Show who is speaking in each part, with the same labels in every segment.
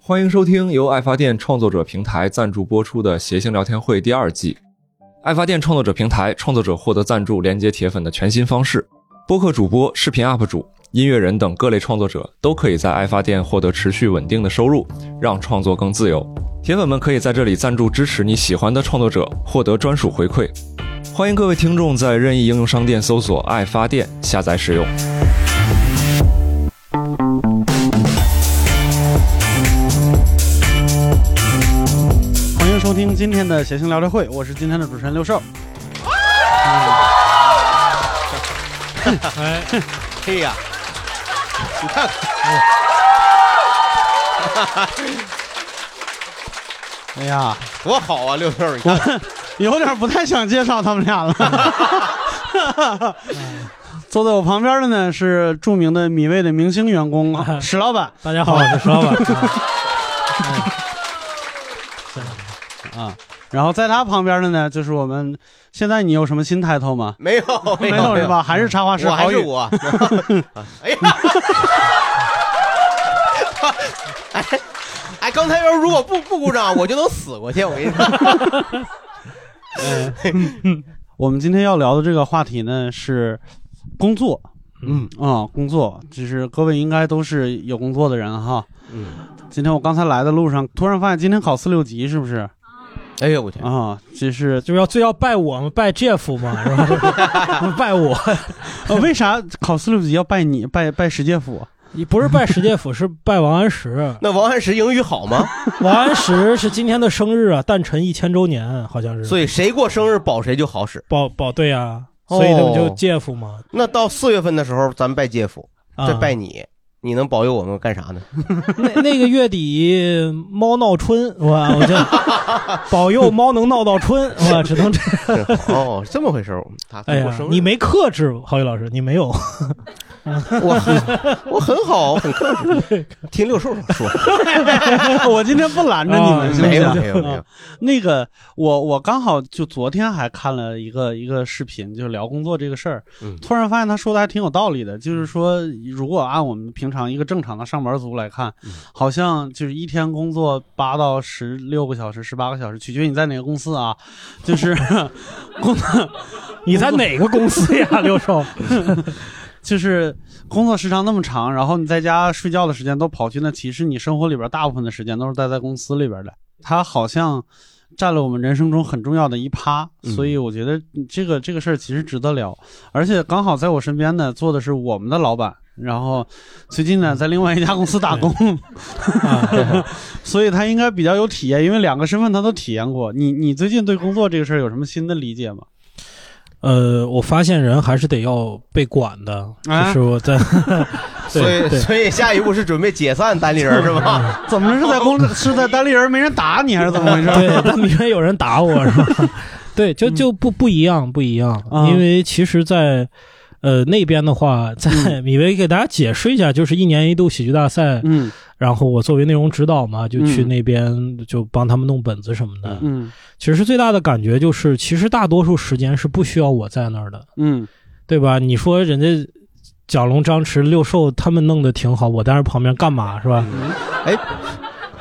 Speaker 1: 欢迎收听由爱发电创作者平台赞助播出的《谐星聊天会》第二季。爱发电创作者平台创作者获得赞助、连接铁粉的全新方式。播客主播、视频 UP 主、音乐人等各类创作者都可以在爱发电获得持续稳定的收入，让创作更自由。铁粉们可以在这里赞助支持你喜欢的创作者，获得专属回馈。欢迎各位听众在任意应用商店搜索“爱发电”下载 使用。
Speaker 2: 欢迎收听今天的谐星聊聊会，我是今天的主持人刘寿。
Speaker 3: 哎，
Speaker 4: 嘿呀，你看看，
Speaker 2: 哎呀，
Speaker 4: 多好啊，六六，你看，
Speaker 2: 有点不太想介绍他们 俩了。坐在我旁边的呢是著名的米味的明星员工 啊史老板。
Speaker 3: 大家好，我是石 老板。嗯
Speaker 2: 啊，然后在他旁边的呢就是我们。现在你有什么新抬头吗？
Speaker 4: 没有，
Speaker 2: 没
Speaker 4: 有嗯
Speaker 2: 是吧？还是插画师
Speaker 4: 我还
Speaker 2: 郝宇？
Speaker 4: 是 我。哎呀， 哎哎，刚才要是如果不不鼓掌，我就能死过去。我跟你 说，
Speaker 2: 我们今天要聊的这个话题呢是工作，嗯啊、工作，就是各位应该都是有工作的人哈。
Speaker 4: 嗯，
Speaker 2: 今天我刚才来的路上，突然发现今天考四六级是不是？
Speaker 4: 哎呦我天
Speaker 2: 啊，这是
Speaker 3: 就是要最要拜我吗？拜 Jeff 吗？是吧？拜我？
Speaker 2: 呃， 为啥考四六级要拜你？拜啊拜史介甫？
Speaker 3: 你不是拜史介甫，是拜王安石。
Speaker 4: 那王安石英语好吗？
Speaker 3: 王安石是今天的生日啊，诞辰一千周年，好像是。
Speaker 4: 所以谁过生日保谁就好使。
Speaker 3: 保保对啊，
Speaker 4: 哦
Speaker 3: 所以他们就 Jeff 嘛。
Speaker 4: 那到四月份的时候，咱们拜介甫，
Speaker 3: 啊
Speaker 4: 再拜你，你能保佑我们干啥呢？
Speaker 3: 那那个月底猫闹春，哇， 我就保佑猫能闹到春，哇，只能这。
Speaker 4: 哦，这么回事儿。他
Speaker 3: 哎
Speaker 4: 他过
Speaker 3: 呀
Speaker 4: 生，日，
Speaker 3: 你没克制，郝宇老师，你没有。
Speaker 4: 我很我很好，很克制。听六叔说，
Speaker 2: 我今天不拦着你们，
Speaker 3: 哦
Speaker 2: 行不
Speaker 4: 嗯没有
Speaker 2: 行？
Speaker 4: 没有没 有，
Speaker 2: 那个，我我刚好就昨天还看了一个一个视频，就聊工作这个事儿，
Speaker 4: 嗯
Speaker 2: 突然发现他说的还挺有道理的，
Speaker 3: 嗯
Speaker 2: 就是说，如果按我们平常一个正常的上班族来看，
Speaker 3: 嗯
Speaker 2: 好像就是一天工作八到十六个小时、十八个小时，取决于你在哪个公司 啊，就是工作
Speaker 3: 你在哪个公司呀，刘少？
Speaker 2: 就是工作时长那么长，然后你在家睡觉的时间都跑去那，其实你生活里边大部分的时间都是待在公司里边的。它好像占了我们人生中很重要的一趴，
Speaker 4: 嗯
Speaker 2: 所以我觉得这个这个事儿其实值得聊。而且刚好在我身边呢，坐的是我们的老板，然后最近呢在另外一家公司打工， 所以他应该比较有体验，因为两个身份他都体验过。你你最近对工作这个事儿有什么新的理解吗？
Speaker 3: 呃，我发现人还是得要被管的，
Speaker 2: 啊
Speaker 3: 就是我在，
Speaker 4: 所
Speaker 3: 对
Speaker 4: 以
Speaker 3: 对，
Speaker 4: 所以下一步是准备解散单立人是 吧？
Speaker 2: 怎么着是在公是在单立人没人打你还是怎么回事？
Speaker 3: 对，但里面有人打我是吧？ 对，就就不不一样，不一样，
Speaker 2: 嗯
Speaker 3: 因为其实在，呃那边的话，在 米薇给大家解释一下，就是一年一度喜剧大赛，
Speaker 2: 嗯
Speaker 3: 然后我作为内容指导嘛，就去
Speaker 2: 嗯
Speaker 3: 那边就帮他们弄本子什么的。
Speaker 2: 嗯
Speaker 3: 其实最大的感觉就是，其实大多数时间是不需要我在那儿的，
Speaker 2: 嗯。
Speaker 3: 对吧？你说人家蒋龙、张弛、六兽他们弄得挺好，我在那旁边干嘛是吧？
Speaker 4: 哎，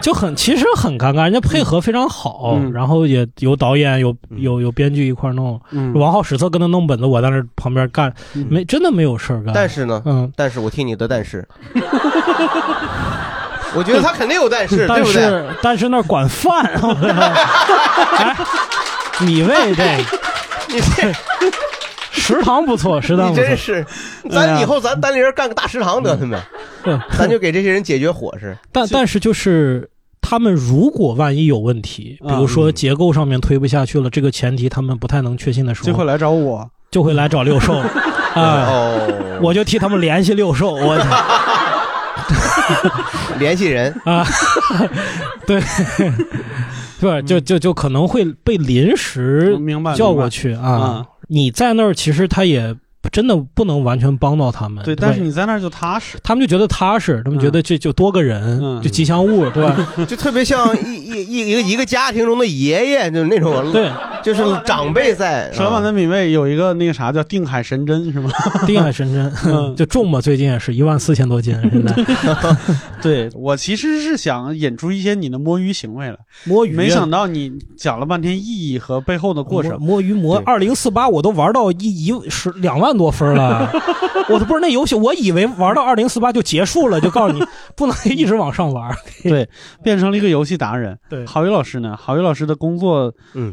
Speaker 3: 就很其实很尴尬，人家配合非常好，
Speaker 2: 嗯
Speaker 3: 然后也有导演有
Speaker 4: 嗯
Speaker 3: 有有编剧一块儿弄，
Speaker 2: 嗯，
Speaker 3: 王浩史册跟他弄本子，我在那旁边干，
Speaker 2: 嗯
Speaker 3: 没真的没有事儿干。
Speaker 4: 但是呢，
Speaker 3: 嗯，
Speaker 4: 但是我听你的，但是， 我觉得他肯定有但是，对
Speaker 3: 但
Speaker 4: 不对？
Speaker 3: 是但是那儿管饭，啊我操 哎，米味这
Speaker 4: 你这
Speaker 3: 食堂不错，食堂
Speaker 4: 你
Speaker 3: 不错
Speaker 4: 真，是，
Speaker 2: 哎
Speaker 4: 咱
Speaker 2: 呀
Speaker 4: 以后咱单立人干个大食堂得了没？
Speaker 3: 对
Speaker 4: 咱就给这些人解决伙食。
Speaker 3: 但
Speaker 2: 就
Speaker 3: 但是就是。他们如果万一有问题，比
Speaker 2: 啊
Speaker 3: 如说
Speaker 4: 嗯
Speaker 3: 结构上面推不下去了，这个前提他们不太能确信的时
Speaker 2: 就会
Speaker 3: 候，
Speaker 2: 来找我。
Speaker 3: 就会来找 六兽，啊，
Speaker 4: 哦，
Speaker 3: 我就替他们联系六兽，我操
Speaker 4: 联系 人，
Speaker 3: 啊，对， 对，就就就可能会被临时
Speaker 2: 嗯明白，
Speaker 3: 叫
Speaker 2: 明白
Speaker 3: 过。去啊
Speaker 2: 啊。
Speaker 3: 你在那儿，其实他也真的不能完全帮到他们，
Speaker 2: 对，
Speaker 3: 吧
Speaker 2: 但是你在那儿就踏实。
Speaker 3: 他们就觉得踏实，他们
Speaker 2: 嗯
Speaker 3: 觉得这就多个人，
Speaker 2: 嗯
Speaker 3: 就吉祥物，对吧？
Speaker 4: 就特别像一一一一个一个家庭中的爷爷，就是那种
Speaker 3: 对，
Speaker 4: 就是长辈在，啊
Speaker 2: 石老板的米味有一个那个啥叫定海神针是吗？
Speaker 3: 定海神针，就重吧，最近也是一万四千多斤，现在
Speaker 2: 对我其实是想引出一些你的摸鱼行为来，
Speaker 3: 摸鱼啊，
Speaker 2: 没想到你讲了半天意义和背后的过程。
Speaker 3: 摸摸鱼魔
Speaker 2: 对
Speaker 3: 二零四八我都玩到一一十两万多分了，我都不是那游戏，我以为玩到二零四八就结束了，就告诉你不能一直往上玩。
Speaker 2: 对，变成了一个游戏达人。
Speaker 3: 对
Speaker 2: 郝宇老师呢？郝宇老师的工作，
Speaker 4: 嗯，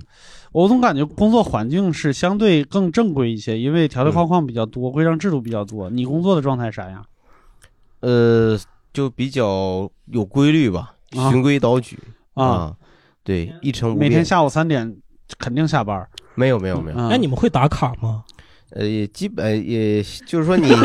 Speaker 2: 我总感觉工作环境是相对更正规一些，因为条条
Speaker 4: 嗯
Speaker 2: 框框比较多，规章制度比较多。你工作的状态啥样？
Speaker 4: 呃，就比较有规律吧，
Speaker 2: 啊
Speaker 4: 循规蹈矩
Speaker 2: 啊，，
Speaker 4: 对，一成不
Speaker 2: 每
Speaker 4: 变。
Speaker 2: 天下午三点肯定下班儿。
Speaker 4: 没有没有没有，
Speaker 2: 嗯
Speaker 3: 哎，你们会打卡吗？
Speaker 4: 呃，也基本也就是说你
Speaker 3: 不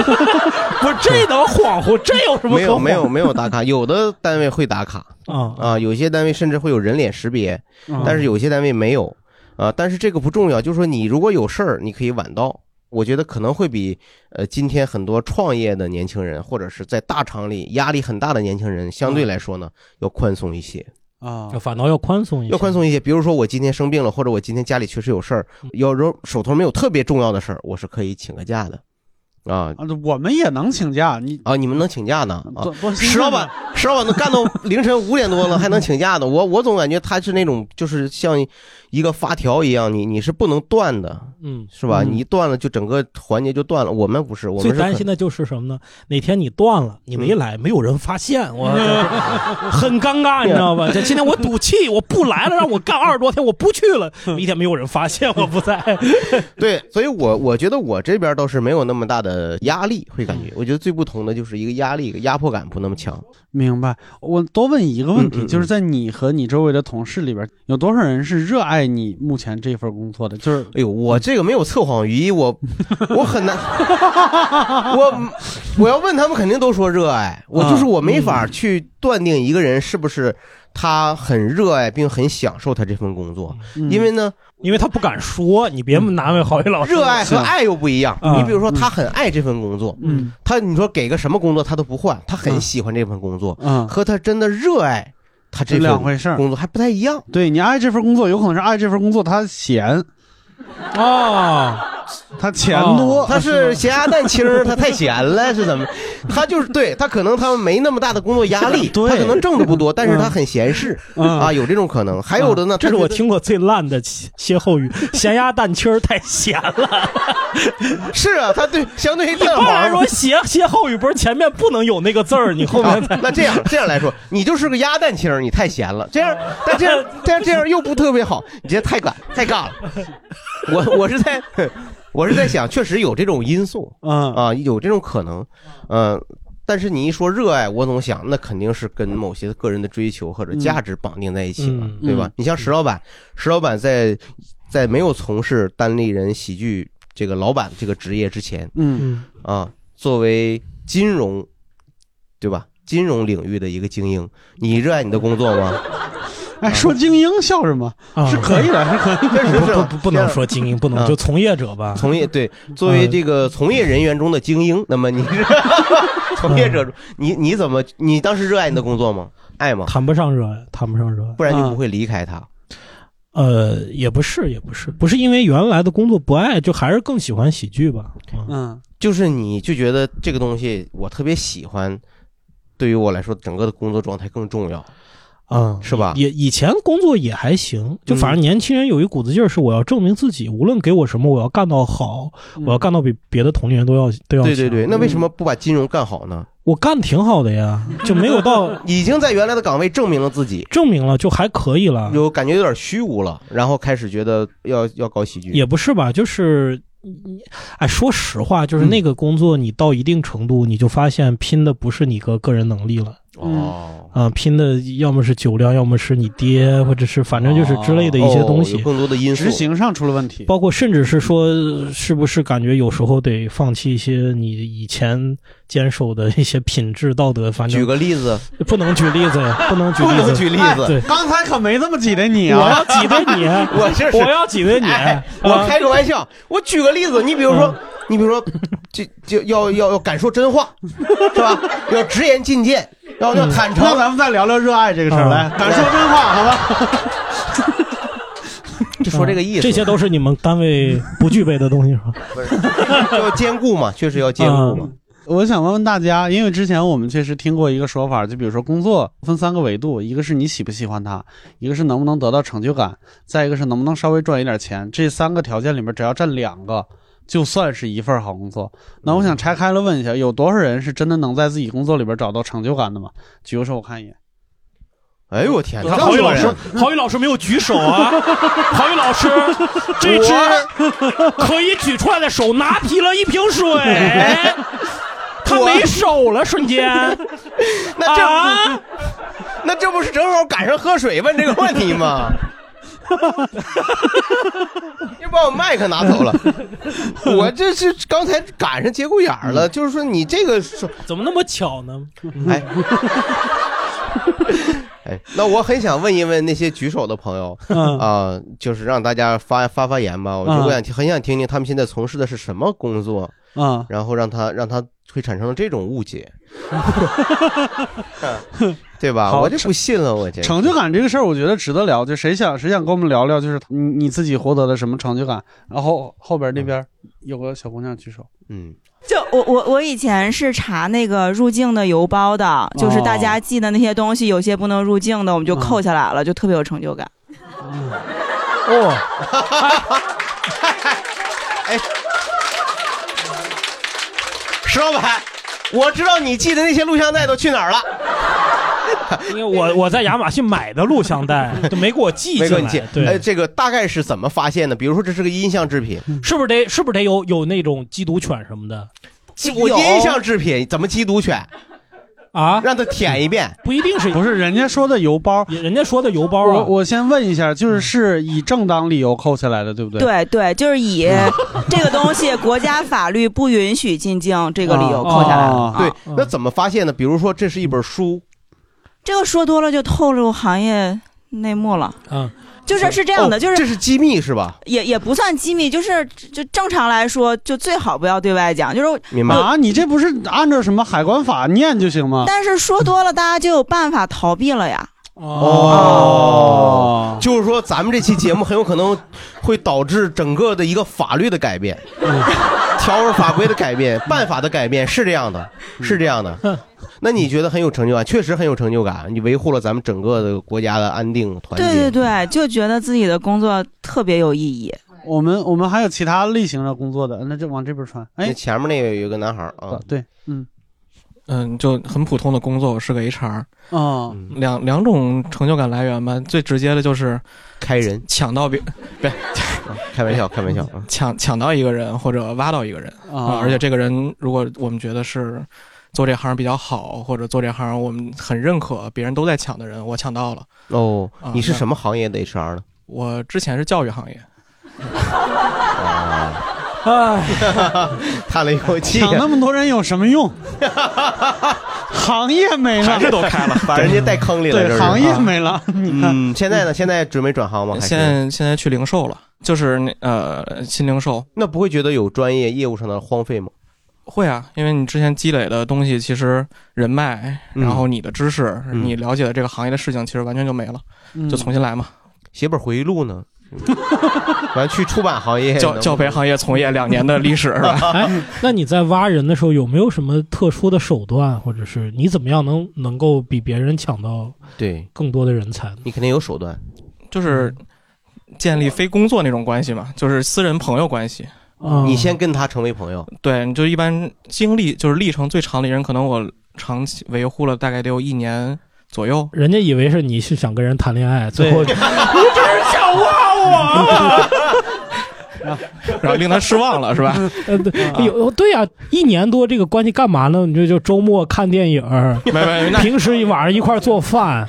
Speaker 3: 是这能恍惚，这有什么可
Speaker 4: 没有
Speaker 3: 恍
Speaker 4: 没有没有打卡，有的单位会打卡
Speaker 3: 啊？
Speaker 4: 啊，有些单位甚至会有人脸识别，
Speaker 2: 嗯
Speaker 4: 但是有些单位没有啊。但是这个不重要，就是说你如果有事儿，你可以晚到。我觉得可能会比呃今天很多创业的年轻人，或者是在大厂里压力很大的年轻人，相对来说呢要宽松一些，
Speaker 2: 啊
Speaker 3: 就，反倒要宽松一些，
Speaker 4: 要宽。松一些。比如说我今天生病了，或者我今天家里确实有事儿，
Speaker 2: 嗯
Speaker 4: 要如手头没有特别重要的事儿，我是可以请个假的，啊
Speaker 2: 啊我们也能请假，你
Speaker 4: 啊，你们能请假呢啊
Speaker 2: 多？多新鲜
Speaker 4: 石老板，石老板都干 到凌晨五点多了，还能请假呢。我我总感觉他是那种，就是像一个发条一样，你你是不能断的，
Speaker 3: 嗯，
Speaker 4: 是吧？
Speaker 2: 嗯
Speaker 4: 你一断了，就整个环节就断了。我们不是，我
Speaker 3: 最
Speaker 4: 们是
Speaker 3: 担心
Speaker 4: 很
Speaker 3: 的就是什么呢？哪天你断了，你没来，没有人发现，我
Speaker 4: 嗯
Speaker 3: 很尴尬，你知道吧？这今天我赌气，我不来了，让我干二十多天，我不去了，明天没有人发现我不在。
Speaker 4: 对，所以我我觉得我这边倒是没有那么大的压力，会感觉。
Speaker 2: 嗯
Speaker 4: 我觉得最不同的就是一个压力，一个压迫感不那么强。
Speaker 2: 明白。我多问一个问题，
Speaker 4: 嗯嗯嗯
Speaker 2: 就是在你和你周围的同事里边，有多少人是热爱你目前这份工作的？就是
Speaker 4: 哎呦，我这个没有测谎仪，我我很 难，我我要问他们，肯定都说热爱，我
Speaker 2: 嗯
Speaker 4: 就是我没法去断定一个人是不是他很热爱并很享受他这份工作，
Speaker 2: 嗯
Speaker 4: 因为呢，
Speaker 3: 因为他不敢说，你别难为郝宇老师。
Speaker 4: 热爱和爱又不一样。
Speaker 3: 嗯
Speaker 4: 你比如说，他很爱这份工作，
Speaker 2: 嗯
Speaker 4: 他你说给个什么工作他都不换，他
Speaker 2: 嗯
Speaker 4: 很喜欢这份工作，
Speaker 2: 嗯，
Speaker 4: 和他真的热爱他
Speaker 2: 这
Speaker 4: 这
Speaker 2: 两
Speaker 4: 份
Speaker 2: 回事儿。
Speaker 4: 工作还不太一样。
Speaker 2: 对你爱这份工作，有可能是爱这份工作他闲，
Speaker 3: 啊，
Speaker 2: 他钱多，
Speaker 4: 哦他 是咸鸭蛋清儿，他太咸了，是怎么？他就是对他可能他没那么大的工作压 力，
Speaker 2: 对
Speaker 4: 他可能挣的不多，但是他很闲适
Speaker 2: 嗯
Speaker 4: 啊，有这种可能。还有的呢，
Speaker 3: 嗯这是
Speaker 4: 他觉
Speaker 3: 我
Speaker 4: 得
Speaker 3: 听过最烂的歇歇 后语，咸鸭蛋清儿太咸了。
Speaker 4: 是啊，他对相对于蛋
Speaker 3: 当
Speaker 4: 黄
Speaker 3: 然说歇歇后语不是前面不能有那个字儿，你后
Speaker 4: 啊
Speaker 3: 面。
Speaker 4: 那这样这样来说，你就是个鸭蛋清儿，你太咸了。这样，但这样这样这样又不特别好，你这太尬 太尬了。 我我是在我是在想，确实有这种因素，
Speaker 2: 嗯
Speaker 4: 啊，有这种可能，嗯、但是你一说热爱，我总想那肯定是跟某些个人的追求或者价值绑定在一起了，
Speaker 3: 嗯
Speaker 4: 对吧
Speaker 2: 嗯？
Speaker 4: 你像石老板，石老板在在没有从事单立人喜剧这个老板这个职业之前
Speaker 2: 嗯
Speaker 3: 嗯
Speaker 4: 啊，作为金融，对吧？金融领域的一个精英，你热爱你的工作吗？
Speaker 2: 哎，说精英笑什么？
Speaker 3: 啊
Speaker 2: 是可以的，是可以的。
Speaker 4: 哦确实
Speaker 3: 不
Speaker 4: 是
Speaker 3: 不不不能说精英，不能
Speaker 4: 啊
Speaker 3: 就从业者吧。嗯
Speaker 4: 从业对，作为这个从业人员中的精英，那么你 是从业者中，你你怎么你当时热爱你的工作吗？爱吗？
Speaker 3: 谈不上热爱，谈不上热爱。
Speaker 4: 不然就不会离开他。
Speaker 3: 嗯呃，也不是，也不是，不是因为原来的工作不爱，就还是更喜欢喜剧吧。嗯
Speaker 2: 嗯
Speaker 4: 就是你就觉得这个东西我特别喜欢，对于我来说，整个的工作状态更重要，
Speaker 3: 嗯，
Speaker 4: 是吧？嗯
Speaker 3: 也以前工作也还行，就反正年轻人有一股子劲儿，是我要证明自己，无论给我什么，我要干到好，我要干到比别的同龄人都要都要
Speaker 4: 嗯
Speaker 3: 嗯
Speaker 4: 对对
Speaker 3: 强。
Speaker 4: 对，那为什么不把金融干好呢？
Speaker 3: 我干挺好的呀，就没有到
Speaker 4: 已经在原来的岗位证明了自己，
Speaker 3: 证明了，就还可以了。
Speaker 4: 有感觉有点虚无了，然后开始觉得要要搞喜剧。
Speaker 3: 也不是吧，就是，嗯哎，说实话，就是
Speaker 2: 嗯
Speaker 3: 那个工作，你到一定程度，你就发现拼的不是你个个人能力了
Speaker 4: 哦，
Speaker 3: 啊、拼的要么是酒量，要么是你爹，或者是反正就是之类的一些东
Speaker 4: 哦
Speaker 3: 西
Speaker 4: 有。更多的因素
Speaker 2: 执。行上出了问题。
Speaker 3: 包括甚至是说，呃是不是感觉有时候得放弃一些你以前坚守的一些品质、道德？反
Speaker 4: 举
Speaker 3: 正
Speaker 4: 个例子，
Speaker 3: 不能举例子呀，不能 举
Speaker 4: 不
Speaker 3: 例
Speaker 4: 能
Speaker 3: 子。
Speaker 4: 举例
Speaker 2: 哎
Speaker 4: 子，
Speaker 3: 对
Speaker 2: 刚才可没这么挤 兑你
Speaker 3: 我
Speaker 2: 啊！
Speaker 3: 要挤兑你，
Speaker 4: 我这是
Speaker 3: 我要挤兑你。
Speaker 4: 哎
Speaker 3: 啊嗯
Speaker 4: 我开个玩笑，我举个例子，你比如说，你比如说，这就要要要敢说真 话，是吧？要直言进谏，要要坦
Speaker 2: 那
Speaker 4: 诚。嗯哎
Speaker 2: 咱们再聊聊热爱这个事儿，
Speaker 3: 嗯
Speaker 2: 来，敢说真话，好吧？
Speaker 4: 这说这个意思。
Speaker 3: 这些都是你们单位不具备的东西是吧？
Speaker 4: 要兼顾嘛，确实要兼顾嘛。
Speaker 2: 我想问问大家，因为之前我们确实听过一个说法，就比如说工作分三个维度，一个是你喜不喜欢它，一个是能不能得到成就感，再一个是能不能稍微赚一点钱。这三个条件里面，只要占两个，就算是一份好工作。那我想拆开了问一下，有多少人是真的能在自己工作里边找到成就感的吗？举个手，我看一眼。
Speaker 4: 哎呦我天，这
Speaker 3: 郝
Speaker 4: 么
Speaker 3: 宇
Speaker 4: 多
Speaker 3: 老师
Speaker 4: 人，，
Speaker 3: 郝宇老师没有举手啊！郝宇老 师，这只可以举出来的手拿提了一瓶 水，他
Speaker 4: 我
Speaker 3: 没手了，瞬 间
Speaker 4: 那这、
Speaker 3: 啊！
Speaker 4: 那这不是正好赶上喝水问这个问题 吗？又把我麦克拿 走了，我这是刚才赶上节骨眼儿了，就是说你这个说，
Speaker 3: 嗯怎么那么巧呢？
Speaker 4: 哎， 哎，那我很想问一问那些举手的朋友
Speaker 3: 嗯
Speaker 4: 啊、就是让大家发发发言吧，我就
Speaker 2: 嗯
Speaker 4: 我想听很想听听他们现在从事的是什么工作，
Speaker 2: 啊、
Speaker 4: 然后让他让他会产生这种误 解，嗯对吧？
Speaker 2: 好
Speaker 4: 我就不信了，我这
Speaker 2: 成就感这个事儿，我觉得值得聊。就谁想谁想跟我们聊聊，就是你你自己获得了什么成就感？然后后边那边有个小姑娘举手，
Speaker 4: 嗯，
Speaker 5: 就我我我以前是查那个入境的邮包的，就是大家寄的那些东西，有些不能入境的，我们就扣下来了，就特别有成就感。
Speaker 3: 哦，
Speaker 4: 哎石老板，我知道你寄的那些录像带都去哪儿了，
Speaker 3: 因为我我在亚马逊买的录像 带都没给我寄
Speaker 4: 没
Speaker 3: 进
Speaker 4: 给
Speaker 3: 来，
Speaker 4: 你寄。哎，
Speaker 3: 对，
Speaker 4: 这个大概是怎么发现的？比如说这是个音像制品，
Speaker 2: 嗯
Speaker 3: 是不是得是不是得有有那种缉毒犬什 么的
Speaker 4: 我
Speaker 5: 有
Speaker 4: 音像制品怎么缉毒犬？
Speaker 3: 啊？
Speaker 4: 让他舔一遍。
Speaker 3: 不一定是，
Speaker 2: 不是人家说的邮包，
Speaker 3: 人家说的邮包
Speaker 2: 我
Speaker 3: 啊，
Speaker 2: 我先问一下，就是是以正当理由扣下来的，对不对？。
Speaker 5: 对对，就是以这个东西国家法律不允许进境这个理由扣下来了。
Speaker 2: 哦
Speaker 5: 啊
Speaker 4: 对，那怎么发现的？比如说这是一本书，
Speaker 5: 这个说多了就透露行业内幕了。
Speaker 3: 嗯，
Speaker 5: 就是是这样的，
Speaker 4: 哦
Speaker 5: 就是
Speaker 4: 这是机密是吧？
Speaker 5: 也也不算机密，就是就正常来说，就最好不要对外讲。就是，
Speaker 4: 明白？
Speaker 2: 啊，你这不是按照什么海关法念就行吗？
Speaker 5: 但是说多了，大家就有办法逃避了呀。
Speaker 2: 哦
Speaker 4: 哦，就是说咱们这期节目很有可能会导致整个的一个法律的改变，
Speaker 2: 嗯
Speaker 4: 条文法规的改变，办法的改变，是这样的，是这样
Speaker 2: 嗯
Speaker 4: 的。那你觉得很有成就感？啊确实很有成就感，你维护了咱们整个的国家的安定团结。
Speaker 5: 对
Speaker 2: 哎
Speaker 5: 对对，就觉得自己的工作特别有意义。
Speaker 2: 我们我们还有其他类型的工作的，那就往这边传。
Speaker 4: 那
Speaker 2: 哎，
Speaker 4: 前面那个有个男孩儿啊，
Speaker 2: 对，嗯，
Speaker 6: 嗯，就很普通的工作，我是个 HR，
Speaker 2: 哦，
Speaker 4: 嗯
Speaker 6: 两两种成就感来源吧。最直接的就是
Speaker 4: 开人，
Speaker 6: 抢 到别
Speaker 4: 啊开玩笑，开玩笑啊。
Speaker 6: 抢抢到一个人或者挖到一个人啊、
Speaker 2: 啊，
Speaker 6: 而且这个人如果我们觉得是做这行比较好，或者做这行我们很认可，别人都在抢的人，我抢到了。
Speaker 4: 哦
Speaker 6: 啊，
Speaker 4: 你是
Speaker 6: 那
Speaker 4: 什么 行业的 HR 呢？
Speaker 6: 我之前是教育 行业，
Speaker 4: 哦
Speaker 3: 哎，
Speaker 4: 叹了一口气，
Speaker 2: 抢那么多人有什么 用？行业没了，
Speaker 4: 都开 了，把人家带坑里了。这
Speaker 2: 对，
Speaker 4: 是
Speaker 2: 行业没了。你看，
Speaker 4: 嗯，现在呢？现在准备转行吗？还是
Speaker 6: 现在现在去零售了，就是那呃新零售。
Speaker 4: 那不会觉得有专业业务上的荒废吗？
Speaker 6: 会啊，因为你之前积累的东西，其实人脉，
Speaker 4: 嗯
Speaker 6: 然后你的知识，
Speaker 4: 嗯
Speaker 6: 你了解的这个行业的事情，其实完全就没了，
Speaker 2: 嗯
Speaker 6: 就重新来嘛。
Speaker 4: 写本回忆录呢？完去出版行业
Speaker 6: 教教培行业从业两年的历史是吧？
Speaker 3: 哎，那你在挖人的时候有没有什么特殊的手段，或者是你怎么样能能够比别人抢到
Speaker 4: 对
Speaker 3: 更多的人才呢？
Speaker 4: 你肯定有手段。
Speaker 6: 就是
Speaker 3: 嗯
Speaker 6: 建立非工作那种关系嘛，就是私人朋友关系。
Speaker 3: 啊
Speaker 4: 你先跟他成为朋友，
Speaker 6: 对，你就一般经历就是历程最长的人，可能我长期维护了大概得有一年左右。
Speaker 3: 人家以为是你是想跟人谈恋爱，最后
Speaker 6: 啊然后令他失望了，是吧？啊
Speaker 3: 呃对有对呀、一年多这个关系干嘛呢？你就就周末看电影儿，
Speaker 6: 没没，那嗯
Speaker 3: 平时晚上一块儿做饭，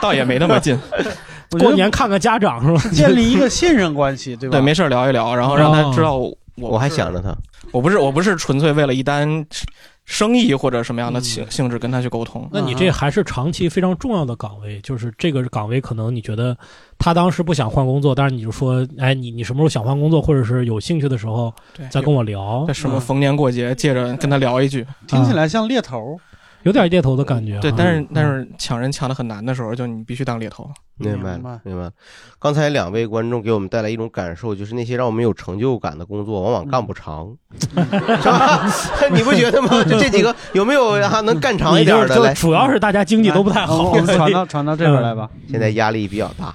Speaker 6: 倒也没那么近。
Speaker 2: 我觉得
Speaker 3: 过年看看家长是吧？
Speaker 2: 建立一个信任关系，对吧？
Speaker 6: 对，没事儿聊一聊，然后让
Speaker 3: 哦
Speaker 6: 他知道我我
Speaker 4: 我还
Speaker 6: 是
Speaker 4: 想着他。
Speaker 6: 我不是我不是纯粹为了一单生意或者什么样的性性质跟他去沟通。
Speaker 3: 嗯
Speaker 6: 啊
Speaker 3: 那你这还是长期非常重要的岗位，就是这个岗位可能你觉得他当时不想换工作，但是你就说，哎，你你什么时候想换工作，或者是有兴趣的时候
Speaker 6: 对，
Speaker 3: 再跟我聊啊
Speaker 6: 在。什么逢年过节，借着跟他聊一句，
Speaker 2: 听起来像猎头。
Speaker 3: 啊有点猎头的感觉啊。
Speaker 6: 对，但是
Speaker 3: 嗯
Speaker 6: 但是抢人抢的很难的时候，就你必须当猎头。
Speaker 4: 明白
Speaker 2: 明白
Speaker 4: 了，明白了。刚才两位观众给我们带来一种感受，就是那些让我们有成就感的工作，往往干不长，
Speaker 3: 嗯
Speaker 4: 是吧？ 你不觉得吗？就这几个有没有啊能干长一
Speaker 3: 你
Speaker 4: 点
Speaker 3: 就
Speaker 4: 的？
Speaker 3: 就
Speaker 4: 来，
Speaker 3: 主要是大家经济都不太
Speaker 2: 哦
Speaker 3: 好
Speaker 2: 我， 们传到传到这边来吧。
Speaker 4: 现在压力比较大，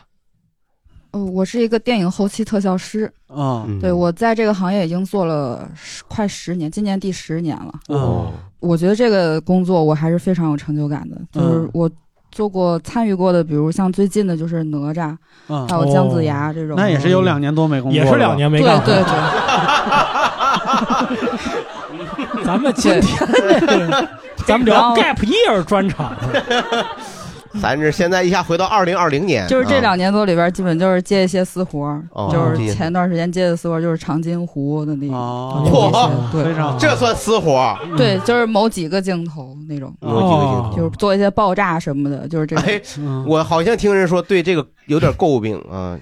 Speaker 7: 呃，我是一个电影后期特效师，
Speaker 2: 嗯，
Speaker 7: 对我在这个行业已经做了十快十年，今年第十年了。
Speaker 2: 嗯
Speaker 4: 哦，
Speaker 7: 我觉得这个工作我还是非常有成就感的，就是
Speaker 2: 嗯
Speaker 7: 我做过参与过的，比如像最近的就是哪吒，
Speaker 2: 嗯
Speaker 7: 还有姜子牙这种，
Speaker 2: 那也是有两年多没工作，
Speaker 3: 哦也是两。年没
Speaker 7: 对
Speaker 3: 干
Speaker 7: 对
Speaker 3: 活。
Speaker 7: 对，
Speaker 3: 咱们今 天 这咱们聊 gap year 专场，
Speaker 4: 咱这现在一下回到二零二零年，
Speaker 7: 就是这
Speaker 2: 嗯
Speaker 4: 啊
Speaker 7: 两年多里边，基本就是接一些私活儿，
Speaker 4: 哦
Speaker 7: 就是前段时间接的私活儿就是长津湖的那个，
Speaker 2: 哦，
Speaker 4: 嚯
Speaker 7: 嗯对
Speaker 2: 非常好
Speaker 4: 这算私活儿，
Speaker 7: 对，就是某几个镜头那种，
Speaker 4: 我几个镜头
Speaker 3: 哦
Speaker 7: 就是做一些爆炸什么的，就是这种。
Speaker 4: 哎，
Speaker 2: 嗯
Speaker 4: 我好像听人说对这个有点诟病啊，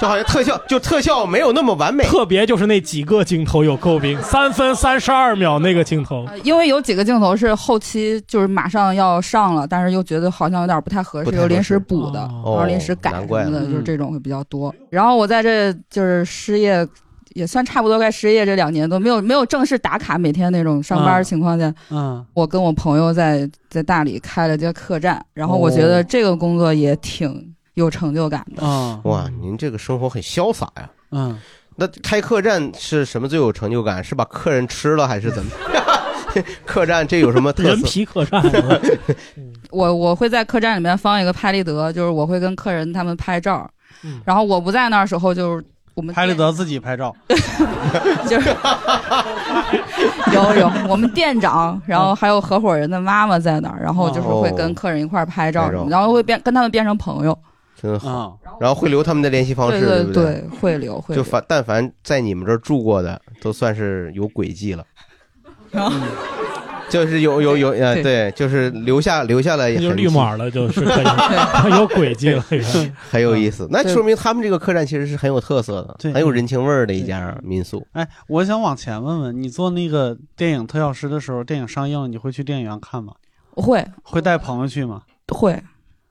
Speaker 4: 就好像特效就特效没有那么完美，
Speaker 3: 特别就是那几个镜头有诟病，三分三十二秒那个镜头，
Speaker 7: 呃因为有几个镜头是后期就是马上要上了，但是又觉得好像有点不太合
Speaker 4: 不
Speaker 7: 适，
Speaker 4: 太合
Speaker 7: 又临时
Speaker 4: 适
Speaker 7: 补的，
Speaker 3: 哦
Speaker 7: 然后临时改
Speaker 4: 难
Speaker 7: 什
Speaker 4: 怪
Speaker 7: 么的，
Speaker 2: 了
Speaker 7: 就是这种会比较多。然后我在这就是失业，也算差不多该失业这两年多，没有没有正式打卡，每天那种上班
Speaker 3: 啊
Speaker 7: 情况下，
Speaker 2: 嗯
Speaker 7: 我跟我朋友在在大理开了家客栈，然后我觉
Speaker 2: 哦
Speaker 7: 得这个工作也挺有成就感的。
Speaker 2: 嗯
Speaker 4: 哇，您这个生活很潇洒呀。
Speaker 2: 嗯，
Speaker 4: 那开客栈是什么最有成就感？是把客人吃了还是怎么？ 客栈这有什么特
Speaker 3: 人
Speaker 4: 色？
Speaker 3: 皮客栈，
Speaker 7: 我我会在客栈里面放一个拍立得，就是我会跟客人他们拍照，
Speaker 3: 嗯
Speaker 7: 然后我不在那儿时候就是。我们
Speaker 2: 拍立
Speaker 7: 店
Speaker 2: 得自己 拍照，
Speaker 7: 就是有有我们店长，然后还有合伙人的妈妈在那儿，然后就是会跟客人一块儿拍照什么
Speaker 4: 哦
Speaker 7: 的，然后会变跟他们变成朋友，
Speaker 4: 真好。
Speaker 2: 嗯，
Speaker 4: 然后会留他们的联系方式，
Speaker 7: 对
Speaker 4: 不对？
Speaker 7: 对，会留会
Speaker 4: 就
Speaker 7: 留，
Speaker 4: 凡但凡在你们这儿住过的，都算是有轨迹了。
Speaker 7: 然后
Speaker 4: 就是有有有呃，
Speaker 7: 对
Speaker 4: 对，就是留下留下了
Speaker 3: 那就
Speaker 4: 痕
Speaker 3: 绿
Speaker 4: 迹，
Speaker 3: 码了，就是可以有 轨迹了。
Speaker 4: 很有意思。
Speaker 7: 嗯
Speaker 4: 那
Speaker 7: 对
Speaker 4: 说明他们这个客栈其实是很有特色的，
Speaker 2: 对
Speaker 4: 很有人情味儿的一家民宿。
Speaker 2: 哎，我想往前问问，你做那个电影特效师的时候，电影上映了，你会去电影院看吗？
Speaker 7: 会
Speaker 2: 会带朋友去吗？
Speaker 7: 会，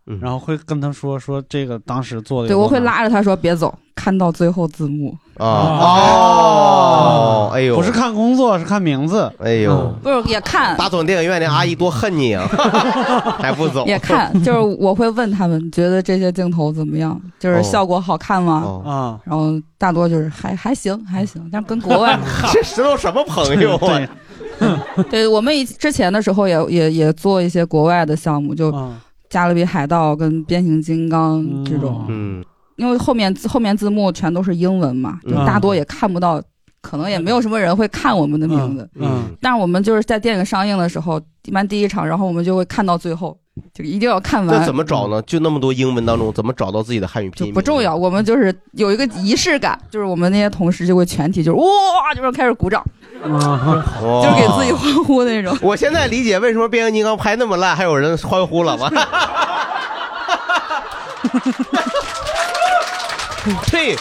Speaker 4: 嗯，
Speaker 2: 然后会跟他说说这个当时做的，
Speaker 7: 对我会，拉着他说别走，看到最后字幕，
Speaker 4: 啊
Speaker 2: 哦
Speaker 4: 哦，哎呦，
Speaker 2: 不是看工作，是看名字，
Speaker 4: 哎呦
Speaker 3: 嗯，
Speaker 7: 不是也看
Speaker 4: 大总电影院那阿姨多恨你啊，还不走
Speaker 7: 也看，就是我会问他们觉得这些镜头怎么样，就是
Speaker 4: 哦
Speaker 7: 效果好看吗？
Speaker 4: 哦，
Speaker 2: 啊，
Speaker 7: 然后大多就是还还行还行，但是跟国外
Speaker 4: 这石头什么朋友啊
Speaker 2: 对？，
Speaker 7: 对我们以之前的时候也也也做一些国外的项目，就
Speaker 2: 嗯
Speaker 7: 加勒比海盗跟变形金刚 这种，
Speaker 4: 嗯，
Speaker 7: 因为后面后面字幕全都是英文嘛，就
Speaker 2: 嗯
Speaker 7: 大多也看不到，可能也没有什么人会看我们的名字。
Speaker 2: 嗯，
Speaker 7: 但是我们就是在电影上映的时候，一般第一场，然后我们就会看到最后，就一定要看
Speaker 4: 那
Speaker 7: 完
Speaker 4: 怎。么找呢？就那么多英文当中，怎么找到自己的汉语拼
Speaker 7: 就
Speaker 4: 音？
Speaker 7: 不重要，。我们就是有一个仪式感，就是我们那些同事就会全体就是哇，就是开始鼓掌，
Speaker 2: 嗯
Speaker 7: 就是
Speaker 4: 就
Speaker 7: 给自己。欢呼那种。
Speaker 4: 我现在理解为什么变形金刚拍那么烂，还有人欢呼 了。对，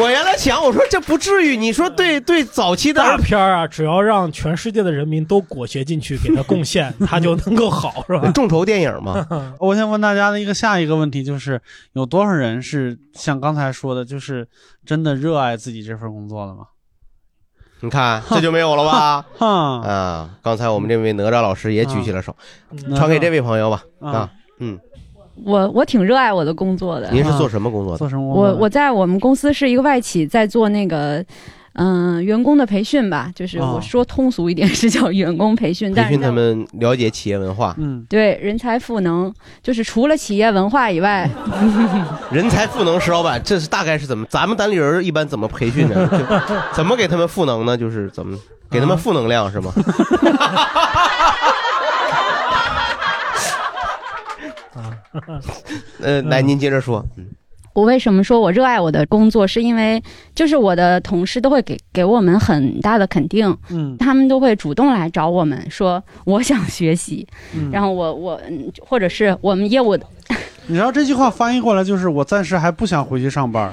Speaker 4: 我原来想，我说这不至于。你说对对，早期的
Speaker 3: 大片儿啊，只要让全世界的人民都裹挟进去，给他 贡献，他就能够好，是吧？
Speaker 4: 众筹电影嘛，
Speaker 2: 我想问大家的一个下一个问题就是，有多少人是像刚才说的，就是真的热爱自己这份工作的吗？
Speaker 4: 你看这就没有了吧？
Speaker 2: 哈，
Speaker 4: 啊，刚才我们这位哪吒老师也举起了手，传给这位朋友吧。啊，
Speaker 8: 我我挺热爱我的工作的。
Speaker 4: 您是做什么工作的？
Speaker 2: 啊做什么工作
Speaker 8: 我
Speaker 2: 的？
Speaker 8: 我在我们公司是一个外企，在做那个。嗯，员工的培训吧，就是
Speaker 2: 哦
Speaker 8: 我说通俗一点是叫员工培训，但
Speaker 4: 培
Speaker 8: 是
Speaker 4: 训
Speaker 8: 在
Speaker 4: 他
Speaker 8: 我
Speaker 4: 们了解企业文化，
Speaker 2: 嗯
Speaker 8: 对人才赋能，就是除了企业文化 以外，
Speaker 4: 人才赋能石老板，这是大概是怎么？咱们单立人一般怎么培训 呢？就怎么给他们赋能呢？就是怎么给他们负能量是 吗？呃，
Speaker 2: 嗯
Speaker 4: 来，您接着说。嗯
Speaker 8: 我为什么说我热爱我的工作，是因为就是我的同事都会给给我们很大的肯定，
Speaker 2: 嗯
Speaker 8: 他们都会主动来找我们说我想学习，
Speaker 2: 嗯，
Speaker 8: 然后我我嗯或者是我们业务
Speaker 2: 你知道这句话翻译过来就是我暂时还不想回去上班儿。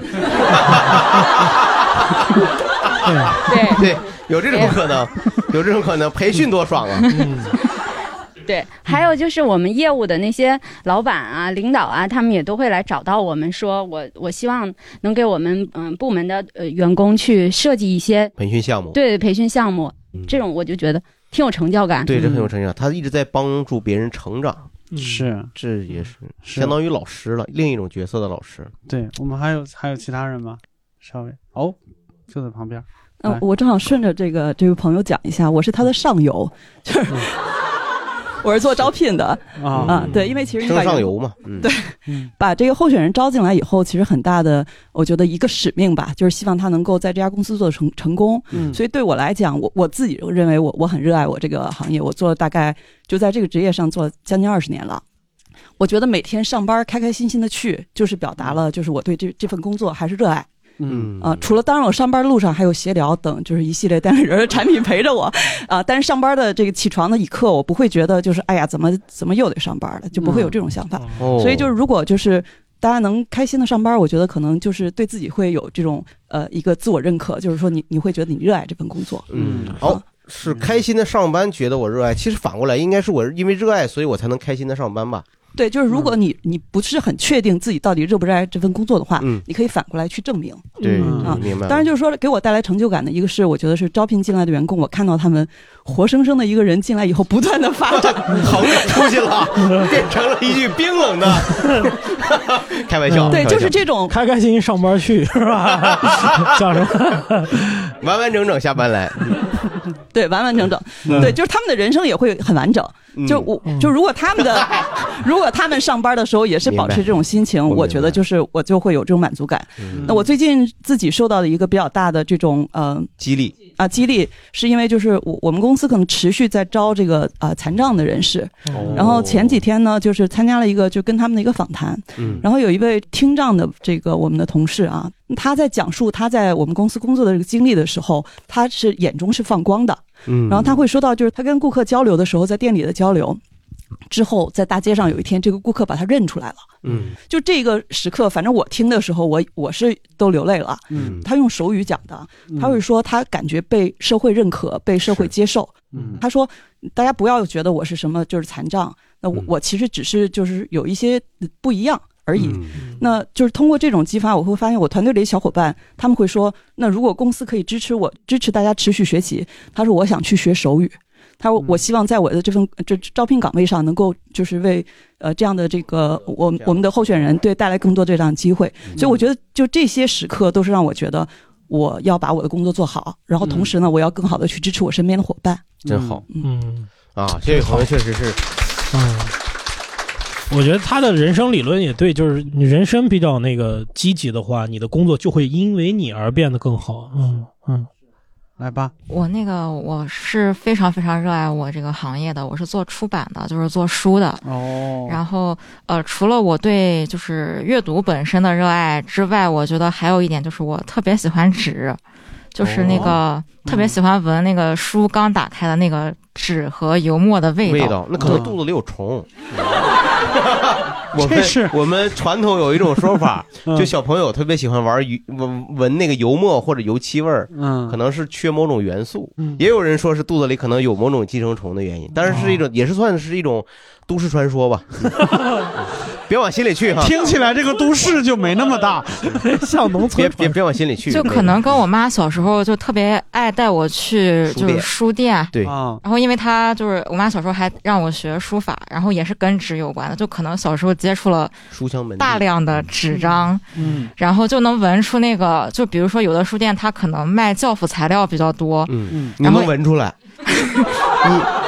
Speaker 9: 对
Speaker 4: 对，有这种可能，有这种可能，培训多爽啊！
Speaker 2: 嗯
Speaker 8: 对，还有就是我们业务的那些老板啊、领导啊，他们也都会来找到我们说，我我希望能给我们嗯、部门的呃员工去设计一些
Speaker 4: 培训项目，嗯
Speaker 8: 对培训项目，这种我就觉得挺有成就感。嗯
Speaker 4: 对，这很有成就感，他一直在帮助别人成长，
Speaker 2: 嗯是
Speaker 4: 这也是
Speaker 2: 是
Speaker 4: 相当于老师了，另一种角色的老师。
Speaker 2: 对我们还有还有其他人吗？稍微哦，就在旁边。
Speaker 10: 嗯、
Speaker 4: 哎
Speaker 2: 来
Speaker 10: 我正好顺着这个这位朋友讲一下，我是他的上游，就是、我是做招聘的
Speaker 2: 啊
Speaker 10: 啊，对，因为其实你把
Speaker 4: 升上游嘛，嗯，对，
Speaker 10: 把这个候选人招进来以后，其实很大的，我觉得一个使命吧，就是希望他能够在这家公司做得成成功。
Speaker 2: 嗯
Speaker 10: 所以对我来讲，我我自己认为我我很热爱我这个行业，我做了大概就在这个职业上做了将近二十年了。我觉得每天上班开开心心的去，就是表达了就是我对这这份工作还是热爱。
Speaker 4: 嗯
Speaker 10: 啊、除了当然我上班路上还有协聊等，就是一系列单人的产品陪着我， 啊、但是上班的这个起床的一刻，我不会觉得就是哎呀，怎么怎么又得上班了，就不会有这种想法。
Speaker 4: 哦
Speaker 10: 所以就是如果就是大家能开心的上班，我觉得可能就是对自己会有这种呃一个自我认可，就是说你你会觉得你热爱这份工作。
Speaker 4: 嗯，哦，是开心的上班，觉得我热爱。其实反过来，应该是我因为热爱，所以我才能开心的上班吧。
Speaker 10: 对，就是如果你你不是很确定自己到底热不热爱这份工作的话，
Speaker 4: 嗯
Speaker 10: 你可以反过来去证明。
Speaker 4: 对，
Speaker 10: 啊
Speaker 4: 嗯明白了。
Speaker 10: 当然，就是说给我带来成就感的一个是，我觉得是招聘进来的员工，我看到他们活生生的一个人进来以后不断的 发展，
Speaker 4: 横着出去了，变成了一句冰冷的，开玩笑，
Speaker 10: 对，
Speaker 4: 开玩笑
Speaker 10: 就是这种。
Speaker 3: 开开心心上班去是 吧？叫什么？
Speaker 4: 完完整整下班来。
Speaker 10: 嗯对，完完整整，
Speaker 4: 嗯
Speaker 10: 对，就是他们的人生也会很完整。就我，
Speaker 3: 嗯
Speaker 10: 就如果他 们的，如果他们上班的时候也是保持这种心情，
Speaker 4: 明白嗯
Speaker 10: 我觉得就是我就会有这种满足感。那我最近自己受到的一个比较大的这种，呃
Speaker 4: 激励，
Speaker 10: 啊激励，是因为就是我我们公司可能持续在招这个啊残障的人士，嗯
Speaker 4: 哦
Speaker 10: 然后前几天呢，就是参加了一个就跟他们的一个访谈，
Speaker 4: 嗯
Speaker 10: 然后有一位听障的这个我们的同事啊，他在讲述他在我们公司工作的这个经历的时候，他是眼中是放光的，
Speaker 4: 嗯，
Speaker 10: 然后他会说到，就是他跟顾客交流的时候，在店里的交流，之后在大街上有一天，这个顾客把他认出来了。
Speaker 4: 嗯
Speaker 10: 就这个时刻，反正我听的时候，我我是都流泪了。
Speaker 4: 嗯
Speaker 10: 他用手语讲的，他会说他感觉被社会认可，被社会接受。
Speaker 2: 嗯
Speaker 10: 他说，大家不要觉得我是什么就是残障，那我
Speaker 4: 嗯
Speaker 10: 我其实只是就是有一些不一样而已。
Speaker 4: 嗯
Speaker 10: 那就是通过这种激发，我会发现我团队里的小伙伴他们会说，那如果公司可以支持我，支持大家持续学习，他说我想去学手语，他
Speaker 4: 嗯
Speaker 10: 说我希望在我的这份这这招聘岗位上能够就是为呃这样的这个我们我们的候选人对带来更多这样的机会，
Speaker 4: 嗯
Speaker 10: 所以我觉得就这些时刻都是让我觉得。我要把我的工作做好，然后同时
Speaker 4: 嗯
Speaker 10: 呢，我要更好的去支持我身边的伙伴。
Speaker 4: 真好
Speaker 3: 嗯
Speaker 4: 啊！这位朋友确实是，
Speaker 3: 嗯，我觉得他的人生理论也对，就是你人生比较那个积极的话，你的工作就会因为你而变得更好。嗯嗯
Speaker 2: 来吧，
Speaker 11: 我那个我是非常非常热爱我这个行业的，我是做出版的，就是做书的。
Speaker 2: 哦，
Speaker 11: 然后呃，除了我对就是阅读本身的热爱之外，我觉得还有一点就是我特别喜欢
Speaker 4: 哦
Speaker 11: 纸，就是那个、
Speaker 4: 嗯
Speaker 11: 特别喜欢闻那个书刚打开的那个纸和油墨的味道。嗯
Speaker 4: 味道，那可能肚子里有 虫。我
Speaker 2: 这
Speaker 4: 们
Speaker 2: 是嗯
Speaker 4: 我们传统有一种说 法，就小朋友特别喜欢玩鱼闻闻那个油墨或者油漆味儿，
Speaker 2: 嗯
Speaker 4: 可能是缺某种元素
Speaker 2: 嗯，
Speaker 4: 也有人说是肚子里可能有某种寄生虫的原因，但是是一
Speaker 2: 哦
Speaker 4: 种也是算是一种都市传说 吧，别往心里去哈，
Speaker 2: 听起来这个都市就没那么 大，像农
Speaker 4: 别
Speaker 2: 村。
Speaker 4: 别别往心里去，
Speaker 11: 就可能跟我妈小时候就特别爱带我去
Speaker 4: 书
Speaker 11: 就
Speaker 4: 店
Speaker 11: 是书店，
Speaker 4: 对
Speaker 2: 啊，
Speaker 11: 然后因为她就是我妈小时候还让我学书法，然后也是跟纸有关的，就可能小时候接触了
Speaker 4: 书香门第
Speaker 11: 大量的纸张，
Speaker 2: 嗯
Speaker 11: 然后就能闻出那个，就比如说有的书店它可能卖教辅材料比较多，
Speaker 4: 嗯，
Speaker 2: 嗯，
Speaker 4: 你
Speaker 11: 然后
Speaker 4: 能闻出来，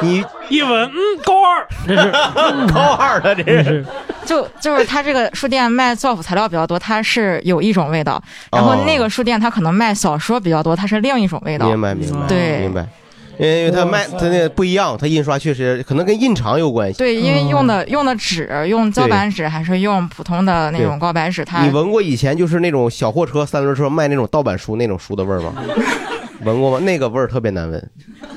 Speaker 4: 你你
Speaker 3: 一闻，嗯，高二，这是
Speaker 4: 高二的这
Speaker 3: 这
Speaker 4: 是，
Speaker 3: 是
Speaker 11: 就就是它这个书店卖教辅材料比较多，它是有一种味道，
Speaker 4: 哦
Speaker 11: 然后那个书店它可能卖小说比较多，它嗯是另一种味道
Speaker 4: 明。白明白，
Speaker 11: 对
Speaker 4: 明白，因为他卖他那个不一样，他印刷确实可能跟印厂有关系。
Speaker 11: 对，因为用的用的纸，用胶板纸还是用普通的那种
Speaker 4: 对
Speaker 11: 告白纸，它
Speaker 4: 你闻过以前就是那种小货车、三轮车卖那种盗版书那种书的味儿吗？闻过吗？那个味儿特别难闻，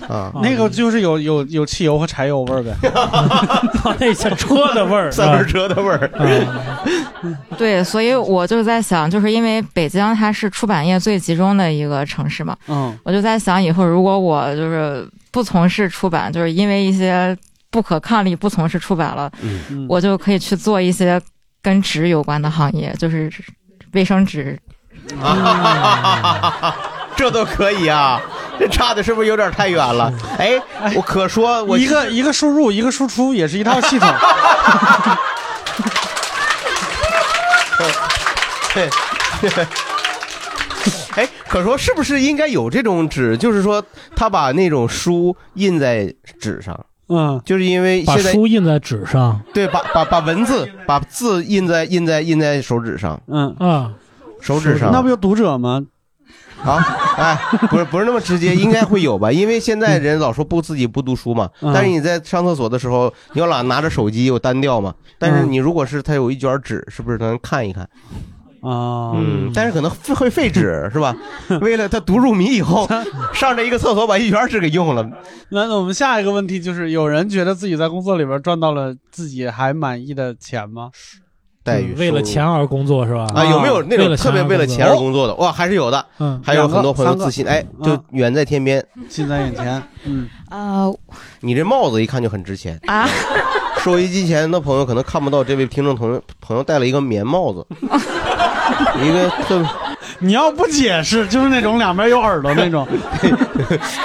Speaker 4: 啊
Speaker 2: 那个就是有有有汽油和柴油味儿呗，
Speaker 3: 那是车的味 儿，
Speaker 4: 三轮车的味 儿。
Speaker 2: 嗯
Speaker 11: 对，所以我就在想，就是因为北京它是出版业最集中的一个城市嘛，
Speaker 4: 哦
Speaker 2: 嗯，
Speaker 11: 我就在想，以后如果我就是不从事出版，就是因为一些不可抗力不从事出版了，
Speaker 2: 嗯
Speaker 11: 我就可以去做一些跟纸有关的行业，就是卫生纸。
Speaker 4: 这都可以啊，这差的是不是有点太远了？哎，我可说， 我
Speaker 2: 一个一个输入一个输出也是一套系统。
Speaker 4: 对，哎，可说是不是应该有这种纸？就是说，他把那种书印在纸上，
Speaker 2: 嗯，
Speaker 4: 就是因为
Speaker 3: 把
Speaker 4: 现在
Speaker 3: 书印在纸上，
Speaker 4: 对，把把把文字、把字印在印在印在手指上，
Speaker 2: 嗯
Speaker 3: 啊，
Speaker 4: 手指上
Speaker 2: 那不有读者吗？
Speaker 4: 啊， 哎，不是不是那么直接，应该会有吧？因为现在人老说不自己不读书嘛，
Speaker 2: 嗯
Speaker 4: 但是你在上厕所的时候，你要老拿着手机有单调嘛。但是你如果是他有一卷纸，是不是能看一看？
Speaker 2: 啊，
Speaker 4: 嗯，但是可能会废纸是吧？为了他读入迷以后，上这一个厕所把一卷纸给用了，
Speaker 2: 那那我们下一个问题就是，有人觉得自己在工作里边赚到了自己还满意的钱吗？
Speaker 4: 待
Speaker 2: 嗯
Speaker 4: 遇
Speaker 3: 嗯为了
Speaker 4: 收入
Speaker 3: 钱而工作是吧？
Speaker 4: 啊，有没有那
Speaker 3: 为
Speaker 4: 种
Speaker 3: 了
Speaker 4: 特别
Speaker 3: 钱而
Speaker 4: 为了
Speaker 3: 工
Speaker 4: 钱
Speaker 3: 作
Speaker 4: 而工作的？哇，还是有的，
Speaker 3: 嗯
Speaker 4: 还有
Speaker 2: 哦两个
Speaker 4: 很多朋友
Speaker 2: 三个
Speaker 4: 自信，哎，就
Speaker 2: 嗯
Speaker 4: 远在天边。
Speaker 2: 近在眼前， 嗯，
Speaker 12: 呃
Speaker 11: 啊
Speaker 4: 你这帽子一看就很值钱。
Speaker 11: 啊，
Speaker 4: 收音机前的朋友可能看不到，这位听众同朋友戴了一个棉 帽子，一个特
Speaker 2: 你要不解释，就是那种两边有耳朵那种，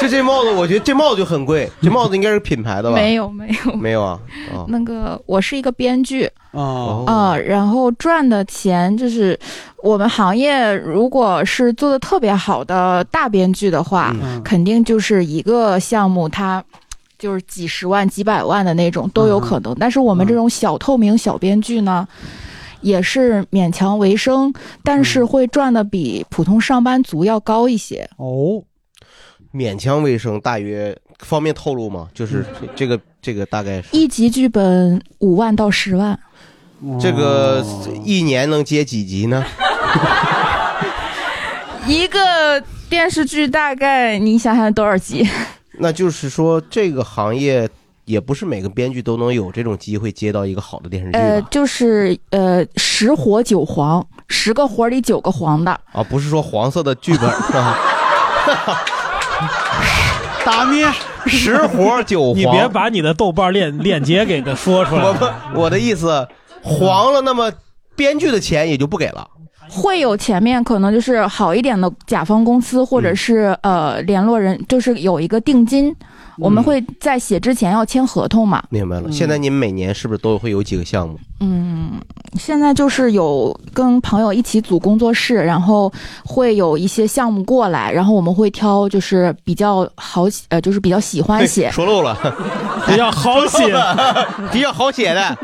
Speaker 4: 就 这帽子，我觉得这帽子就很贵，这帽子应该是品牌的吧？
Speaker 12: 没有没有，
Speaker 4: 没有啊，哦
Speaker 12: 那个我是一个编剧，
Speaker 2: 哦，
Speaker 12: 啊，然后赚的钱就是我们行业如果是做的特别好的大编剧的话，
Speaker 2: 嗯
Speaker 12: 肯定就是一个项目它。就是几十万、几百万的那种都有可能，但是我们这种小透明小编剧呢，也是勉强为生，但是会赚的比普通上班族要高一些。
Speaker 2: 哦，
Speaker 4: 勉强卫生，大约方便透露吗？就是这这个这个大概是
Speaker 12: 一集剧本五万到十万，
Speaker 4: 这个一年能接几集呢？
Speaker 12: 一个电视剧大概你想想多少集？
Speaker 4: 那就是说这个行业。也不是每个编剧都能有这种机会接到一个好的电视剧
Speaker 12: 呃，
Speaker 4: 吧？
Speaker 12: 就是呃，十活九黄，十个活里九个黄的。
Speaker 4: 啊，不是说黄色的剧本，是吧
Speaker 2: 打咩，
Speaker 4: 十活九
Speaker 3: 你别
Speaker 4: 黄。
Speaker 3: 把你的豆瓣链链接给他说出
Speaker 4: 我
Speaker 3: 来。
Speaker 4: 不，我的意思，黄了，那么编剧的钱也就不给了。
Speaker 12: 会有前面可能就是好一点的甲方公司，或者是、呃联络人，就是有一个定金，我们会在写之前要签合同嘛。
Speaker 4: 明白了，现在你们每年是不是都会有几个项目？。
Speaker 12: 嗯，现在就是有跟朋友一起组工作室，然后会有一些项目过来，然后我们会挑就是比较好呃，就是比较喜欢写
Speaker 4: 说漏了，
Speaker 3: 比较好写，
Speaker 4: 比较好写的，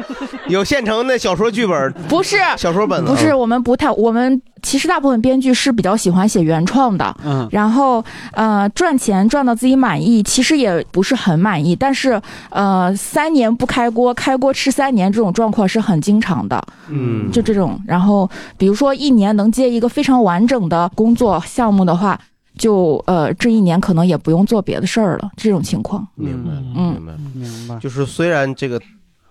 Speaker 4: 有现成的小说剧本、
Speaker 12: 不是，
Speaker 4: 小说本子。啊
Speaker 12: 不是，我们不太，我们其实大部分编剧是比较喜欢写原创的，
Speaker 2: 嗯
Speaker 12: 然后呃赚钱赚到自己满意，其实也不是很满意，但是呃三年不开锅，开锅吃三年这种状况是很经常的，
Speaker 4: 嗯，
Speaker 12: 就这种。然后比如说一年能接一个非常完整的工作项目的话，就呃这一年可能也不用做别的事儿了，这种情况。
Speaker 4: 明白了，
Speaker 12: 嗯
Speaker 4: 明白了。
Speaker 2: 明白，
Speaker 4: 就是虽然这个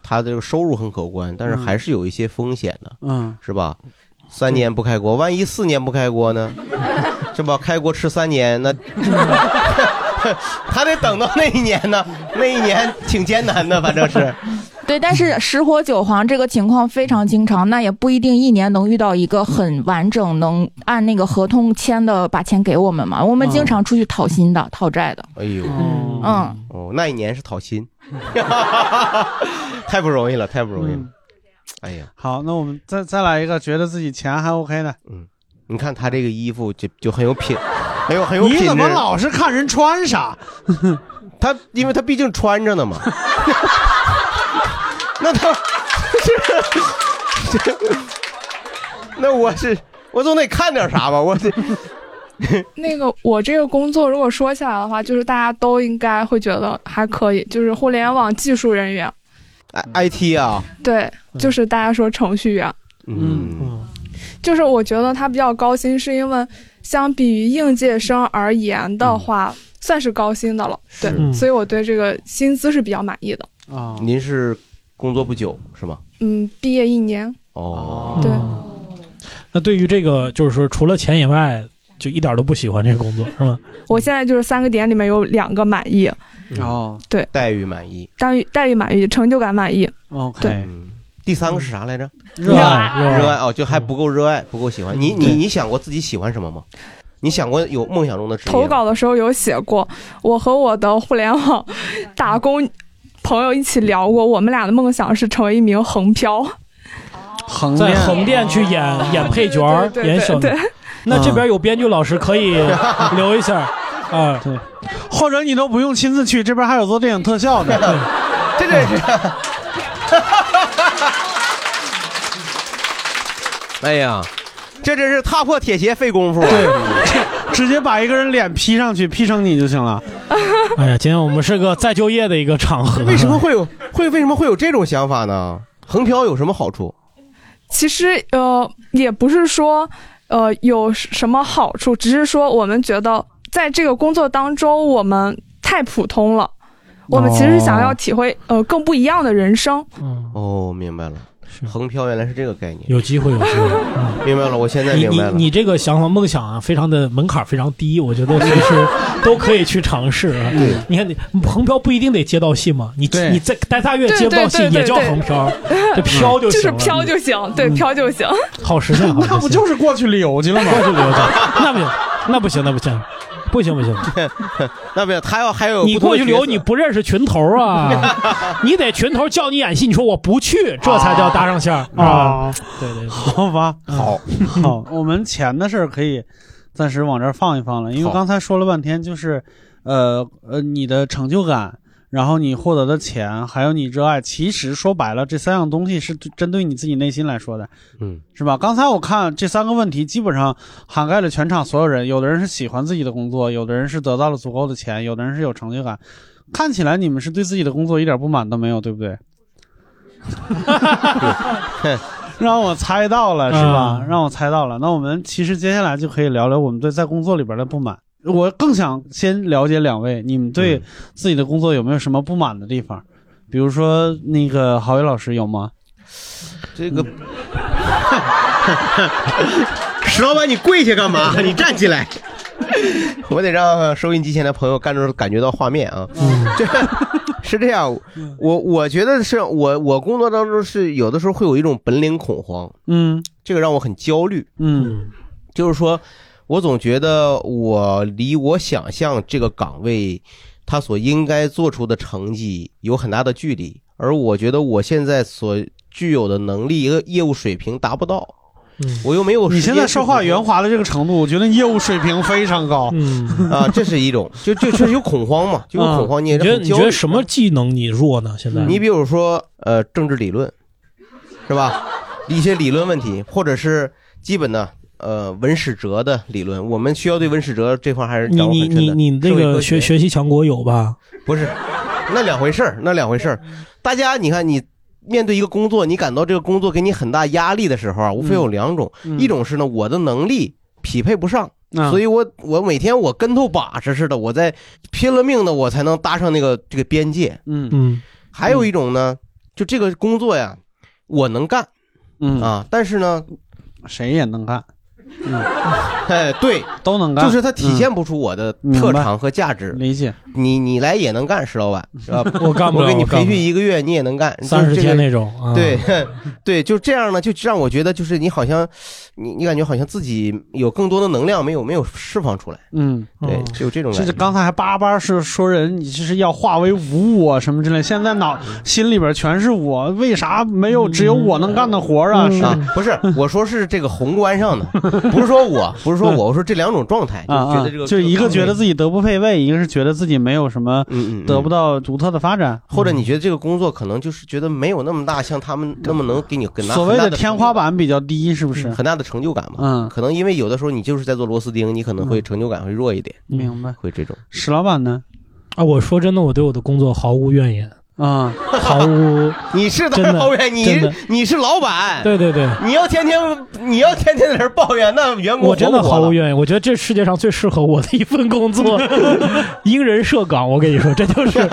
Speaker 4: 他的这个收入很可观，但是还是有一些风险的，
Speaker 2: 嗯，
Speaker 4: 是吧？三年不开锅，万一四年不开锅 呢？是吧？开锅吃三年，那 他得等到那一年呢？那一年挺艰难的，反正是。
Speaker 12: 对，但是十火九黄这个情况非常经常，那也不一定一年能遇到一个很完整，能按那个合同签的把钱给我们嘛。我们经
Speaker 4: 嗯
Speaker 12: 常出去讨薪的、讨债的。
Speaker 4: 哎呦，
Speaker 12: 嗯，
Speaker 4: 哦，那一年是讨薪， 太不容易了，太不容易了。
Speaker 2: 嗯
Speaker 4: 哎呀，
Speaker 2: 好，那我们再再来一个，觉得自己钱还 OK 的，
Speaker 4: 嗯你看他这个衣服就就很有 品，很有很有品质。
Speaker 2: 你怎么老是看人穿啥？
Speaker 4: 他因为他毕竟穿着呢 嘛。那他 这这，那我是我总得看点啥吧？我得
Speaker 13: 那个我这个工作如果说起来的话，就是大家都应该会觉得还可以，就是互联网技术人员，
Speaker 4: I T 啊，
Speaker 13: 对，就是大家说程序员，
Speaker 4: 嗯，
Speaker 13: 就是我觉得他比较高薪，是因为相比于应届生而言的话，算是高薪的了。对
Speaker 4: 是，
Speaker 13: 所以我对这个薪资是比较满意的。
Speaker 2: 啊，
Speaker 4: 您是工作不久是吗？
Speaker 13: 嗯，毕业一年，
Speaker 4: 哦，
Speaker 13: 对，
Speaker 3: 嗯那对于这个，就是说除了钱以外，就一点都不喜欢这个工作，是吗？
Speaker 13: 我现在就是三个点里面有两个满意，
Speaker 2: 哦，
Speaker 13: 对，
Speaker 4: 嗯待遇满意。嗯
Speaker 13: 待遇待遇满意，成就感满意。
Speaker 2: OK，嗯
Speaker 4: 第三个是啥来着？
Speaker 2: 热爱热爱嗯
Speaker 4: 热爱哦，就还不够热爱，不够喜欢。你你你想过自己喜欢什么吗？你想过有梦想中的职业吗？
Speaker 13: 投稿的时候有写过，我和我的互联网打工朋友一起聊过，我们俩的梦想是成为一名横漂。
Speaker 2: 横
Speaker 3: 在横店去演演配角儿，
Speaker 13: 哦对对对
Speaker 3: 演小
Speaker 13: 对
Speaker 3: 女。那这边有编剧老师 可以留一下啊，
Speaker 2: 对，或者你都不用亲自去，这边还有做电影特效 呢。
Speaker 4: 这个是。 哎呀，这真是踏破铁鞋费功夫。啊
Speaker 2: 对，直接把一个人脸 P 上去，P 成你就行了。
Speaker 3: 哎呀，今天我们是个再就业的一个场合，
Speaker 4: 为什么会有会为什么会有这种想法呢？横漂有什么好处？
Speaker 13: 其实呃，也不是说呃有什么好处，只是说我们觉得在这个工作当中，我们太普通了。我们其实想要体会、呃更不一样的人生。
Speaker 4: 哦，明白了，横漂原来是这个概念。
Speaker 3: 有机会有机会。
Speaker 4: 明白了，我现在
Speaker 3: 嗯你
Speaker 4: 明
Speaker 3: 你
Speaker 4: 白了。
Speaker 3: 你这个想法梦想啊，非常的门槛非常低，我觉得随时都可以去尝试啊。你看你横漂不一定得接到戏嘛，你你在待仨月
Speaker 13: 对
Speaker 3: 接不到
Speaker 13: 对
Speaker 3: 戏
Speaker 13: 对
Speaker 3: 也
Speaker 13: 对
Speaker 3: 叫
Speaker 13: 对
Speaker 3: 横漂， 这飘就
Speaker 13: 就
Speaker 3: 行
Speaker 13: 是
Speaker 3: 了嗯
Speaker 13: 飘就行，对，飘就行。
Speaker 3: 好实现，
Speaker 2: 那不就是过去旅游去了吗？
Speaker 3: 过去旅游去，那不行，那不行，那不行，不行不行。
Speaker 4: 那不行，他要还有
Speaker 3: 你
Speaker 4: 不同
Speaker 3: 过
Speaker 4: 的
Speaker 3: 去旅游，
Speaker 4: 角色
Speaker 3: 你 不认识群头啊，你得群头叫你演戏，你说我不去，这才叫搭上线儿啊。
Speaker 2: 啊，
Speaker 3: 对对对，
Speaker 2: 好吧，好好，我们钱的事儿可以暂时往这儿放一放了，因为刚才说了半天，就是呃呃，你的成就感。然后你获得的钱，还有你热爱，其实说白了，这三样东西是针对你自己内心来说的，
Speaker 4: 嗯，
Speaker 2: 是吧？刚才我看这三个问题基本上涵盖了全场所有人，有的人是喜欢自己的工作，有的人是得到了足够的钱，有的人是有成就感。看起来你们是对自己的工作一点不满都没有，对不对？ 让我猜到了是吧？让我猜到了。那我们其实接下来就可以聊聊我们对在工作里边的不满。我更想先了解两位，你们对自己的工作有没有什么不满的地方？比如说那个郝宇老师有吗？
Speaker 4: 这个石老板，你跪下干嘛？你站起 来。我得让收音机前的朋友感受感觉到画面啊，
Speaker 3: 嗯
Speaker 4: 这是这样，我我觉得是我我工作当中是有的时候会有一种本领恐慌，
Speaker 2: 嗯，
Speaker 4: 这个让我很焦虑，
Speaker 2: 嗯，
Speaker 4: 就是说我总觉得我离我想象这个岗位他所应该做出的成绩有很大的距离，而我觉得我现在所具有的能力和业务水平达不到，我又没有
Speaker 2: 嗯你
Speaker 4: 时
Speaker 2: 现
Speaker 4: 间
Speaker 2: 在
Speaker 4: 去
Speaker 2: 说
Speaker 4: 补
Speaker 2: 话
Speaker 4: 充
Speaker 2: 圆滑的这个程度，我觉得业务水平非常高。
Speaker 3: 嗯
Speaker 4: 啊，这是一种，就就确实有恐慌嘛，就有恐
Speaker 3: 啊
Speaker 4: 慌，
Speaker 3: 你
Speaker 4: 也
Speaker 3: 觉得
Speaker 4: 很
Speaker 3: 你
Speaker 4: 焦
Speaker 3: 觉得
Speaker 4: 虑。
Speaker 3: 什么技能你弱呢？现在
Speaker 4: 你比如说，呃，政治理论，是 吧？一些理论问题，或者是基本的，呃，文史哲的理论，我们需要对文史哲这块还是
Speaker 3: 你
Speaker 4: 掌握
Speaker 3: 你
Speaker 4: 很深
Speaker 3: 你
Speaker 4: 的
Speaker 3: 你那
Speaker 4: 社会
Speaker 3: 个
Speaker 4: 科
Speaker 3: 学学习强国有吧？
Speaker 4: 不是，那两回事儿，那两回事儿。大家，你看你。面对一个工作，你感到这个工作给你很大压力的时候
Speaker 3: 嗯
Speaker 4: 啊，无非有两种，一种是呢，我的能力匹配不上，
Speaker 3: 嗯
Speaker 2: 啊
Speaker 4: 所以我我每天我跟头把式似的，我在拼了命的，我才能搭上那个这个边界。
Speaker 2: 嗯
Speaker 3: 嗯，？
Speaker 4: 还有一种呢，就这个工作呀，我能干，
Speaker 2: 嗯
Speaker 4: 啊，但是呢，
Speaker 2: 谁也能干，嗯
Speaker 4: 哎，对，
Speaker 2: 都能干，
Speaker 4: 就是它体现不出我的
Speaker 2: 嗯
Speaker 4: 特
Speaker 2: 明白
Speaker 4: 长和价值。
Speaker 2: 理解，
Speaker 4: 你你来也能干，石老板是 吧
Speaker 3: 我干不了
Speaker 4: 我给你
Speaker 3: 我干
Speaker 4: 培
Speaker 3: 不
Speaker 4: 训
Speaker 3: 了
Speaker 4: 一个月，你也能干，就是
Speaker 3: 30
Speaker 4: 这个
Speaker 3: 天那种啊
Speaker 4: 对 对，就这样呢，就让我觉得就是你好像，你你感觉好像自己有更多的能量没有没有释放出来，
Speaker 2: 嗯，
Speaker 4: 对，就有这种
Speaker 2: 甚
Speaker 4: 感
Speaker 2: 至
Speaker 4: 觉。
Speaker 2: 刚才还叭叭是说人，你就是要化为无我什么之类，现在脑
Speaker 4: 嗯
Speaker 2: 心里边全是我，为啥没有只有我能干的活啊？是
Speaker 4: 啊，不是， 我说是这个宏观上的，不是说 我，不是说我，我说这两种状态，就
Speaker 2: 啊
Speaker 4: 觉
Speaker 2: 啊
Speaker 4: 得这个，
Speaker 2: 就一个觉得自
Speaker 4: 己，
Speaker 2: 己德不配位，一个是觉得自己没有什么得不到独特的发展，
Speaker 4: 嗯
Speaker 2: 嗯
Speaker 4: 或者你觉得这个工作可能就是觉得没有那么大，像他们那么能给你很大
Speaker 2: 所谓
Speaker 4: 很大
Speaker 2: 的
Speaker 4: 的
Speaker 2: 天花板比较低，是不是？
Speaker 4: 很大的成就感嘛。嗯，可能因为有的时候你就是在做螺丝钉，你可能会成就感会
Speaker 3: 嗯
Speaker 4: 弱一点。
Speaker 2: 明白？
Speaker 4: 会这种。
Speaker 2: 嗯 石老板呢？
Speaker 3: 啊，我说真的，我对我的工作毫无怨言。
Speaker 2: 啊，
Speaker 3: 毫无，
Speaker 4: 你是
Speaker 3: 真的
Speaker 4: 抱怨，你
Speaker 3: 真的
Speaker 4: 你是老板，
Speaker 3: 对对对，
Speaker 4: 你要天天你要天天在这儿抱怨，那员工
Speaker 3: 我真的
Speaker 4: 活不活
Speaker 3: 毫
Speaker 4: 了
Speaker 3: 无怨言。我觉得这世界上最适合我的一份 工作，因人设岗。我跟你说，这就是，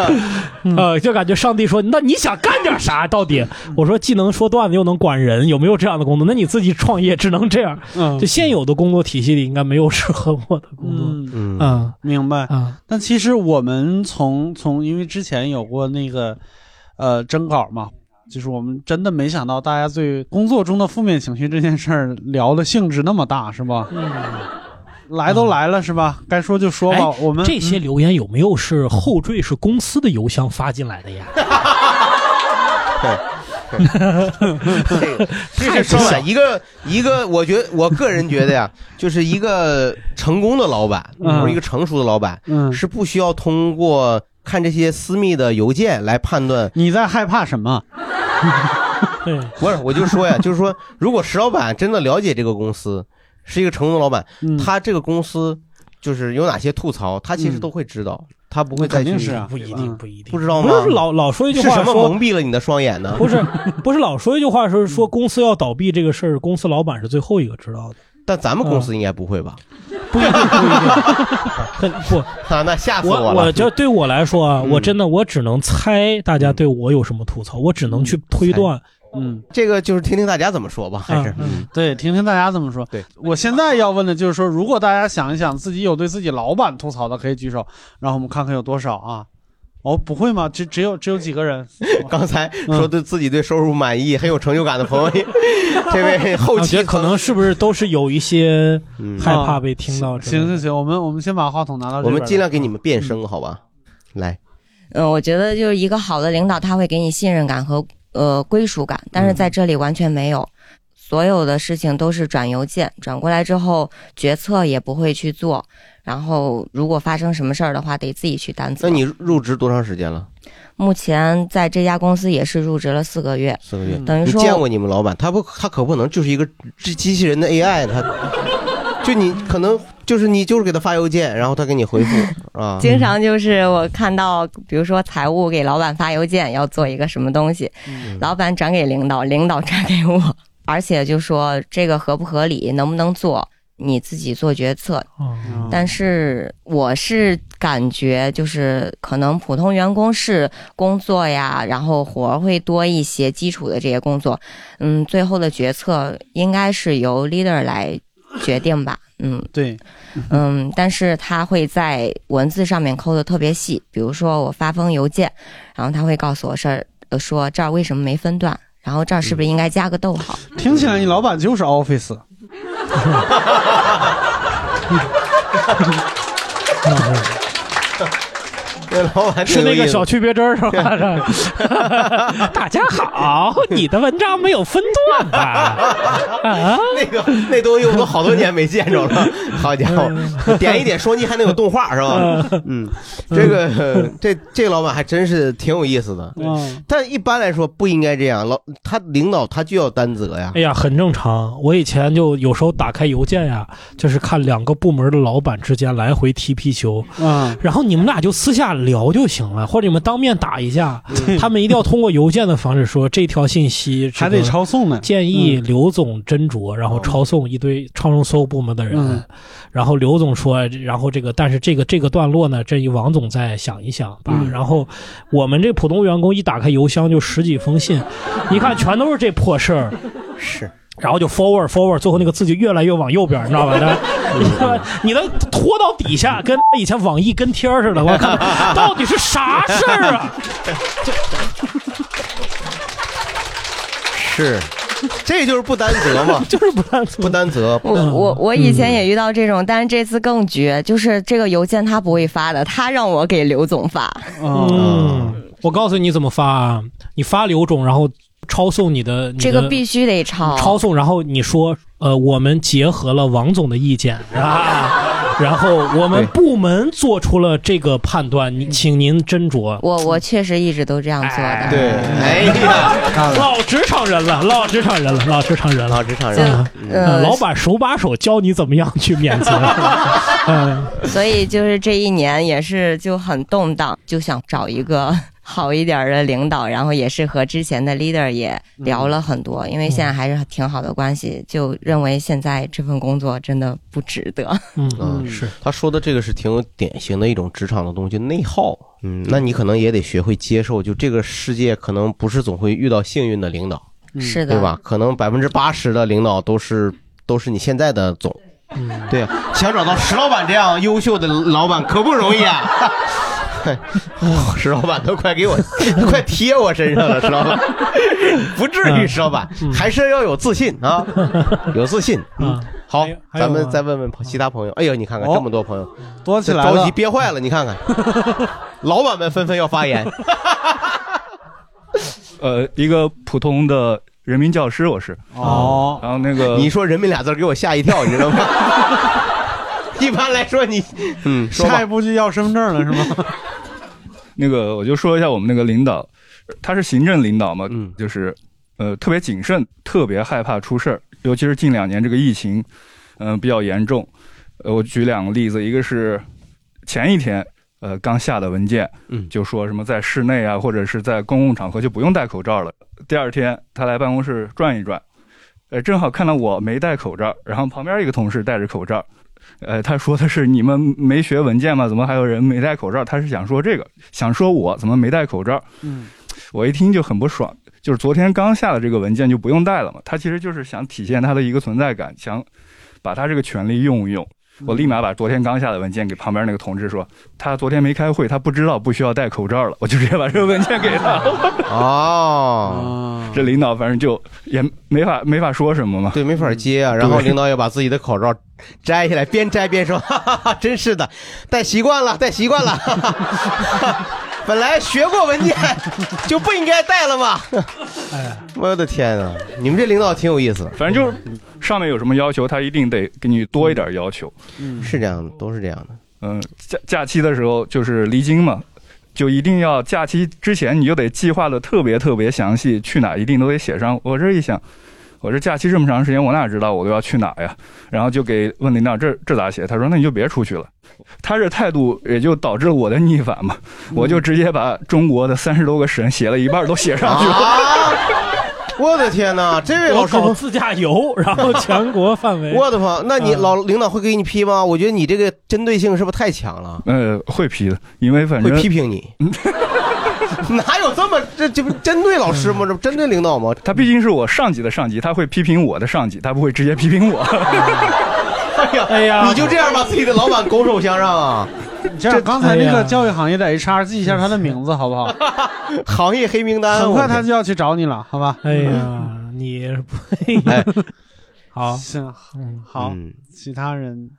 Speaker 3: 呃，就感觉上帝说，那你想干点啥？到底？我说，既能说段子，又能管人，有没有这样的工作？那你自己创业只能这样。
Speaker 2: 嗯
Speaker 3: 就现有的工作体系里，应该没有适合我的工作。
Speaker 4: 嗯
Speaker 3: 嗯，
Speaker 2: 明白
Speaker 3: 啊。
Speaker 2: 但其实我们从从因为之前有过那个呃征稿嘛，就是我们真的没想到大家对工作中的负面情绪这件事儿聊的兴致那么大，是吧？嗯。来都来了是吧？该说就说
Speaker 3: 哎
Speaker 2: 吧。我们嗯
Speaker 3: 这些留言有没有是后缀是公司的邮箱发进来的呀？
Speaker 4: 这是双板，一个一个，我觉得我个人觉得呀，就是一个成功的老板，
Speaker 2: 嗯
Speaker 4: 或者一个成熟的老板，
Speaker 2: 嗯
Speaker 4: 是不需要通过看这些私密的邮件来判断
Speaker 2: 你在害怕 什么。
Speaker 4: 不是，我就说呀，就是说，如果石老板真的了解这个公司，是一个成功的老板，
Speaker 3: 嗯
Speaker 4: 他这个公司就是有哪些吐槽，他其实
Speaker 3: 嗯
Speaker 4: 都会知道，他不会再
Speaker 3: 肯
Speaker 4: 去
Speaker 3: 定是啊不一定不一定
Speaker 4: 不知道
Speaker 3: 不
Speaker 4: 吗？
Speaker 3: 是老老说一句
Speaker 4: 是
Speaker 3: 话
Speaker 4: 什么
Speaker 3: 说
Speaker 4: 蒙蔽了你的双眼呢？
Speaker 3: 不是，不是老说一句话是说公司要倒闭这个事儿，公司老板是最后一个嗯知道的。
Speaker 4: 但咱们公司应该不会吧？
Speaker 3: 不一定，不一定。
Speaker 4: 不，啊，那吓死
Speaker 3: 我
Speaker 4: 了！
Speaker 3: 我就对我来说啊，
Speaker 4: 嗯
Speaker 3: 我真的我只能猜大家对我有什么吐槽，我只能去推断。啊嗯
Speaker 2: 嗯，
Speaker 4: 这个就是听听大家怎么说吧，还是
Speaker 2: 对，听听大家怎么说。
Speaker 4: 对
Speaker 2: 我现在要问的就是说，如果大家想一想自己有对自己老板吐槽的，可以举手，然后我们看看有多少啊。哦，不会吗？只只有只有几个人？
Speaker 4: 刚才哎
Speaker 3: 嗯
Speaker 4: 说对自己对收入满意、很有成就感的朋 友， 这位后
Speaker 3: 啊我觉
Speaker 4: 期嗯啊
Speaker 3: 得可能是不是都是有一些害怕被听到之类
Speaker 2: 行
Speaker 3: 的？
Speaker 2: 行行，我们我们先把话筒拿到这边来。
Speaker 4: 我们尽量给你们变声，好吧？来，
Speaker 14: 嗯，我觉得就是一个好的领导，他会给你信任感和呃归属感，但是在
Speaker 4: 嗯
Speaker 14: 这里完全没有。所有的事情都是转邮件，转过来之后决策也不会去做，然后如果发生什么事儿的话，得自己去担责。
Speaker 4: 那你入职多长时间了？
Speaker 14: 目前在这家公司也是入职了四个月，
Speaker 4: 四个
Speaker 3: 嗯
Speaker 4: 月。
Speaker 14: 等于
Speaker 4: 你
Speaker 14: 说
Speaker 4: 见过你们老板？他不，他可不能就是一个机机器人的 AI，他 就你可能就是你就是给他发邮件，然后他给你回复啊。
Speaker 14: 经 常就是我看到，比如说财务给老板发邮件要做一个什么东西，老板转给领导，领导转给我，而且就说这个合不合理，能不能做，你自己做决策。
Speaker 4: 嗯
Speaker 14: 但是我是感觉，就是可能普通员工是工作呀，然后活儿会多一些，基础的这些工作，嗯，最后的决策应该是由 leader 来决定吧，嗯，
Speaker 2: 对，
Speaker 14: 嗯，但是他会在文字上面抠的特别细，比如说我发封邮件，然后他会告诉我事儿，呃说这儿为什么没分段，然后这儿
Speaker 4: 嗯
Speaker 14: 是不是应该加个逗号？
Speaker 2: 听起来你老板就是 Office。
Speaker 4: 对，老板
Speaker 3: 是那个小
Speaker 4: 区，
Speaker 3: 区别针儿是吧？大家好，哦你的文章没有分 段吧？啊
Speaker 4: 那个那东西我都好多年没见着 了，好家
Speaker 3: 嗯
Speaker 4: 伙，点一点双击还能有动画是吧？嗯，这个 呃这这老板还真是挺有意思的。
Speaker 2: 嗯，
Speaker 4: 但一般来说不应该这样，老他领导他就要担责呀。
Speaker 3: 哎呀，很正常。我以前就有时候打开邮件呀，就是看两个部门的老板之间来回踢皮球，
Speaker 2: 嗯，
Speaker 3: 然后你们俩就私下聊就行了，或者你们当面打一架。他们一定要通过邮件的方式说这条信息
Speaker 2: 嗯还得抄送呢嗯哦
Speaker 3: 建议刘总斟酌，然后抄送一堆抄送所有部门的人。
Speaker 2: 嗯
Speaker 3: 然后刘总说，然后这个但是这个这个段落呢，这一王总再想一想吧。
Speaker 2: 嗯
Speaker 3: 然后我们这普通员工一打开邮箱就十几封信，一看全都是这破事儿。
Speaker 4: 是。
Speaker 3: 然后就 forward forward，最后那个字就越来越往右边，你知道吧？ 你能拖到底下，跟以前网易跟贴儿似的。我看哦到底是啥事儿 啊？
Speaker 4: 是，这就是不担责嘛，
Speaker 3: 就是不担责，
Speaker 4: 不担责。
Speaker 14: 我
Speaker 3: 嗯
Speaker 14: 我我以前也遇到这种，但是这次更绝，就是这个邮件他不会发的，他让我给刘总发。
Speaker 3: 嗯，我告诉你怎么发啊，你发刘总，然后抄送你的，你的
Speaker 14: 这个必须得抄，
Speaker 3: 抄送，然后你说，呃，我们结合了王总的意 见啊，然后我们部门做出了这个判断，你请您斟酌。
Speaker 14: 我我确实一直都这样做的。
Speaker 4: 对，
Speaker 3: 嗯
Speaker 4: 哎呀，
Speaker 3: 老职场人了，老职场人了，老职场人了，老
Speaker 4: 职场嗯
Speaker 14: 人了就呃
Speaker 3: 老板手把手教你怎么样去免 责。嗯，
Speaker 14: 所以就是这一年也是就很动荡，就想找一个 好一点儿的领导，然后也是和之前的 leader 也
Speaker 3: 嗯
Speaker 14: 聊了很多，因为现在还是挺好的关系，就认为现在这份工作真的不值得。
Speaker 4: 嗯，是他说的这个是挺有典型的一种职场的东西，内耗。嗯，那你可能也得学会接受，就这个世界可能不是总会遇到幸运的领导，
Speaker 14: 是的
Speaker 4: 对吧？可能百分之八十的领导都是都是你现在的总。对啊，想找到石老板这样优秀的老板可不容易 啊！哦，石老板都快给我， 快贴我身上 了，石老板， 不至于，石老板，
Speaker 2: 嗯
Speaker 4: 还是要有自信 啊，有自信。嗯，好，
Speaker 2: 啊有
Speaker 4: 咱们
Speaker 2: 吗
Speaker 4: 再问问其他朋友。哎呦，你看看
Speaker 2: 哦
Speaker 4: 这么多朋友，
Speaker 2: 多起来
Speaker 4: 这
Speaker 2: 了
Speaker 4: 着急憋坏了。你看 看，老板们纷纷要发言。
Speaker 15: 呃，一个普通的人民教师，我是。
Speaker 2: 哦。
Speaker 15: 然后那个，
Speaker 4: 你说“人民”俩字儿给我吓一跳，你 知道吗？一般来说，你嗯，说吧
Speaker 2: 下一步就要身份证了是吗？
Speaker 15: 那个，我就说一下我们那个领导，他是行政领导嘛，
Speaker 4: 嗯
Speaker 15: 就是呃特别谨慎，特别害怕出事儿，尤其是近两年这个疫情，嗯、比较严重。呃，我举两个例子，一个是前一天呃刚下的文件，
Speaker 4: 嗯，
Speaker 15: 就说什么在室内啊或者是在公共场合就不用戴口罩了。第二天他来办公室转一转，呃，正好看到我没戴口罩，然后旁边一个同事戴着口罩，呃，他说的是你们没学文件吗？怎么还有人没戴口罩？他是想说这个，想说我怎么没戴口罩？
Speaker 2: 嗯，
Speaker 15: 我一听就很不爽，就是昨天刚下的这个文件就不用带了嘛。他其实就是想体现他的一个存在感，想把他这个权利用一用。我立马把昨天刚下的文件给旁边那个同事说，他昨天没开会，他不知道不需要戴口罩了，我就直接把这个文件给他了。
Speaker 4: 哦，
Speaker 15: 这领导反正就也没法没法说什么嘛，
Speaker 4: 对，没法接啊。然后领导也把自己的口罩摘下来，边摘边说：“ 哈哈哈，真是的，戴习惯了，戴习惯了。 哈哈哈本来学过文件就不应该戴了嘛。”我的天啊，你们这领导挺有意思。
Speaker 15: 反正就是上面有什么要求，他一定得给你多一点要求。
Speaker 4: 嗯，是这样的，都是这样的。
Speaker 15: 嗯，假假期的时候就是离京嘛，就一定要假期之前你就得计划的特别特别详细，去哪一定都得写上。我这一想，我这假期这么长时间，我哪知道我都要去哪呀？然后就给问领导这这咋写？他说那你就别出去了。他这态度也就导致了我的逆反嘛，
Speaker 4: 嗯
Speaker 15: 我就直接把中国的三十多个省写了一半都写上去了。
Speaker 4: 啊我的天哪，这位
Speaker 3: 我
Speaker 4: 老师
Speaker 3: 搞自驾游，然后全国 范围。
Speaker 4: 我的妈！那你
Speaker 3: 嗯
Speaker 4: 老领导会给你批吗？我觉得你这个针对性是不是太强 了？
Speaker 15: 呃，会批的，因为反正
Speaker 4: 会批 评你。哪有这么这这不针对老师吗？这不针对领导吗？
Speaker 15: 嗯他毕竟是我上级的上级，他会批评我的上级，他不会直接批评我。
Speaker 4: 哎呀，哎呀，你就这样把自己的老板拱手相让啊！
Speaker 2: 这样，刚才那
Speaker 4: 哎
Speaker 2: 个
Speaker 4: 呀
Speaker 2: 教育行业的 HR 记一下他的名字好不好？
Speaker 4: 行业黑名单，
Speaker 2: 很快
Speaker 4: 我
Speaker 2: 他就要去找你了，好吧？嗯
Speaker 3: 哎呀，你
Speaker 4: 哎
Speaker 3: 好，
Speaker 2: 行，嗯好，其他人，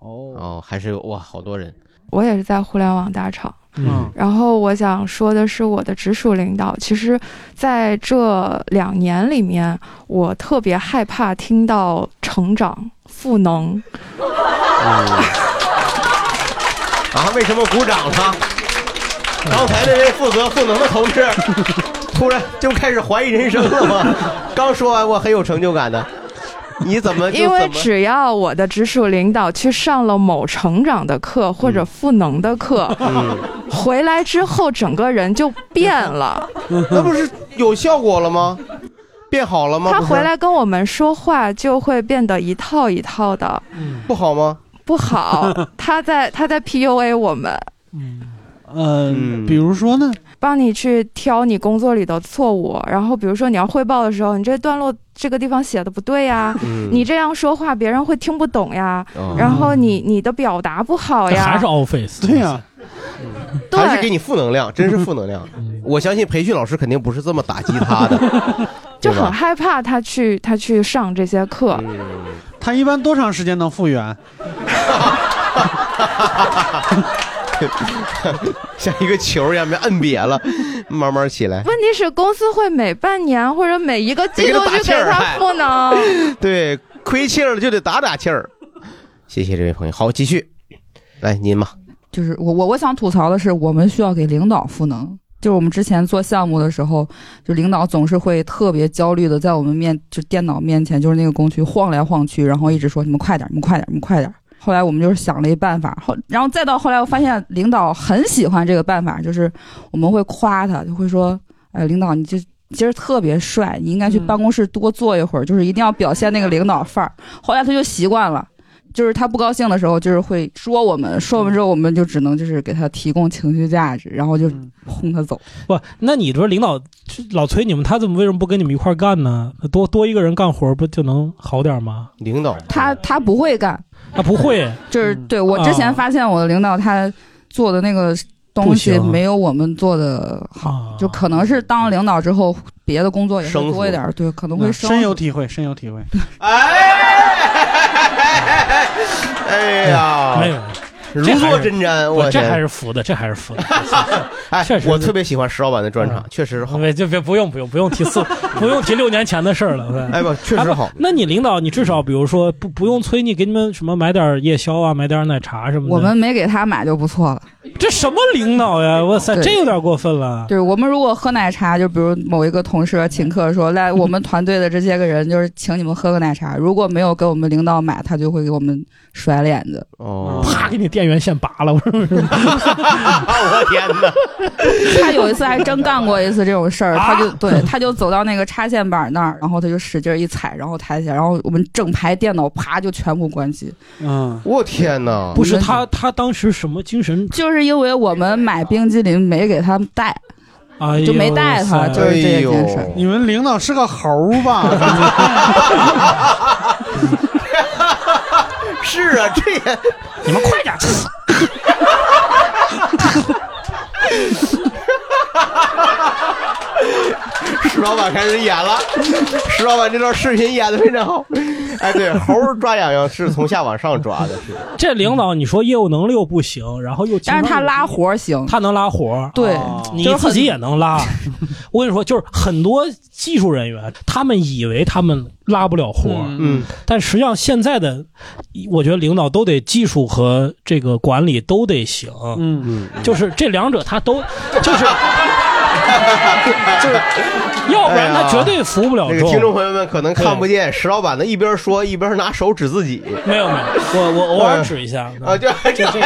Speaker 2: 哦
Speaker 4: 嗯哦，还是有哇，好多人。
Speaker 16: 我也是在互联网大厂。
Speaker 4: 嗯
Speaker 16: 然后我想说的是，我的直属领导，其实在这两年里面，我特别害怕听到成长、赋能。
Speaker 4: 嗯啊，为什么鼓掌呢？刚才那位负责赋能的同志，突然就开始怀疑人生了吗？ 刚说完我很有成就感的，你怎呃么就
Speaker 16: 因为
Speaker 4: 怎么
Speaker 16: 只要我的直属领导去上了某成长的课或者赋能的课，
Speaker 4: 嗯
Speaker 16: 回来之后整个人就变了。
Speaker 4: 那不是有效果了吗？变好了吗？
Speaker 16: 他
Speaker 4: 不是
Speaker 16: 回来跟我们说话就会变得一套一套的，
Speaker 4: 不好吗？
Speaker 16: 不好。他在他在 PUA 我们，
Speaker 2: 嗯，比如说呢？
Speaker 16: 帮你去挑你工作里的错误，然后比如说你要汇报的时候，你这段落这个地方写的不对呀，
Speaker 3: 嗯
Speaker 16: 你这样说话别人会听不懂呀，
Speaker 3: 哦
Speaker 16: 然后你你的表达不好
Speaker 3: 这
Speaker 16: 呀，
Speaker 3: 还是 Office。
Speaker 2: 对呀，
Speaker 16: 对
Speaker 4: 还是给你负能量，真是负能量。我相信培训老师肯定不是这么打击他的，
Speaker 16: 就
Speaker 4: 对吧
Speaker 16: 很害怕他去他去上这些课。
Speaker 4: 嗯
Speaker 16: 嗯
Speaker 2: 他一般多长时间能复原？
Speaker 4: 像一个球一样被摁瘪了，慢慢起来。
Speaker 16: 问题是公司会每半年或者每一个季度
Speaker 4: 打
Speaker 16: 去
Speaker 4: 气
Speaker 16: 给
Speaker 4: 儿，
Speaker 16: 他赋能。
Speaker 4: 对，亏气儿了就得打打气儿。谢谢这位朋友，好，继续，来您吧。
Speaker 7: 就是我我我想吐槽的是，我们需要给领导赋能。就是我们之前做项目的时候，就领导总是会特别焦虑的，在我们面就电脑面前，就是那个工区晃来晃去，然后一直说你们快点儿，你们快点儿，你们快点儿。后来我们就是想了一办法，后然后再到后来，我发现领导很喜欢这个办法，就是我们会夸他，就会说，哎，领导你这今儿特别帅，你应该去办公室多坐一会儿，就是一定要表现那个领导范儿。后来他就习惯了。就是他不高兴的时候，就是会说我们，说完之后，我们就只能就是给他提供情绪价值，然后就
Speaker 3: 嗯
Speaker 7: 轰他走。
Speaker 3: 不，那你说领导老催你们，他怎么为什么不跟你们一块儿干呢？多多一个人干活不就能好点吗？
Speaker 4: 领导
Speaker 3: 嗯
Speaker 7: 他他不会干，
Speaker 3: 啊不会，
Speaker 7: 就是对
Speaker 3: 啊
Speaker 7: 我之前发现我的领导他做的那个东西
Speaker 3: 不行啊
Speaker 7: 没有我们做的好，就可能是当了领导之后，别的工作也会多一点
Speaker 2: 生，
Speaker 7: 对，可能会生
Speaker 2: 嗯深有体会，深有体会。
Speaker 4: 哎呀，
Speaker 2: 没有
Speaker 4: 如
Speaker 2: 这还
Speaker 4: 坐
Speaker 2: 是
Speaker 4: 针毡，
Speaker 2: 不
Speaker 4: 我
Speaker 2: 这
Speaker 4: 天
Speaker 2: 还
Speaker 3: 是服的，这还是服 的。
Speaker 4: 哎
Speaker 3: 确，实
Speaker 4: 我特别喜欢石老板的专场，确实好。
Speaker 3: 就别不用不用不用提四，不用提六年前的事儿了。
Speaker 4: 哎不确实
Speaker 3: 啊不
Speaker 4: 好
Speaker 3: 那你领导，你至少比如说不不用催你给你们什么买点夜宵啊，买点奶茶什么的。
Speaker 7: 我们没给他买就不错了。
Speaker 3: 这什么领导呀？哇塞，
Speaker 7: 对
Speaker 3: 这有点过分了。
Speaker 7: 就是我们如果喝奶茶，就比如某一个同事请客说， 来我们团队的这些个人，就是请你们喝个奶茶。如果没有给我们领导买，他就会给我们甩脸子。
Speaker 4: 哦，
Speaker 3: 啪给你电源线拔了，我说
Speaker 4: 我天哪！
Speaker 7: 他有一次还真干过一次这种事儿，他就啊对，他就走到那个插线板那儿，然后他就使劲一踩，然后抬起来，然后我们整排电脑啪就全部关机。
Speaker 2: 嗯，
Speaker 4: 我天哪！
Speaker 3: 不是他，他当时什么精神？
Speaker 7: 就是因为我们买冰激凌没给他们带，
Speaker 3: 哎呦
Speaker 7: 就没带他，就是这件
Speaker 4: 哎
Speaker 7: 事儿。
Speaker 2: 你们领导是个猴 儿吧？
Speaker 4: 是啊，这也
Speaker 3: 你们快点！
Speaker 4: 石老板开始演了，石老板这段视频演的非常好。哎，对，猴儿抓痒痒是从下往上抓的，是
Speaker 3: 这领导，你说业务能力又不行，然后又
Speaker 7: 但是他拉活儿行，
Speaker 3: 他能拉活儿，
Speaker 7: 对
Speaker 3: 你
Speaker 7: 就是
Speaker 3: 自己
Speaker 7: 很
Speaker 3: 也能 拉。我跟你说，就是很多技术人员，他们以为他们拉不了活儿，
Speaker 4: 嗯，
Speaker 3: 但实际上现在的，我觉得领导都得技术和这个管理都得行，
Speaker 2: 嗯，
Speaker 3: 就是这两者他都就是。就是， 要不
Speaker 4: 哎
Speaker 3: 然他绝对服不了众。
Speaker 4: 这个听众朋友们可能看不
Speaker 3: 对，
Speaker 4: 见石老板的一边说一边拿手指自己。
Speaker 3: 没有没有，我我偶尔指一下。
Speaker 4: 啊，就这 这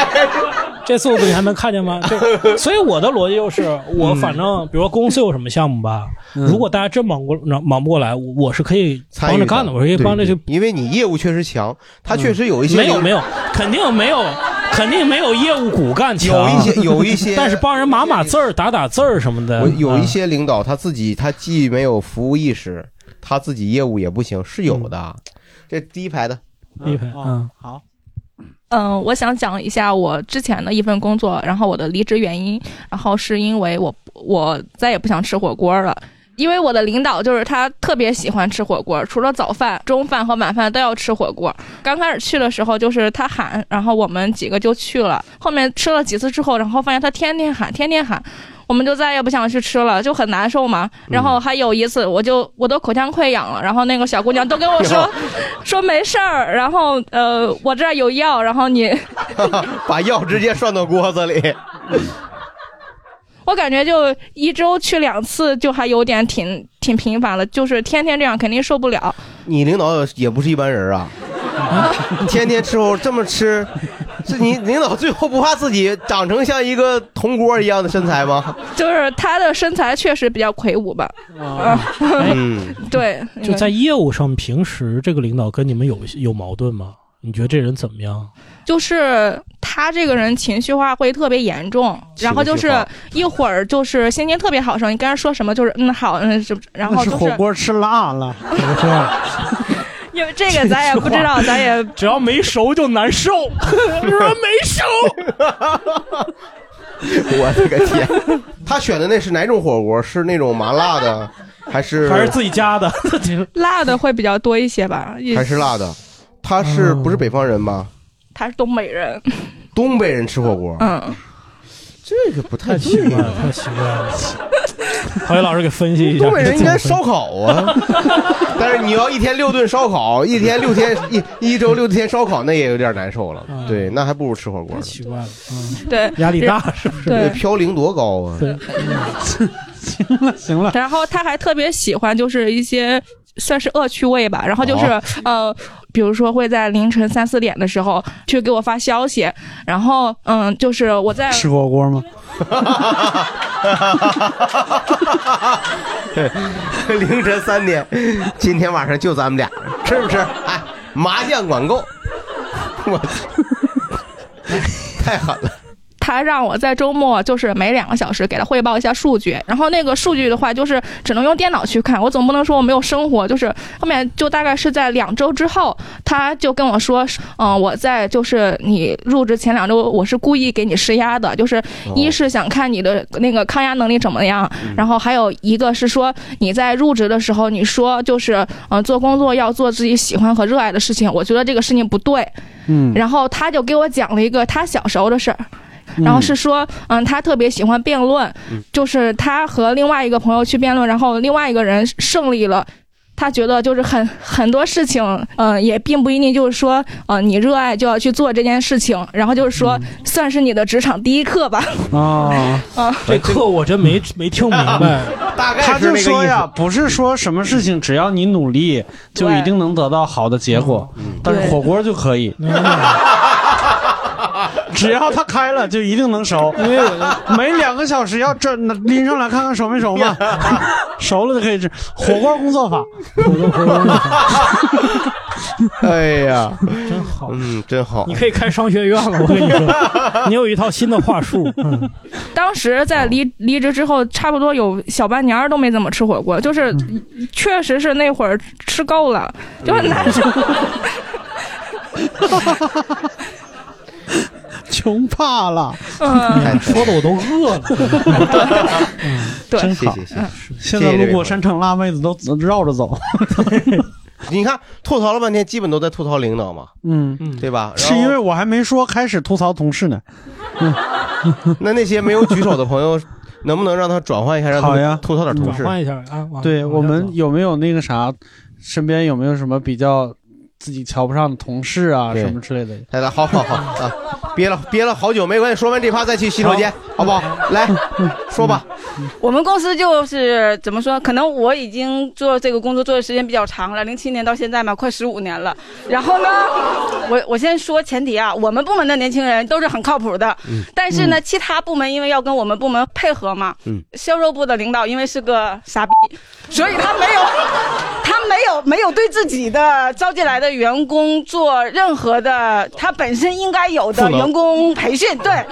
Speaker 3: 这速度你还能看见吗？这，所以我的逻辑就是，我反正比如说公司有什么项目吧，如果大家真忙过忙不过来，我我是可以帮着干的，我是可以帮着去
Speaker 4: 对，对因为你业务确实强，他确实有一些
Speaker 3: 没有
Speaker 4: 领
Speaker 3: 没有，肯定没有，肯定没有业务骨干强。
Speaker 4: 有一些有一些
Speaker 3: 但是帮人码码字儿、打打字儿什么的，
Speaker 4: 我有一
Speaker 3: 啊
Speaker 4: 些领导他自己他既没有服务意识，他自己业务也不行，是有
Speaker 3: 嗯
Speaker 4: 的。这第一排的，
Speaker 3: 第一排，嗯，
Speaker 2: 好，
Speaker 17: 嗯，我想讲一下我之前的一份工作，然后我的离职原因，然后是因为我我再也不想吃火锅了。因为我的领导就是他特别喜欢吃火锅，除了早饭、中饭和晚饭都要吃火锅。刚开始去的时候就是他喊，然后我们几个就去了。后面吃了几次之后，然后发现他天天喊，天天喊，我们就再也不想去吃了，就很难受嘛。然后哦还有一次，我就我都口腔溃疡了，然后那个小姑娘都跟我说说没事儿，然后呃我这儿有药，然后你
Speaker 4: 把药直接涮到锅子里。
Speaker 17: 我感觉就一周去两次，就还有点挺挺频繁了，就是天天这样肯定受不了。
Speaker 4: 你领导也不是一般人 啊，天天吃火这么吃，是你领导最后不怕自己长成像一个铜锅一样的身材吗？
Speaker 17: 就是他的身材确实比较魁梧吧，啊，
Speaker 2: 哎
Speaker 4: 嗯，
Speaker 17: 对，
Speaker 3: 就在业务上，平时这个领导跟你们有有矛盾吗？你觉得这人怎么样？
Speaker 17: 就是他这个人情绪化会特别严重，然后就是一会儿就是心情特别好的时候，你跟他说什么就是嗯好嗯什么，然后
Speaker 2: 那是
Speaker 17: 就
Speaker 2: 火
Speaker 17: 是
Speaker 2: 锅吃辣了。
Speaker 17: 因为这个咱也不知道，咱也
Speaker 3: 只要没熟就难受。 我说没熟，
Speaker 17: 啊
Speaker 4: 我的个天！ 他选的那是哪种火锅？是那种麻辣的，还是
Speaker 3: 还是自己 家的？
Speaker 17: 辣的会比较多一些吧，也
Speaker 4: 还是辣的？他是不是北方人吧？
Speaker 17: 他是东北 人，
Speaker 4: 东北人吃火锅，
Speaker 17: 嗯，
Speaker 4: 这个不太
Speaker 3: 太奇
Speaker 4: 对
Speaker 3: 怪了，太奇怪了。
Speaker 17: 嗯
Speaker 3: 郝宇老师给分析一下，
Speaker 4: 东北人应该烧烤 啊， 但是你要一天六顿烧烤，一天六天一一周六天烧烤，那也有点难受了。对，那还不如吃火锅呢。
Speaker 3: 嗯奇怪了，
Speaker 17: 对，
Speaker 3: 压力大是不
Speaker 17: 是对
Speaker 4: 嘌呤多高啊！
Speaker 3: 对，
Speaker 2: 行了行了，
Speaker 17: 然后他还特别喜欢就是一些算是恶趣味吧。然后就是、
Speaker 18: 哦
Speaker 17: 呃，比如说会在凌晨三四点的时候去给我发消息，然后嗯，就是我在
Speaker 2: 吃火锅吗？
Speaker 4: 凌晨三点，今天晚上就咱们俩，吃不吃？哎，麻将管够， 我太狠了。
Speaker 17: 他让我在周末就是每两个小时给他汇报一下数据，然后那个数据的话就是只能用电脑去看，我总不能说我没有生活。就是后面就大概是在两周之后，他就跟我说，嗯、我在就是你入职前两周，我是故意给你施压的，就是一是想看你的那个抗压能力怎么样，
Speaker 18: 嗯
Speaker 17: 然后还有一个是说你在入职的时候，你说就是嗯、呃做工作要做自己喜欢和热爱的事情，我觉得这个事情不对。
Speaker 18: 嗯
Speaker 17: 然后他就给我讲了一个他小时候的事儿。
Speaker 18: 嗯
Speaker 17: 然后是说，嗯，他特别喜欢辩论
Speaker 18: 嗯，
Speaker 17: 就是他和另外一个朋友去辩论，然后另外一个人胜利了。他觉得就是很很多事情，嗯、也并不一定就是说，呃，你热爱就要去做这件事情，然后就是
Speaker 18: 嗯
Speaker 17: 说，算是你的职场第一课吧。
Speaker 2: 啊
Speaker 17: 啊
Speaker 3: 哎这课我真没没听明白。
Speaker 4: 大
Speaker 2: 他就说
Speaker 3: 呀，
Speaker 2: 呀，不是说什么事情只要你努力就一定能得到好的结果，
Speaker 4: 嗯
Speaker 2: 但是火锅就可以。 只要它开了，就一定能熟。因为我每两个小时要这拎上来看看熟没 熟嘛，熟了就可以吃。火锅工作法，
Speaker 4: 哎呀，真好， 嗯，真好。
Speaker 3: 你可以开商学院了，我跟 你说，你有一套新的话术。嗯
Speaker 17: 当时在离离职之后，差不多有小半年儿都没怎么吃火锅，就是确实是那会儿吃够了，就很难受。
Speaker 2: 穷怕了。
Speaker 17: 嗯
Speaker 3: 说 的我都饿了。
Speaker 17: 对
Speaker 2: 嗯真好。嗯
Speaker 4: 谢谢谢谢
Speaker 2: 现在路过山城辣妹子都绕着走。
Speaker 4: 你看吐槽了半天，基本都在吐槽领导嘛，
Speaker 2: 嗯，
Speaker 4: 对吧？啊然
Speaker 2: 是
Speaker 4: 后
Speaker 2: 因为我还没说开始吐槽同事呢。
Speaker 4: 那那些没有举手的朋 友，能不能让他转换一下，让他
Speaker 2: 好呀
Speaker 4: 们，吐槽点同事？
Speaker 3: 啊
Speaker 2: 对我们有没有那个啥，身边有没有什么比较自己瞧不上的同事啊
Speaker 4: 对
Speaker 2: 什么之类的？
Speaker 4: 来来，好好好啊， 憋
Speaker 2: 嗯
Speaker 4: 了憋了好久，没关系，说完这趴再去洗手间，好不好？来说吧，
Speaker 2: 嗯
Speaker 18: 我们公司就是怎么说？可能我已经做这个工作做的时间比较长了，零七年到现在嘛，快十五年了。然后呢，我我先说前提啊，我们部门的年轻人都是很靠谱的。嗯但是呢，嗯其他部门因为要跟我们部门配合嘛，嗯销售部的领导因为是个傻逼，所以他没有他没有没有对自己的招进来的员工做任何的他本身应该有的
Speaker 4: 赋能
Speaker 18: 员工培训，对。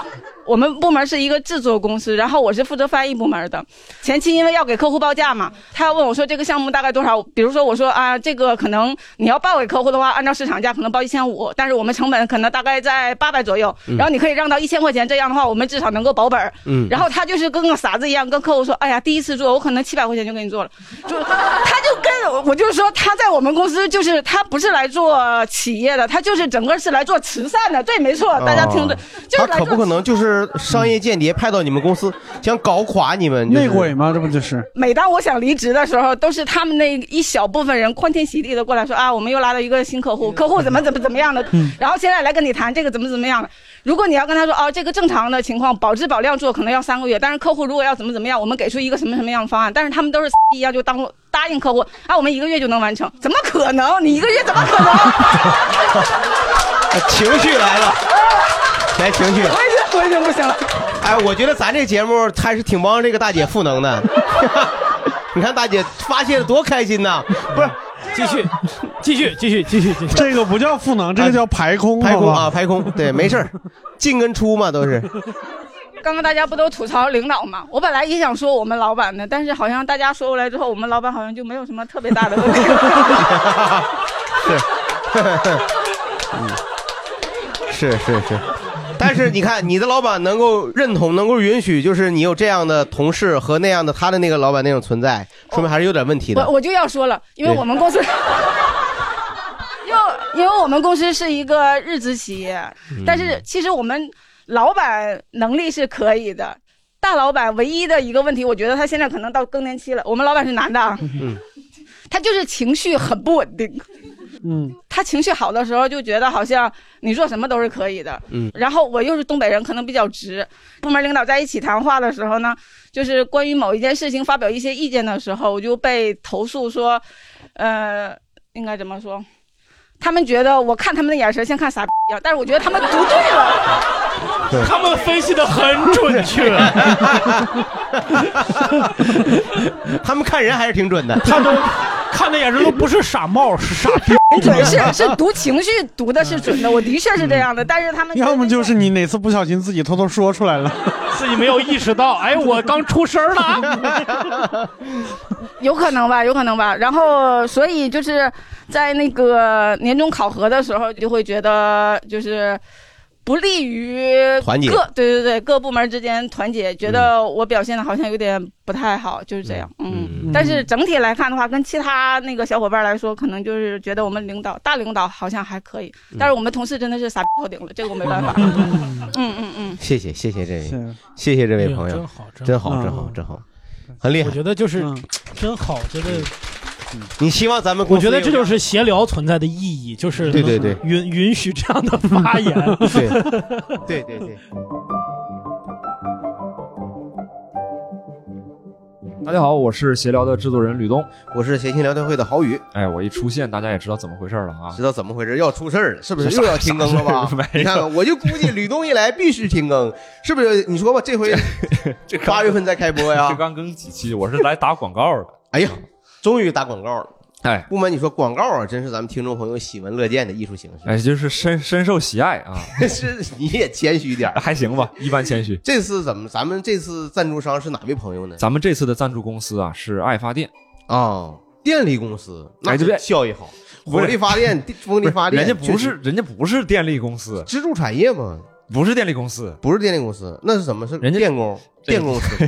Speaker 18: 我们部门是一个制作公司，然后我是负责翻译部门的。前期因为要给客户报价嘛，他要问我说这个项目大概多少，比如说我说啊，这个可能你要报给客户的话，按照市场价可能报一千五，但是我们成本可能大概在八百左右，
Speaker 4: 嗯
Speaker 18: 然后你可以让到一千块钱，这样的话我们至少能够保本儿。
Speaker 4: 嗯
Speaker 18: 然后他就是跟个傻子一样，跟客户说，哎呀，第一次做我可能七百块钱就给你做了，就他就跟我我就说他在我们公司就是他不是来做企业的，他就是整个是来做慈善的，对，没错，大家听着，
Speaker 4: 哦
Speaker 18: 就是
Speaker 4: 他
Speaker 18: 来
Speaker 4: 可不
Speaker 18: 做
Speaker 4: 可能就是商业间谍派到你们公司，想搞垮你们？
Speaker 2: 内鬼吗？这不就是？
Speaker 18: 每当我想离职的时候，都是他们那一小部分人欢天喜地的过来说啊，我们又来了一个新客
Speaker 4: 嗯
Speaker 18: 户，客户怎么怎么怎么样的， 然后现在来跟你谈这个怎么怎么样了。如果你要跟他说哦，这个正常的情况，保质保量做可能要三个月，但是客户如果要怎么怎么样，我们给出一个什么什么样的方案，但是他们都是一样就当答应客户啊，我们一个月就能完成，怎么可能？你一个月 怎么可能？
Speaker 4: 哎情绪来了，来情绪。
Speaker 18: 我已经我已经不行了。
Speaker 4: 哎，我觉得咱这节目还是挺帮这个大姐赋能的。 你看大姐发泄的多开心呐！不是，
Speaker 3: 继续，继续，继续，继续，继续。
Speaker 2: 这个不叫赋能，这个叫排空，
Speaker 4: 啊排空
Speaker 2: 好吧
Speaker 4: 啊，排空。对，没事儿，进跟出嘛都是。
Speaker 18: 刚刚大家不都吐槽领导嘛？我本来也想说我们老板的，但是好像大家说过来之后，我们老板好像就没有什么特别大的 问题。
Speaker 4: 是是是， 但是你看，你的老板能够认同，能够允许，就是你有这样的同事和那样的他的那个老板那种存在，说明还是有点问题的。
Speaker 18: 我我就要说了，因为
Speaker 4: 对
Speaker 18: 我们公 司，因为因为我们公司是一个日资企业，
Speaker 4: 嗯
Speaker 18: 但是其实我们老板能力是可以的。大老板唯一的一个问题，我觉得他现在可 能到更年期了。我们老板是男的啊，
Speaker 4: 嗯，
Speaker 18: 他就是情绪很不稳定。
Speaker 2: 嗯，
Speaker 18: 他情绪好的时候就觉得好像你做什么都是可以的，
Speaker 2: 嗯
Speaker 18: 然后我又是东北人，可能比较直。部门领导在一起谈话的时候呢，就是关于某一件事情发表一些意见的时候，我就被投诉说，呃，应该怎么说？他们觉得我看他们的眼神像看傻逼一样，但是我觉得他们读对了。
Speaker 3: 他们分析的很准确。
Speaker 4: 他们看人还是挺准的，
Speaker 3: 他都看的眼神都不是傻帽，是傻逼。
Speaker 18: 对，是是读情绪读的是准的，我的确是这样的，但是他们
Speaker 2: 嗯要么就是你哪次不小心自己偷偷说出来了，
Speaker 3: 自己没有意识到，哎，我刚出声 了啊。
Speaker 18: 有可能吧，有可能吧。然后，所以就是在那个年终考核的时候，就会觉得就是不利于
Speaker 4: 团结
Speaker 18: 各对对对，各部门之间团结，觉得我表现的好像有点不太好，就是这样。嗯，但是整体来看的话，跟其他那个小伙伴来说，可能就是觉得我们领导大领导好像还可以，但是我们同事真的是傻逼透顶了，这个我没办法。嗯嗯嗯。
Speaker 4: 谢谢谢谢这位，谢谢这位朋友，
Speaker 3: 哎呀
Speaker 4: 真
Speaker 3: 真好
Speaker 4: 好
Speaker 3: 真好
Speaker 4: 真好真好，很厉害
Speaker 3: 我。觉得就是
Speaker 4: 嗯
Speaker 3: 真好，真的。
Speaker 4: 你希望咱们
Speaker 3: 嗯我
Speaker 4: 公司
Speaker 3: 觉得这
Speaker 4: 有
Speaker 3: 就是闲聊存在的意义，就是
Speaker 4: 对对对
Speaker 3: 允允许这样的发言。
Speaker 4: 对 对 对对。
Speaker 1: 大家好，我是闲聊的制作人吕东，
Speaker 4: 我是谐星聊天会的郝宇。
Speaker 1: 哎，我一出现，大家也知道怎么回事了啊，
Speaker 4: 知道怎么回事，要出事儿了，是不是又要停更了 吧
Speaker 1: 没有？
Speaker 4: 你看看，我就估计吕东一来必须停更，是不是？你说吧，这 回八月份再开播呀
Speaker 1: 这？刚更几期，我是来打广告的。
Speaker 4: 哎呀，终于打广告了。
Speaker 1: 哎，
Speaker 4: 不瞒你说，广告啊，真是咱们听众朋友喜闻乐见的艺术形式。
Speaker 1: 哎，就是深深受喜爱啊，
Speaker 4: 是你也谦虚点，
Speaker 1: 还行吧，一般谦虚。
Speaker 4: 这次怎么？咱们这次赞助商是哪位朋友呢？
Speaker 1: 咱们这次的赞助公司啊是爱发电
Speaker 4: 啊，电力公司，
Speaker 1: 哎
Speaker 4: 那
Speaker 1: 这边
Speaker 4: 效益好，
Speaker 1: 不
Speaker 4: 火
Speaker 1: 是
Speaker 4: 力发电、地风力发电，
Speaker 1: 人家不
Speaker 4: 确
Speaker 1: 是
Speaker 4: 实
Speaker 1: 人家不是电力公司，
Speaker 4: 支柱产业嘛，
Speaker 1: 不是电力公司，
Speaker 4: 不是电力公司，那是什么？是人家电工，电工 师傅，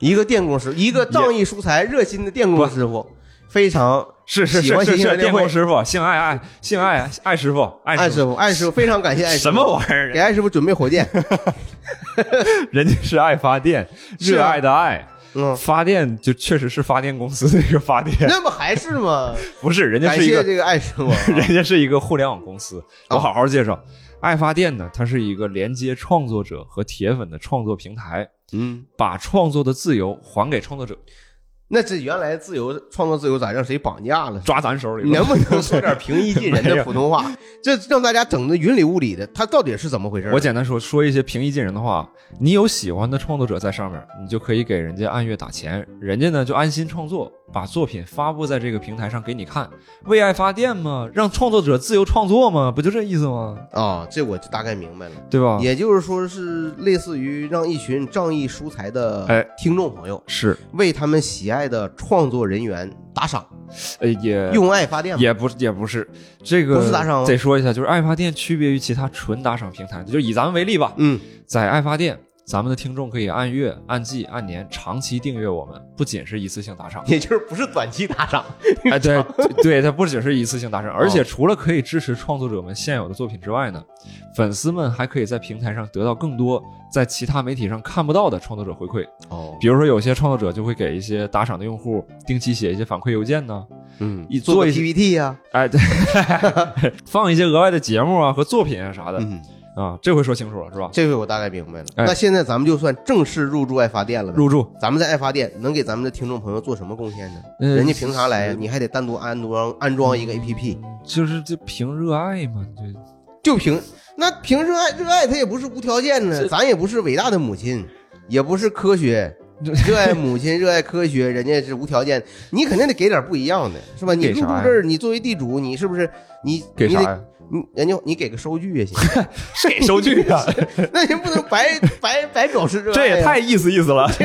Speaker 4: 一个电工师，一个仗义疏财、热心的电工师傅，非常
Speaker 1: 是是
Speaker 4: 喜
Speaker 1: 是
Speaker 4: 欢
Speaker 1: 是
Speaker 4: 新
Speaker 1: 是
Speaker 4: 闻
Speaker 1: 电
Speaker 4: 联
Speaker 1: 工
Speaker 4: 会。
Speaker 1: 师傅，姓爱爱姓爱爱师傅，
Speaker 4: 艾师傅，艾师傅，非常感谢艾师傅。
Speaker 1: 什么玩意儿啊
Speaker 4: 给艾师傅准备火 箭。
Speaker 1: 人家是爱发电，
Speaker 4: 是啊
Speaker 1: 热爱的爱。
Speaker 4: 嗯，
Speaker 1: 发电就确实是发电公司的一个发电，
Speaker 4: 那不还是吗？
Speaker 1: 不是人家是一
Speaker 4: 感谢这个爱 生活
Speaker 1: 人家是一个互联网公司。我好好介绍，爱发电呢，它是一个连接创作者和铁粉的创作平台，
Speaker 4: 嗯，
Speaker 1: 把创作的自由还给创作者，
Speaker 4: 那这原来自由创作自由咋让谁绑架了？
Speaker 1: 抓咱手里了。
Speaker 4: 你能不能说点平易近人
Speaker 1: 没
Speaker 4: 的
Speaker 1: 有
Speaker 4: 普 通话？这让大家整的云里雾里的，他到底是怎么回事？
Speaker 1: 我简单说说一些平易近人的话，你有喜欢的创作者在上面，你就可以给人家按月打钱，人家呢就安心创作，把作品发布在这个平台上给你看，为爱发电嘛，让创作者自由创作嘛，不就这意思吗？
Speaker 4: 啊、这我大概明白了，
Speaker 1: 对吧？
Speaker 4: 也就是说是类似于让一群仗义疏财
Speaker 1: 哎
Speaker 4: 的听众朋友，
Speaker 1: 是
Speaker 4: 为他们喜爱的创作人员打赏。
Speaker 1: 呃，也
Speaker 4: 用爱发电吗
Speaker 1: 也不是也不是这个
Speaker 4: 不是打赏吗
Speaker 1: 得说一下，就是爱发电区别于其他纯打赏平台，就以咱们为例吧。
Speaker 4: 嗯，
Speaker 1: 在爱发电，咱们的听众可以按月、按季、按年长期订阅我们，不仅是一次性打 赏，
Speaker 4: 也就是不是短期打赏，
Speaker 1: 哎，对对，它不仅是一次性打赏，而且
Speaker 4: 哦
Speaker 1: 除了可以支持创作者们现有的作品之外呢，粉丝们还可以在平台上得到更多在其他媒体上看不到的创作者回馈。
Speaker 4: 哦
Speaker 1: 比如说有些创作者就会给一些打赏的用户定期写一些反馈邮件呢，
Speaker 4: 嗯
Speaker 1: 一
Speaker 4: 做
Speaker 1: 一
Speaker 4: 个
Speaker 1: 些
Speaker 4: PPT 呀、
Speaker 1: 哎，对， 放一些额外的节目啊和作品啊啥的。啊，这回说清楚了是吧？
Speaker 4: 嗯这回我大概明白了。
Speaker 1: 哎
Speaker 4: 那现在咱们就算正式入驻爱发电了呗。
Speaker 1: 入驻，
Speaker 4: 咱们在爱发电能给咱们的听众朋友做什么贡献呢？
Speaker 1: 呃
Speaker 4: 人家凭啥来呀？你还得单独安装安装一个 APP，
Speaker 1: 就是这凭热爱嘛，这
Speaker 4: 就凭那凭热爱，热爱它也不是无条件的，咱也不是伟大的母亲，也不是科 学。热爱母亲，热爱科学，人家是无条件，你肯定得给点不一样的，是吧？你
Speaker 1: 给
Speaker 4: 入驻
Speaker 1: 啥呀
Speaker 4: 这儿，你作为地主，你是不是你
Speaker 1: 给
Speaker 4: 你
Speaker 1: 啥
Speaker 4: 得
Speaker 1: 呀
Speaker 4: 你人家你给个收据也 行，
Speaker 1: 是给收据啊？
Speaker 4: 那人不能 白白白 表示热爱呀，啊
Speaker 1: 这也太意思意思了。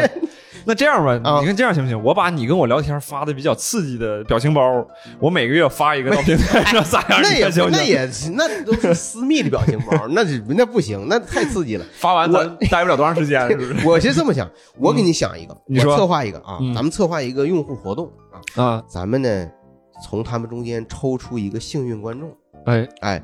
Speaker 1: 那这样吧，你看这样行不行？我把你跟我聊天发的比较刺激的表情包，我每个月发一个到平台上撒样，
Speaker 4: 那也
Speaker 1: 你看行不行
Speaker 4: 那也那都是私密的表情包，那是那不行，那太刺激了。
Speaker 1: 发完
Speaker 4: 我
Speaker 1: 咱待不了多长 时间，是不是？
Speaker 4: 我是这么想，我给你想一个，
Speaker 1: 你说
Speaker 4: 我策划一个啊，
Speaker 1: 嗯
Speaker 4: 咱们策划一个用户活动啊
Speaker 1: 啊，
Speaker 4: 咱们呢从他们中间抽出一个幸运观众，
Speaker 1: 哎
Speaker 4: 哎，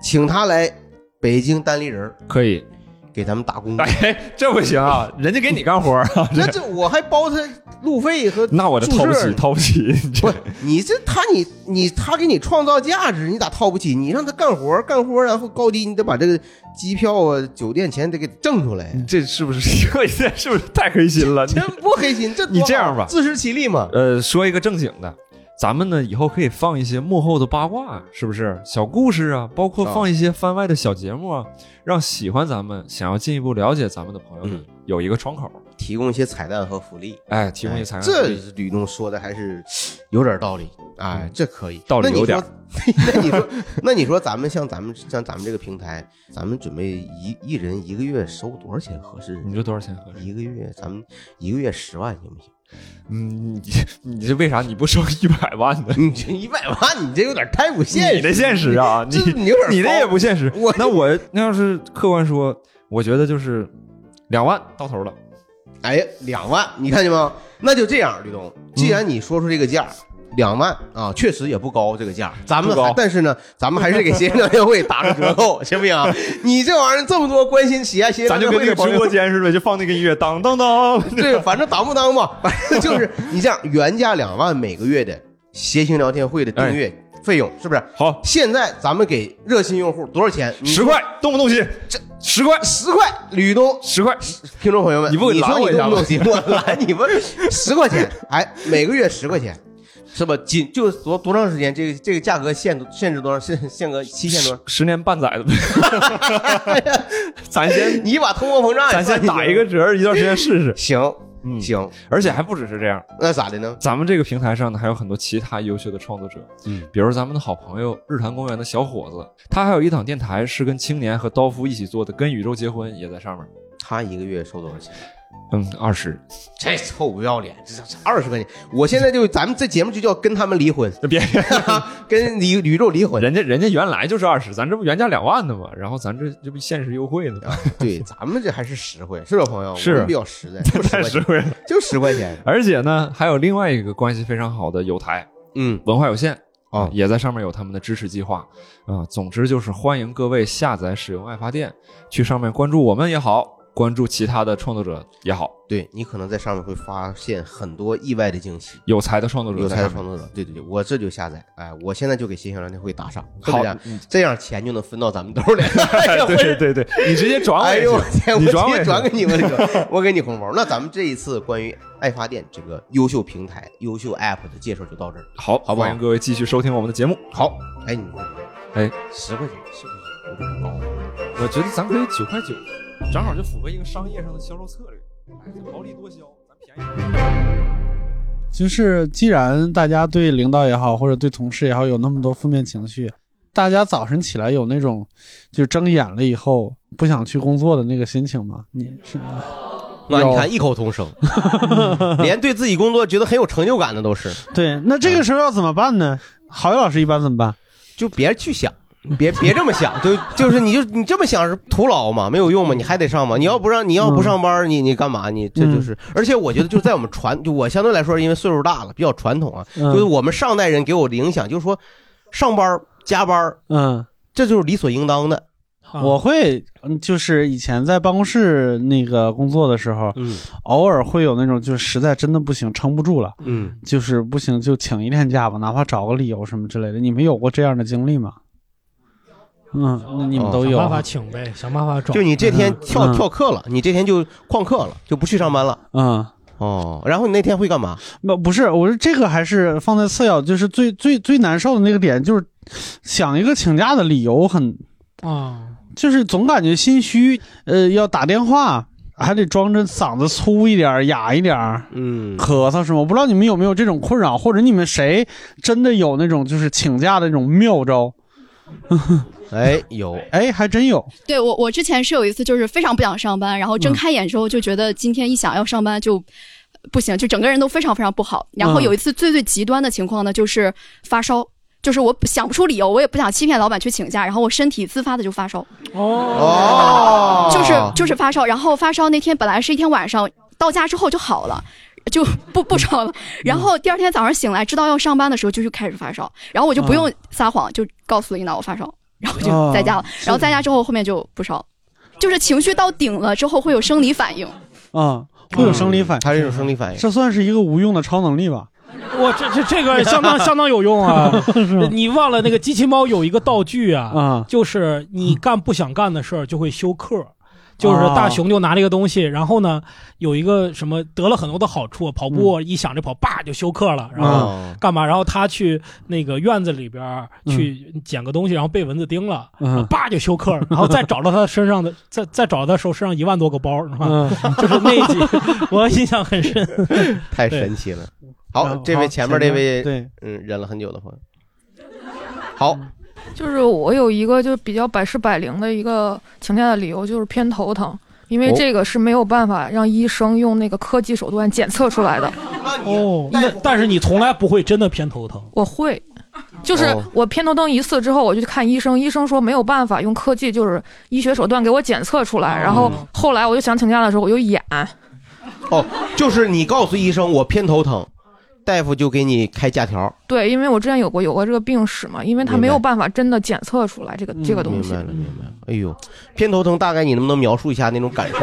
Speaker 4: 请他来北京单立人儿
Speaker 1: 可以，
Speaker 4: 给他们打工。
Speaker 1: 哎，这不行啊，人家给你干活儿啊，
Speaker 4: 那这我还包他路费和
Speaker 1: 那我就掏不
Speaker 4: 住
Speaker 1: 起，
Speaker 4: 宿
Speaker 1: 掏不起。 不，
Speaker 4: 你这他你你他给你创造价值，你咋掏不起？你让他干活儿干活儿，然后高低你得把这个机票啊、酒店钱得给挣出来。
Speaker 1: 这是 不是这是不是太黑心了？真
Speaker 4: 不黑心，这多
Speaker 1: 你这样
Speaker 4: 好
Speaker 1: 吧，
Speaker 4: 自食其力嘛。
Speaker 1: 呃，说一个正经的，咱们呢以后可以放一些幕后的八卦，是不是？小故事啊，包括放一些番外的小节目啊，让喜欢咱们、想要进一步了解咱们的朋友们有一个窗口，
Speaker 4: 嗯提供一些彩蛋和福利。
Speaker 1: 哎，提供一些彩蛋和
Speaker 4: 这
Speaker 1: 福利。
Speaker 4: 吕东说的还是有点道理，哎，这可以，
Speaker 1: 道理
Speaker 4: 那你
Speaker 1: 有点
Speaker 4: 说。 那你说，那你说，咱们像咱们像咱们这个平台，咱们准备一一人一个月收多少钱合适？你
Speaker 1: 说多少钱合
Speaker 4: 适？一个月，咱们一个月十万行不行？
Speaker 1: 嗯，你 你这为啥你不收一百万呢？
Speaker 4: 你这一百万，你这有点太不现实。
Speaker 1: 你的现实啊，你
Speaker 4: 这你有点
Speaker 1: 你这也
Speaker 4: 高
Speaker 1: 不现实。
Speaker 4: 我
Speaker 1: 那我那要是客观说，我觉得就是两万到头了。
Speaker 4: 哎，两万，你看见吗？那就这样，吕东，
Speaker 1: 嗯
Speaker 4: 既然你说出这个价。两万啊，确实也不高这个价，咱们
Speaker 1: 不高
Speaker 4: 但是呢，咱们还是给协商协会打个折扣， 行不行啊？你这玩意儿这么多关心协协
Speaker 1: 咱
Speaker 4: 商
Speaker 1: 就
Speaker 4: 协
Speaker 1: 跟
Speaker 4: 会
Speaker 1: 那
Speaker 4: 的
Speaker 1: 个
Speaker 4: 朋
Speaker 1: 直
Speaker 4: 友
Speaker 1: 播，间似的，就放那个音乐，当当当。
Speaker 4: 对，反正当不当吧，反正就是 你这样，原价两万每个月的协星聊天会的订阅费用是不是？
Speaker 1: 哎好，
Speaker 4: 现在咱们给热心用户多少钱？
Speaker 1: 十块，动不动心？
Speaker 4: 这
Speaker 1: 十块，
Speaker 4: 十块，吕东，
Speaker 1: 十块，
Speaker 4: 听众朋友们，
Speaker 1: 你不
Speaker 4: 你
Speaker 1: 拦
Speaker 4: 说
Speaker 1: 我一
Speaker 4: 你
Speaker 1: 下
Speaker 4: 动不动
Speaker 1: 吗
Speaker 4: 心，我拦你 们十块钱，哎，每个月十块钱，是吧？仅就多多长时间？这个这个价格限限制多少？限限额期限多少？
Speaker 1: 十年半载的呗。咱先，
Speaker 4: 你把通货膨胀也
Speaker 1: 咱
Speaker 4: 算
Speaker 1: 先
Speaker 4: 进去
Speaker 1: 打一个折，一段时间试试。
Speaker 4: 行，
Speaker 1: 嗯，
Speaker 4: 行。
Speaker 1: 而且还不只是这样，
Speaker 4: 那咋的呢？
Speaker 1: 咱们这个平台上呢，还有很多其他优秀的创作者，
Speaker 4: 嗯，
Speaker 1: 比如咱们的好朋友日坛公园的小伙子，他还有一档电台是跟青年和刀夫一起做的，跟宇宙结婚也在上面。
Speaker 4: 他一个月收多少钱？
Speaker 1: 嗯，二十。
Speaker 4: 这臭不要脸，这这二十块钱，我现在就咱们这节目就叫跟他们离婚，
Speaker 1: 别
Speaker 4: 跟宇宇宙离婚。
Speaker 1: 人家人家原来就是二十，咱这不原价两万的吗？然后咱这这不限时优惠呢吗？
Speaker 4: 啊 对，咱们这还是实惠，是吧，朋友？
Speaker 1: 是
Speaker 4: 我们比较实 在，就
Speaker 1: 太
Speaker 4: 十
Speaker 1: 实
Speaker 4: 块
Speaker 1: 惠
Speaker 4: 钱
Speaker 1: 了，
Speaker 4: 就十块钱。
Speaker 1: 而且呢，还有另外一个关系非常好的友台，
Speaker 4: 嗯，
Speaker 1: 文化有限
Speaker 4: 啊、
Speaker 1: 也在上面有他们的支持计划啊、总之就是欢迎各位下载使用爱发电，去上面关注我们也好，关注其他的创作者也好，
Speaker 4: 对你可能在上面会发现很多意外的惊喜。
Speaker 1: 有才的创作者
Speaker 4: 有
Speaker 1: 在
Speaker 4: 才的
Speaker 1: 上
Speaker 4: 创
Speaker 1: 面
Speaker 4: 作者，对对对，我这就下载，哎，我现在就给新星聊天会打赏，
Speaker 1: 好
Speaker 4: 这样
Speaker 1: 嗯
Speaker 4: 这样钱就能分到咱们兜里。 哎呦
Speaker 1: 对对对，你直接转我
Speaker 4: 哎
Speaker 1: 也
Speaker 4: 呦，我
Speaker 1: 行
Speaker 4: 天，
Speaker 1: 你
Speaker 4: 我直
Speaker 1: 转我也
Speaker 4: 接
Speaker 1: 行
Speaker 4: 转给你，我就我给你红包。那咱们这一次关于爱发电这个优秀平台、优秀 App 的介绍就到这儿。
Speaker 1: 好，
Speaker 4: 好不好
Speaker 1: 欢迎各位继续收听我们的节目。
Speaker 4: 好，哎，你
Speaker 1: 哎，
Speaker 4: 十块钱是不是有点高？
Speaker 1: 我觉得咱可以九块九，正好就符合一个商业上的销售策略，哎，薄利多销，咱便宜。
Speaker 2: 就是既然大家对领导也好，或者对同事也好，有那么多负面情绪，大家早晨起来有那种就睁眼了以后不想去工作的那个心情吗？你是 吗？
Speaker 4: 那你看
Speaker 2: 有
Speaker 4: 异口同 声，连对自己工作觉得很有成就感的都是。
Speaker 2: 对，那这个时候要怎么办呢？郝宇老师一般怎么办？
Speaker 4: 就别去想，别别这么想，就就是你就你这么想是徒劳嘛，没有用嘛，你还得上嘛。你要不让你要
Speaker 2: 嗯
Speaker 4: 不上班，你你干嘛？你这就是。而且我觉得就是在我们传，就我相对来说，因为岁数大了，比较传统啊，
Speaker 2: 嗯
Speaker 4: 就是我们上代人给我的影响，就是说上班加班，
Speaker 2: 嗯，
Speaker 4: 这就是理所应当的。
Speaker 2: 啊我会，嗯就是以前在办公室那个工作的时候，
Speaker 4: 嗯，
Speaker 2: 偶尔会有那种，就是实在真的不行，撑不住了，
Speaker 4: 嗯，
Speaker 2: 就是不行就请一天假吧，哪怕找个理由什么之类的。你们有过这样的经历吗？嗯，你们都有，
Speaker 3: 哦想办法请呗，想办法找。
Speaker 4: 就你这天
Speaker 2: 嗯
Speaker 4: 跳
Speaker 2: 嗯
Speaker 4: 跳课了，你这天就旷课了，就不去上班了。
Speaker 2: 嗯，
Speaker 4: 哦，然后你那天会干嘛？
Speaker 2: 不不是，我说这个还是放在次要，就是最最最难受的那个点，就是想一个请假的理由很
Speaker 3: 啊，
Speaker 2: 就是总感觉心虚，呃，要打电话还得装着嗓子粗一点儿、哑一点儿，
Speaker 4: 嗯，
Speaker 2: 咳嗽什么。我不知道你们有没有这种困扰，或者你们谁真的有那种就是请假的那种妙招？
Speaker 4: 哎，有，
Speaker 2: 哎，还真有。
Speaker 19: 对我，我之前是有一次就是非常不想上班，然后睁
Speaker 2: 嗯
Speaker 19: 开眼之后就觉得今天一想要上班就。不行，就整个人都非常非常不好。然后
Speaker 20: 嗯
Speaker 19: 有一次最最极端的情况呢，就是发烧，就是我想不出理由，我也不想欺骗老板去请假，然后我身体自发的就发烧。
Speaker 4: 哦
Speaker 19: 就是就是发烧，然后发烧那天本来是一天晚上，到家之后就好了。就不不烧了，然后第二天早上醒来，知道要上班的时候就就开始发烧，然后我就不
Speaker 4: 嗯
Speaker 19: 用撒谎，就告诉领导我发烧，然后就在家了
Speaker 2: 哦。
Speaker 19: 然后在家之后，后面就不烧。就是情绪到顶了之后会有生理反应。
Speaker 2: 啊，会有生理反应，
Speaker 4: 嗯它是一种生理反应，
Speaker 2: 这算是一个无用的超能力吧？
Speaker 3: 我这这这个 相当相当有用啊！你忘了那个机器猫有一个道具啊，
Speaker 2: 啊
Speaker 3: 就是你干不想干的事儿就会休克。就是
Speaker 2: 哦
Speaker 3: 大熊就拿这个东西，然后呢，有一个什么得了很多的好处，跑
Speaker 2: 嗯
Speaker 3: 步一想着跑，叭就休克了，然后
Speaker 2: 哦
Speaker 3: 干嘛？然后他去那个院子里边儿去捡个东西，然后被蚊子叮了，
Speaker 2: 嗯
Speaker 3: 叭就休克了，然后再找到他身上的，再再找到他手身上一万多个包，是吧？
Speaker 2: 嗯
Speaker 3: 就是那一 集，我印象很深。
Speaker 4: 太神奇了。
Speaker 3: 然
Speaker 4: 好，
Speaker 3: 后
Speaker 4: 这位前面这
Speaker 3: 前面
Speaker 4: 位，
Speaker 2: 对，
Speaker 4: 嗯，忍了很久的朋友，好，
Speaker 20: 就是我有一个就是比较百试百灵的一个请假的理由，就是偏头疼，因为
Speaker 4: 哦
Speaker 20: 这个是没有办法让医生用那个科技手段检测出来的。
Speaker 3: 哦，那但是你从来不会真的偏头疼。
Speaker 20: 我会，就是
Speaker 3: 哦
Speaker 20: 我偏头疼一次之后，我就去看医生，医生说没有办法用科技就是医学手段给我检测出来。然后
Speaker 3: 嗯
Speaker 20: 后来我就想请假的时候，我就演，
Speaker 4: 哦，就是你告诉医生我偏头疼，大夫就给你开假条。
Speaker 20: 对，因为我之前有过有过这个病史嘛，因为他没有办法真的检测出来这个这
Speaker 3: 嗯
Speaker 20: 个东
Speaker 4: 明
Speaker 20: 西
Speaker 4: 白。了，明白了。哎呦，偏头疼，大概你能不能描述一下那种感 受？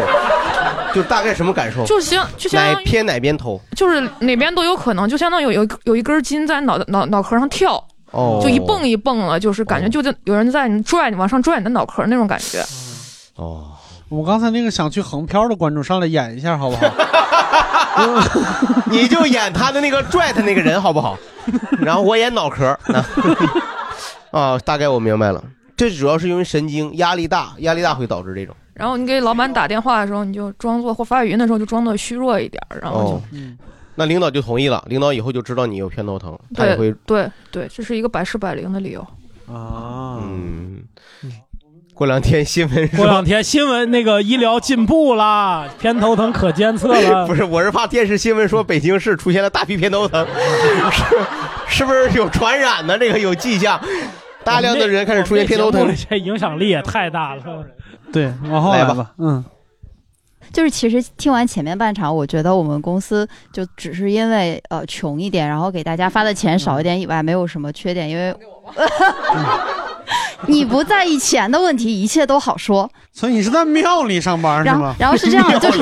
Speaker 4: 就大概什么感受？
Speaker 20: 就相就相
Speaker 4: 哪
Speaker 20: 当于
Speaker 4: 偏哪边头？
Speaker 20: 就是哪边都有可能，就相当于有一有一根筋在脑脑脑壳上跳，
Speaker 4: 哦
Speaker 20: 就一蹦一蹦了，就是感觉就在有人在你拽你往上拽你的脑壳那种感觉。
Speaker 4: 嗯哦，
Speaker 2: 我刚才那个想去横漂的观众上来演一下好不好？
Speaker 4: 你就演他的那个拽他那个人好不好？然后我演脑壳。啊 啊，大概我明白了，这主要是因为神经压力大，压力大会导致这种。
Speaker 20: 然后你给老板打电话的时候，你就装作或发语音的时候就装作虚弱一点，然后就、嗯
Speaker 4: 哦，那领导就同意了，领导以后就知道你有偏头疼，他也
Speaker 20: 对
Speaker 4: 会
Speaker 20: 对对，这是一个百试百灵的理由。
Speaker 2: 啊，
Speaker 4: 嗯。过两天新闻
Speaker 3: 过
Speaker 4: 说
Speaker 3: 两天新闻那个医疗进步啦，偏头疼可监测了。
Speaker 4: 不是，我是怕电视 新闻说北京市出现了大批偏头 疼，是是不是有传染呢？这个有迹象，大量的人开始出现 偏头
Speaker 3: 我
Speaker 4: 疼
Speaker 3: 们。这节目这影响力也太大了。
Speaker 2: 对，往后
Speaker 4: 来吧
Speaker 2: 吧，嗯，
Speaker 21: 就是其实听完前面半场，我觉得我们公司就只是因为呃穷一点，然后给大家发的钱少一点以外，没有什么缺点，因为你不在意钱的问题，一切都好说。
Speaker 2: 所以你是在庙里上班是
Speaker 21: 然
Speaker 2: 吗
Speaker 21: 后？然后是这样就是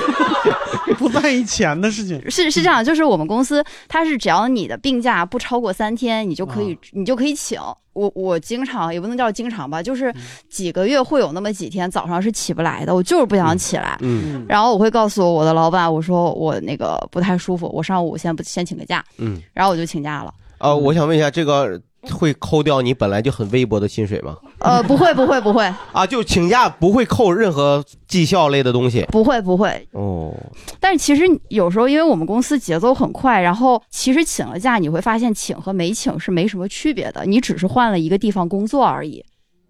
Speaker 2: 不在意钱的事情，
Speaker 21: 是是这样，就是我们公司它是只要你的病假不超过三天，你就可
Speaker 2: 嗯
Speaker 21: 以、你就可以请。我我经常也不能叫经常吧，
Speaker 2: 嗯
Speaker 21: 就是几个月会有那么几天早上是起不来的，我就是不想起来。
Speaker 4: 嗯
Speaker 21: 然后我会告诉我的老板，我说我那个不太舒服，我上午先不先请个假，
Speaker 4: 嗯，
Speaker 21: 然后我就请假了。
Speaker 4: 啊，我想问一下，这个会扣掉你本来就很微薄的薪水吗？
Speaker 21: 呃，不会不会不会
Speaker 4: 啊，就请假不会扣任何绩效类的东西。
Speaker 21: 不会不会，
Speaker 4: 哦，
Speaker 21: 但是其实有时候因为我们公司节奏很快，然后其实请了假，你会发现请和没请是没什么区别的，你只是换了一个地方工作而已。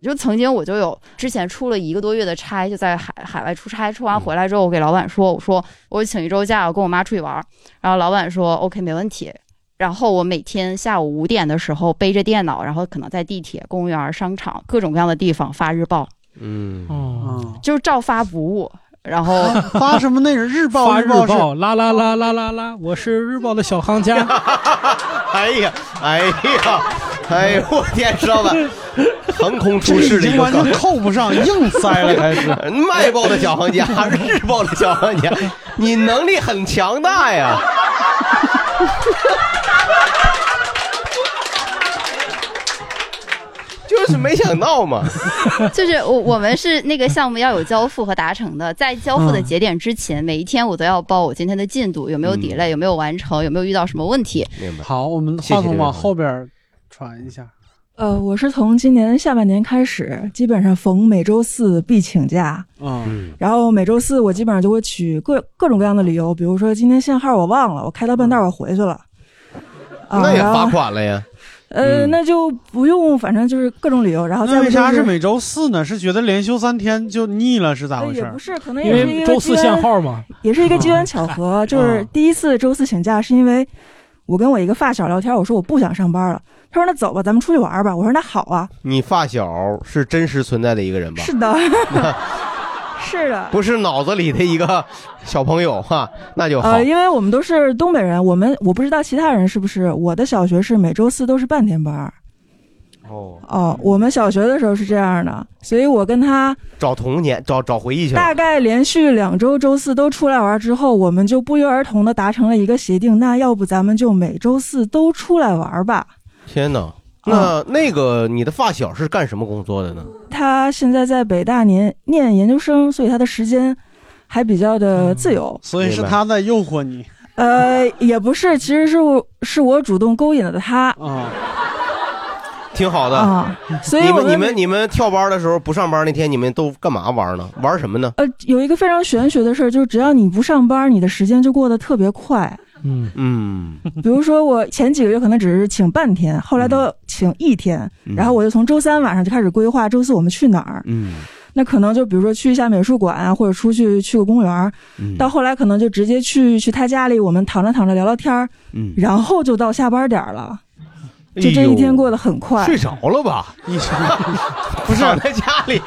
Speaker 21: 就曾经我就有之前出了一个多月的差，就在海海外出差，出完回来之后，我给老板说，我说我请一周假，我跟我妈出去玩儿。然后老板说 OK 没问题。然后我每天下午五点的时候背着电脑，然后可能在地铁、公园、商场各种各样的地方发日报，
Speaker 4: 嗯，
Speaker 3: 哦，
Speaker 21: 就是照发不误。然后
Speaker 2: 发什么内容？日
Speaker 3: 发日
Speaker 21: 报
Speaker 3: 报，啦啦啦啦啦啦，我是日报的小行家。
Speaker 4: 哎呀，哎呀，哎呦，我天，石老板，横空出世的一个
Speaker 2: 这已经完全扣不上硬塞了开始
Speaker 4: 卖报的小行家，日报的小行家，你能力很强大呀。 就是没想到嘛，
Speaker 21: 就是我我们是那个项目要有交付和达成的，在交付的节点之前，每一天我都要报我今天的进度有没有 delay，、有没有完成，有没有遇到什么问题。
Speaker 4: 明白。
Speaker 2: 好，我们
Speaker 4: 谢谢
Speaker 2: 话筒
Speaker 4: 这位
Speaker 2: 往
Speaker 4: 朋
Speaker 2: 后边传一下。
Speaker 22: 呃，我是从今年下半年开始，基本上逢每周四必请假，
Speaker 2: 嗯，
Speaker 22: 然后每周四我基本上就会取各各种各样的理由，比如说今天限号我忘了，我开到半道儿我回去了，啊、
Speaker 4: 那也
Speaker 22: 然后
Speaker 4: 罚款了嗯呀。
Speaker 22: 呃，那就不用，反正就是各种理由，然后再
Speaker 2: 那
Speaker 22: 不
Speaker 2: 为
Speaker 22: 就
Speaker 2: 啥
Speaker 22: 是
Speaker 2: 是每周四呢？是觉得连休三天就腻了，是咋回事？
Speaker 22: 呃也不是，可能也是一个机缘
Speaker 3: 嘛，
Speaker 22: 也是一个机缘巧
Speaker 4: 嗯
Speaker 22: 合。就是第一次周四请假，是因为我跟我一个发小聊天，我说我不想上班了，他说那走吧，咱们出去玩吧。我说那好啊，
Speaker 4: 你发小是真实存在的一个人吧？
Speaker 22: 是 的，是的。
Speaker 4: 不是脑子里的一个小朋 友哈，那就好。
Speaker 22: 呃，因为我们都是东北人，我们我不知道其他人是不是。我的小学是每周四都是半天班儿，
Speaker 4: 哦，
Speaker 22: 哦，我们小学的时候是这样的，所以我跟他
Speaker 4: 找童年，找找回忆去了。
Speaker 22: 大概连续两周周四都出来玩之后，我们就不约而同的达成了一个协定，那要不咱们就每周四都出来玩吧？
Speaker 4: 天哪，那、
Speaker 22: 嗯
Speaker 4: 那个你的发小是干什么工作的呢？
Speaker 22: 他现在在北大念念研究生，所以他的时间还比较的自由。
Speaker 2: 嗯所以是他在诱惑你。
Speaker 22: 呃，也不是，其实是我是我主动勾引了他。
Speaker 2: 啊
Speaker 4: 挺好的
Speaker 22: 啊所以
Speaker 4: 你
Speaker 22: 我
Speaker 4: 们
Speaker 22: 们
Speaker 4: 你们你们跳班的时候不上班那天，你们都干嘛玩呢？玩什么呢？
Speaker 22: 呃，有一个非常玄学的事儿，就是只要你不上班，你的时间就过得特别快。
Speaker 4: 嗯嗯，
Speaker 22: 比如说，我前几个月可能只是请半天，后来都请一天，
Speaker 4: 嗯
Speaker 22: 然后我就从周三晚上就开始规划周四我们去哪儿。
Speaker 4: 嗯，
Speaker 22: 那可能就比如说去一下美术馆啊，或者出去去个公园儿。
Speaker 4: 嗯
Speaker 22: 到后来可能就直接去去他家里，我们躺着躺着聊聊天儿。
Speaker 4: 嗯
Speaker 22: 然后就到下班点儿了，就这一天过得很快。
Speaker 4: 睡着 了吧？不是 在家里，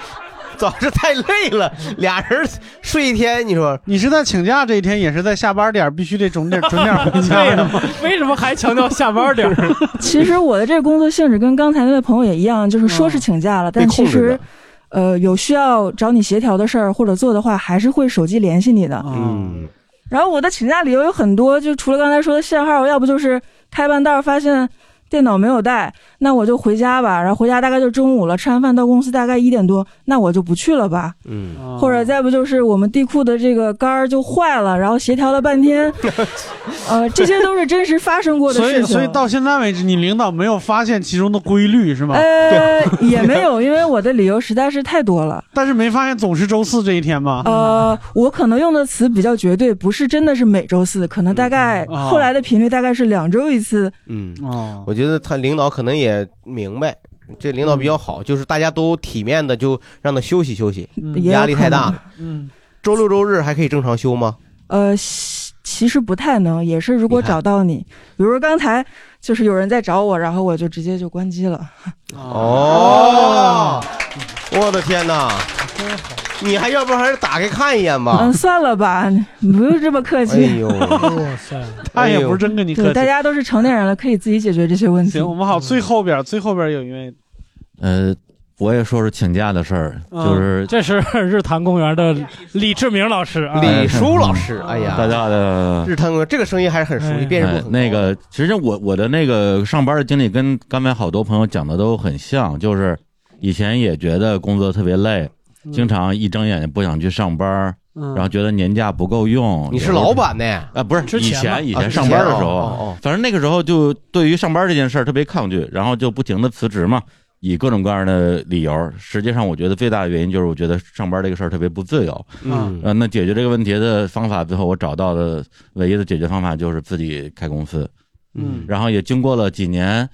Speaker 4: 早是太累了，俩人睡一天，你说
Speaker 2: 你是在请假这一天，也是在下班点儿必须得准点准点回家的吗？
Speaker 22: 为什么还
Speaker 2: 强调下班点儿？
Speaker 22: 其实我的这个工作性质跟刚才那位朋友也一样，就是说是请假了，但其
Speaker 2: 被控制
Speaker 22: 实
Speaker 2: 的，
Speaker 22: 呃，有需要找你协调的事儿或者做的话，还是会手机联系你的。
Speaker 4: 嗯，
Speaker 22: 然后我的请假理由有很多，就除了刚才说的限号，要不就是开半道儿发现电脑没有带，那我就回家吧。然后回家大概就中午了，吃完饭到公司大概一点多，那我就不去了吧。
Speaker 4: 嗯
Speaker 22: 或者再不就是我们地库的这个杆儿就坏了，然后协调了半 天，呃，这些都是真实发生过的
Speaker 2: 所
Speaker 22: 事
Speaker 2: 以
Speaker 22: 情。
Speaker 2: 所以到现在为止，你领导没有发现其中的规律是吗？
Speaker 22: 呃，也没有，因为我的理由实在是太多了。
Speaker 2: 但是没发现总是周四这一天吗？
Speaker 22: 呃，我可能用的词比较绝对，不是真的是每周四，可能大
Speaker 2: 嗯
Speaker 22: 概
Speaker 4: 啊
Speaker 22: 后来的频率大概是两周一次。
Speaker 4: 嗯
Speaker 2: 哦，
Speaker 4: 我觉得他领导可能也明白，这领导比较好，就是大家都体面的，就让他休息休息，
Speaker 22: 嗯也有
Speaker 4: 压力太大
Speaker 22: 可能
Speaker 4: 了。嗯，周六周日还可以正常休吗？
Speaker 22: 呃，其其实不太能，也是如果
Speaker 4: 你看
Speaker 22: 找到你，比如说刚才就是有人在找我，然后我就直接就关机了。
Speaker 4: 啊哦，我的天哪！你还要不还是打开看一眼吧
Speaker 22: 嗯，？算了吧，不用这么客气。
Speaker 4: 啊哎呦哇
Speaker 22: 塞，
Speaker 2: 他也不是真跟你客
Speaker 22: 对，
Speaker 2: 气。
Speaker 22: 大家都是成年人了，可以自己解决这些问题
Speaker 2: 行，。我们好，最后边儿最后边儿有一位，
Speaker 5: 呃，我也说说请假的事儿，
Speaker 3: 嗯
Speaker 5: 就是
Speaker 3: 这是 日坛公园的李志明老师啊，
Speaker 5: 哎
Speaker 4: 李叔老师，哎呀，
Speaker 5: 大家的
Speaker 4: 日坛哥啊这个声音还是很熟悉，辨认度
Speaker 5: 哎
Speaker 4: 很高。
Speaker 5: 那个，其实我我的那个上班的经历跟刚才好多朋友讲的都很像，就是以前也觉得工作特别累，
Speaker 4: 嗯
Speaker 5: 经常一睁眼就不想去上班，
Speaker 4: 嗯
Speaker 5: 然后觉得年假不够用。
Speaker 4: 你是
Speaker 5: 有时候
Speaker 4: 老板呢？
Speaker 5: 啊，不是
Speaker 4: 之
Speaker 5: 以
Speaker 4: 前吧
Speaker 5: 前以
Speaker 4: 啊
Speaker 5: 前
Speaker 4: 之
Speaker 5: 上班的
Speaker 4: 前
Speaker 5: 时候，
Speaker 4: 哦哦
Speaker 5: 反正那个时候就对于上班这件事儿特别抗拒，然后就不停的辞职嘛，以各种各样的理由。实际上，我觉得最大的原因就是我觉得上班这个事儿特别不自由。
Speaker 4: 嗯
Speaker 5: 呃，那解决这个问题的方法，最后我找到的唯一的解决方法就是自己开公司。
Speaker 2: 嗯
Speaker 5: 然后也经过了几年，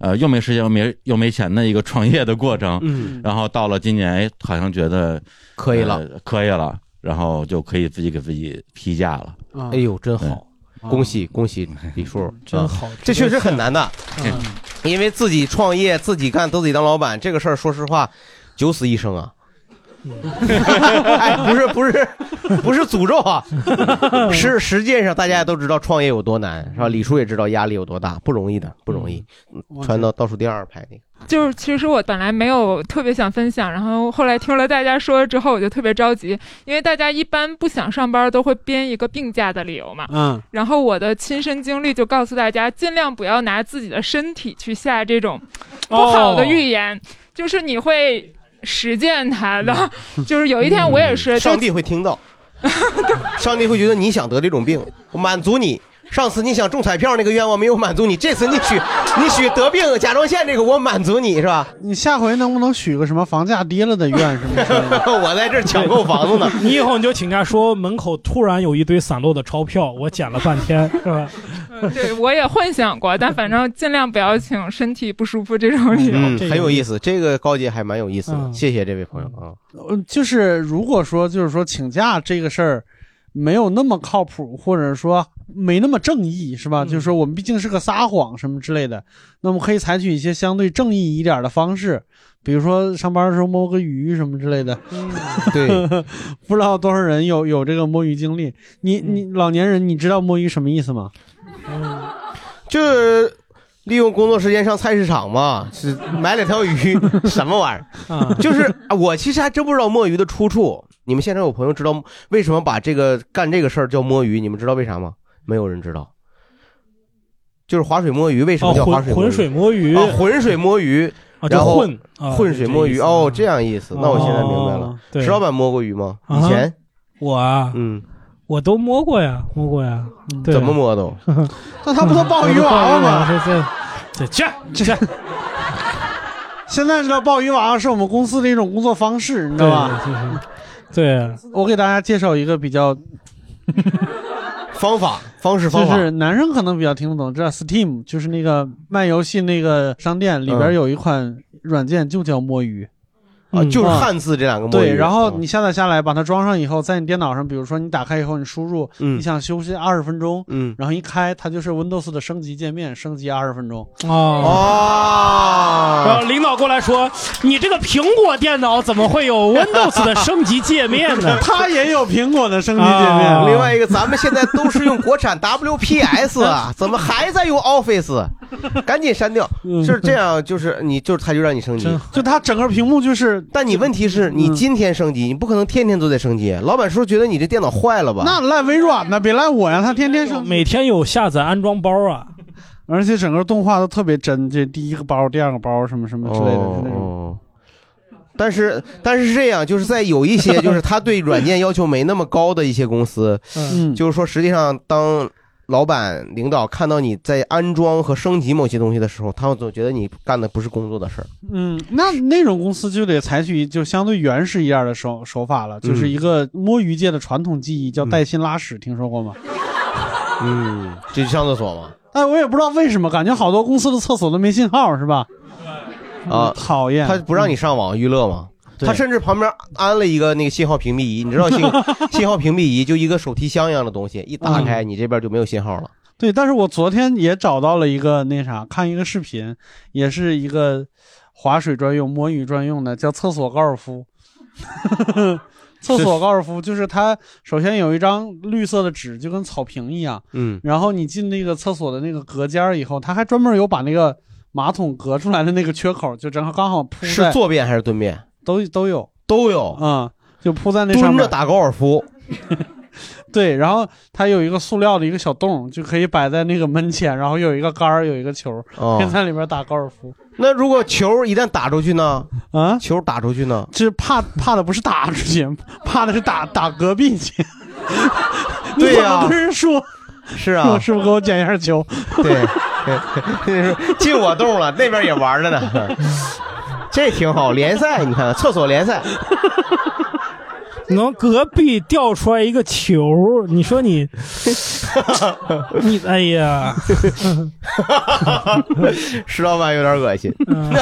Speaker 5: 呃，又没时间，又没又没钱的一个创业的过程。
Speaker 4: 嗯
Speaker 5: 然后到了今年，哎，好像觉得
Speaker 4: 可以了
Speaker 5: 呃可以了，然后就可以自己给自己批假了。
Speaker 4: 哎呦，真好，恭喜恭喜李叔，啊真好，嗯这确实很难的，嗯因为自己创业、自己干、都自己当老板这个事儿，说实话，九死一生啊。 哎，不是不是不是诅咒 啊，是实际上大家都知道创业有多难，是吧？李叔也知道压力有多大，不容易的，不容易。传到倒数第二排那个，
Speaker 23: 就是其实我本来没有特别想分享，然后后来听了大家说之后，我就特别着急，因为大家一般不想上班都会编一个病假的理由嘛。
Speaker 2: 嗯
Speaker 23: 然后我的亲身经历就告诉大家，尽量不要拿自己的身体去下这种不
Speaker 3: 哦
Speaker 23: 好的预言，就是你会实践它的。 就是有一天
Speaker 3: 嗯
Speaker 23: 我也是，
Speaker 4: 嗯上帝会 听到，上帝会觉得你想得这种病，我满足你。上次你想中彩票那个愿望没有满足你，这次你许你许得病甲状腺这个我满足你是吧？
Speaker 2: 你下回能不能许个什么房价跌了的愿什么之类的？
Speaker 4: 我在这儿抢购房子呢
Speaker 3: 你以后你就请假说门口突然有一堆散落的钞票，我捡了半天，是吧？
Speaker 23: 对我也幻想过，但反正尽量不要请身体不舒服这种理由。
Speaker 4: 嗯，很有意思，这个高级还蛮有意思的，谢谢这位朋友啊。
Speaker 2: 呃，就是如果说就是说请假这个事儿没有那么靠谱，或者说没那么正义，是吧？就是说我们毕竟是个撒谎什么之类的，那么可以采取一些相对正义一点的方式，比如说上班的时候摸个鱼什么之类的。
Speaker 4: 对，
Speaker 2: 不知道多少人有有这个摸鱼经历。你你老年人，你知道摸鱼什么意思吗？
Speaker 4: 就是利用工作时间上菜市场嘛，是买两条 鱼，什么玩意儿？就是啊我其实还真不知道摸鱼的出处。你们现场有朋友知道为什么把这个干这个事儿叫摸鱼？你们知道为啥吗？没有人知道。就是划水摸鱼，为什么叫划水摸鱼？
Speaker 3: 哦浑水摸鱼
Speaker 4: 啊，浑水摸鱼，
Speaker 3: 啊就
Speaker 4: 然后
Speaker 3: 混啊
Speaker 4: 浑水摸鱼
Speaker 3: 这意思
Speaker 4: 哦，这样意思。那我现在明白
Speaker 3: 哦
Speaker 4: 了。
Speaker 3: 对
Speaker 4: 石老板摸过鱼吗？
Speaker 3: 啊
Speaker 4: 以
Speaker 3: 哈
Speaker 4: 前
Speaker 3: 我啊，
Speaker 4: 嗯，
Speaker 3: 我都摸过呀，摸过呀，啊对
Speaker 4: 怎么？摸都？
Speaker 3: 那
Speaker 4: 他不都抱鱼娃娃吗
Speaker 3: 这这这去
Speaker 2: 去。现在知道鲍鱼娃娃是我们公司的一种工作方式，你知道吧？
Speaker 3: 对，啊
Speaker 2: 我给大家介绍一个比较
Speaker 4: 方法、方式、方
Speaker 2: 就
Speaker 4: 法。
Speaker 2: 是男生可能比较听不懂，知道 Steam 就是那个卖游戏那个商店里边
Speaker 4: 嗯
Speaker 2: 有一款软件就叫摸鱼。
Speaker 4: 啊，
Speaker 2: 嗯
Speaker 4: 就是
Speaker 2: 啊
Speaker 4: 汉字这两个摸鱼。啊
Speaker 2: 对，然后你下载下来，把它装上以后，在你电脑上，比如说你打开以后，你输入
Speaker 4: 嗯
Speaker 2: 你想休息二十分钟，
Speaker 4: 嗯，
Speaker 2: 然后一开，它就是 Windows 的升级界面，升级二十分钟。？”
Speaker 3: 哦
Speaker 4: 哦
Speaker 3: 然后领导过来说：“你这个苹果电脑怎么会有 Windows 的升级界面呢
Speaker 2: 它也有苹果的升级界
Speaker 3: 啊
Speaker 2: 面。
Speaker 4: 另外一个，咱们现在都是用国产 WPS，啊， 怎么还在用 Office？赶紧删掉。是这样，就是你就是它就让你升级，
Speaker 2: 嗯就它整个屏幕就是。嗯
Speaker 4: 但你问题是你今天升级，你不可能天天都在升级。老板是不是觉得你这电脑坏了吧？
Speaker 2: 那赖微软呢？别赖我呀，他天天升。
Speaker 3: 每天有下载安装包啊，
Speaker 2: 而且整个动画都特别真，这第一个包、第二个包什么什么之类的，是那种。
Speaker 4: 哦。但是但是是这样，就是在有一 些就是他对软件要求没那么高的一些公司，
Speaker 2: 嗯
Speaker 4: 就是说实际上当老板领导看到你在安装和升级某些东西的时候，他们总觉得你干的不是工作的事儿。
Speaker 2: 嗯，那那种公司就得采取就相对原始一点的手手法了，
Speaker 4: 嗯
Speaker 2: 就是一个摸鱼界的传统技艺，叫带薪拉屎，听说过吗？
Speaker 4: 嗯，就去上厕所嘛。
Speaker 2: 哎，我也不知道为什么，感觉好多公司的厕所都没信号，是吧？
Speaker 4: 啊，
Speaker 2: 嗯讨厌！
Speaker 4: 他不让你上网娱乐嘛。
Speaker 2: 对
Speaker 4: 他甚至旁边安了一个那个信号屏蔽仪，你知道 信信号屏蔽仪就一个手提箱一样的东西，一打开你这边就没有信号了。
Speaker 2: 对，但是我昨天也找到了一个那啥，看一个视频，也是一个划水专用、摸鱼专用的，叫厕所高尔夫。 厕所高尔夫就是它，首先有一张绿色的纸，就跟草坪一样，
Speaker 4: 嗯
Speaker 2: 然后你进那个厕所的那个隔间儿以后，它还专门有把那个马桶隔出来的那个缺口，就正好刚好铺在
Speaker 4: 是坐便还是蹲便？
Speaker 2: 都都有
Speaker 4: 都有
Speaker 2: 啊、就铺在那上面
Speaker 4: 蹲着打高尔夫。
Speaker 2: 对，然后它有一个塑料的一个小洞，就可以摆在那个门前，然后有一个杆儿，有一个球，
Speaker 4: 哦
Speaker 2: 可以在里边打高尔夫。
Speaker 4: 那如果球一旦打出去呢？
Speaker 2: 啊，
Speaker 4: 球打出去呢？
Speaker 2: 这怕怕的不是打出去，怕的是打打隔 壁去。
Speaker 4: 对呀
Speaker 2: 你怎么跟人说？
Speaker 4: 是 啊
Speaker 2: 我师傅给我捡一下球。
Speaker 4: 对，进我洞了，那边也玩着 呢，这挺好。联赛，你看厕所联 赛，
Speaker 3: 能隔壁掉出来一个球，你 说你，你哎呀，
Speaker 4: 石老板有点恶心。
Speaker 2: 嗯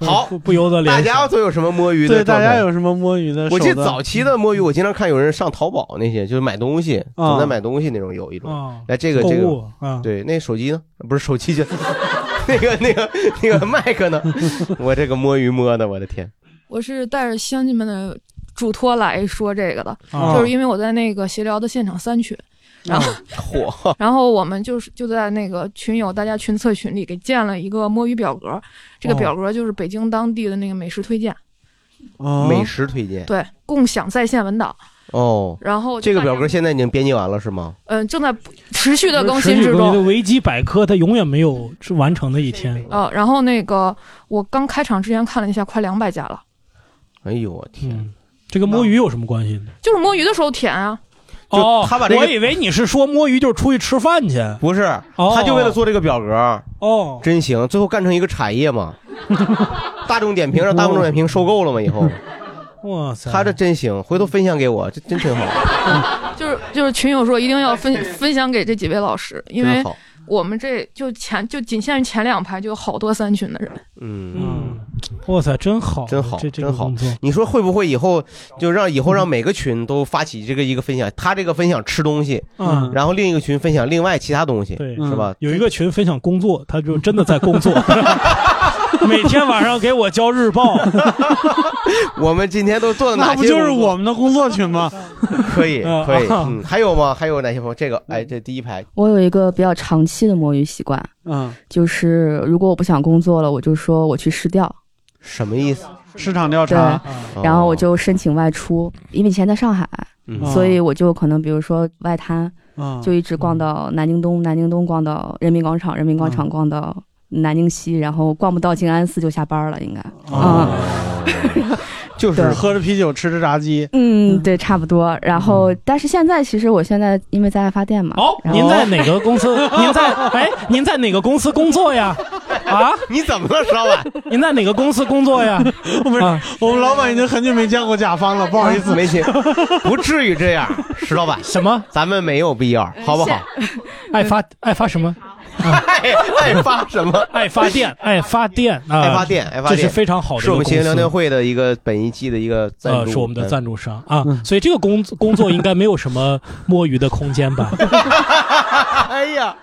Speaker 4: 好，
Speaker 3: 不由得
Speaker 2: 联
Speaker 4: 大
Speaker 2: 想
Speaker 4: 家都有什么摸鱼的？
Speaker 2: 对，大家有。什么摸鱼的手
Speaker 4: 我
Speaker 2: 段？
Speaker 4: 记得早期的摸鱼，我经常看有人上淘宝那些，就是买东西，
Speaker 2: 啊
Speaker 4: 总在买东西那种有一
Speaker 2: 啊
Speaker 4: 种。哎，这个这
Speaker 2: 购物啊
Speaker 4: 个，对，那手机呢？不是手机就 那个那个那个麦克呢？ 我这个摸鱼摸的，我的天！
Speaker 6: 我是带着乡亲们的嘱托来说这个的，
Speaker 4: 啊
Speaker 6: 就是因为我在那个协聊的现场三群，然后、
Speaker 4: 火，
Speaker 6: 然后我们就是就在那个群友大家群策群里给建了一个摸鱼表格，这个
Speaker 4: 哦
Speaker 6: 表格就是北京当地的那个美食推荐，
Speaker 2: 哦
Speaker 4: 美食推荐。
Speaker 6: 对，共享在线文档，
Speaker 4: 哦，
Speaker 6: 然后
Speaker 4: 这个表格现在已经编辑完了是吗？
Speaker 6: 嗯、正在不持续的更
Speaker 3: 十
Speaker 6: 新
Speaker 3: 几
Speaker 6: 之
Speaker 3: 个
Speaker 6: 中
Speaker 3: 的。维基百科，它永远没有完成的一天。
Speaker 6: 呃，然后那个我刚开场之前看了一下，快两百家了，
Speaker 4: 哎呦我
Speaker 3: 天，嗯这跟摸鱼有什么关系呢？
Speaker 6: 就是摸鱼的时候填啊。
Speaker 3: 哦，
Speaker 4: 他把这个
Speaker 3: 我以为你是说摸鱼就是出去吃饭去，
Speaker 4: 不是，
Speaker 3: 哦
Speaker 4: 他就为了做这个表格。
Speaker 3: 哦，
Speaker 4: 真行，最后干成一个产业 嘛。大众点评让大众点评收购了嘛，以后
Speaker 3: 哇塞，
Speaker 4: 他这真行，回头分享给我，这真挺好。
Speaker 6: 就是就是群友说一定要分分享给这几位老师，因为
Speaker 4: 真好
Speaker 6: 我们这就前就仅限于前两排就有好多三群的人。
Speaker 4: 嗯，
Speaker 3: 哇塞，真好，
Speaker 4: 真好，
Speaker 3: 这这个
Speaker 4: 真好
Speaker 3: 工作。
Speaker 4: 你说会不会以后就让以后让每个群都发起这个一个分享？他这个分享吃东西，
Speaker 3: 嗯
Speaker 4: 然后另一个群分享另外其他东西，
Speaker 3: 对，
Speaker 4: 是吧？
Speaker 3: 有一个群分享工作，他就真的在工作。
Speaker 2: 每天晚上给我交日报，
Speaker 4: 我们今天都做了哪些？
Speaker 2: 那不就是我们的工作群吗？
Speaker 4: 可以，
Speaker 2: 嗯
Speaker 4: 可以。
Speaker 2: 啊
Speaker 4: 嗯，还有吗？还有哪些朋友？这个，哎，这第一排，
Speaker 9: 我有一个比较长期的摸鱼习惯，
Speaker 2: 嗯，
Speaker 9: 就是如果我不想工作了，我就说我去试调，
Speaker 4: 什么意思？哦
Speaker 2: 市场调
Speaker 9: 对
Speaker 2: 查，，
Speaker 9: 然后我就申请外出，因为以前在上海，
Speaker 2: 嗯
Speaker 9: 所以我就可能比如说外滩，
Speaker 2: 啊
Speaker 9: 就一直逛到南京东，南京东逛到人民广场，人民广场逛到
Speaker 2: 嗯
Speaker 9: 南京西，然后逛不到静安寺就下班了，应该，
Speaker 2: 哦
Speaker 9: 啊、
Speaker 2: 就是喝着啤酒，吃着炸鸡。
Speaker 9: 嗯，对，差不多。然后，但是现在其实我现在因为在爱发电嘛，
Speaker 3: 哦
Speaker 9: 然后
Speaker 3: 您在哪个 公司？您在哎，您在哪个公司工作呀？啊？
Speaker 4: 你怎么了，石老板？
Speaker 3: 您在哪个公司工作呀？
Speaker 2: 我们、
Speaker 12: 啊
Speaker 2: 我们老板已经很久没见过甲方了，不好意思，
Speaker 4: 没请，不至于这样，石老板。
Speaker 3: 什么？
Speaker 4: 咱们没有必要，好不好？
Speaker 3: 爱发爱发什么？
Speaker 4: 爱 爱发什么？
Speaker 3: 爱 发电，爱发电啊！
Speaker 4: 爱发电，哎爱发电，
Speaker 3: 这是非常好的一
Speaker 4: 是
Speaker 3: 个
Speaker 4: 我
Speaker 3: 公
Speaker 4: 们
Speaker 3: 司，
Speaker 4: 新聊天会的一个本一季的一个赞
Speaker 3: 呃
Speaker 4: 助，
Speaker 3: 是我们的赞助
Speaker 4: 嗯。
Speaker 3: 商啊，所以这个工工作应该没有什么摸鱼的空间吧？
Speaker 4: 哎呀，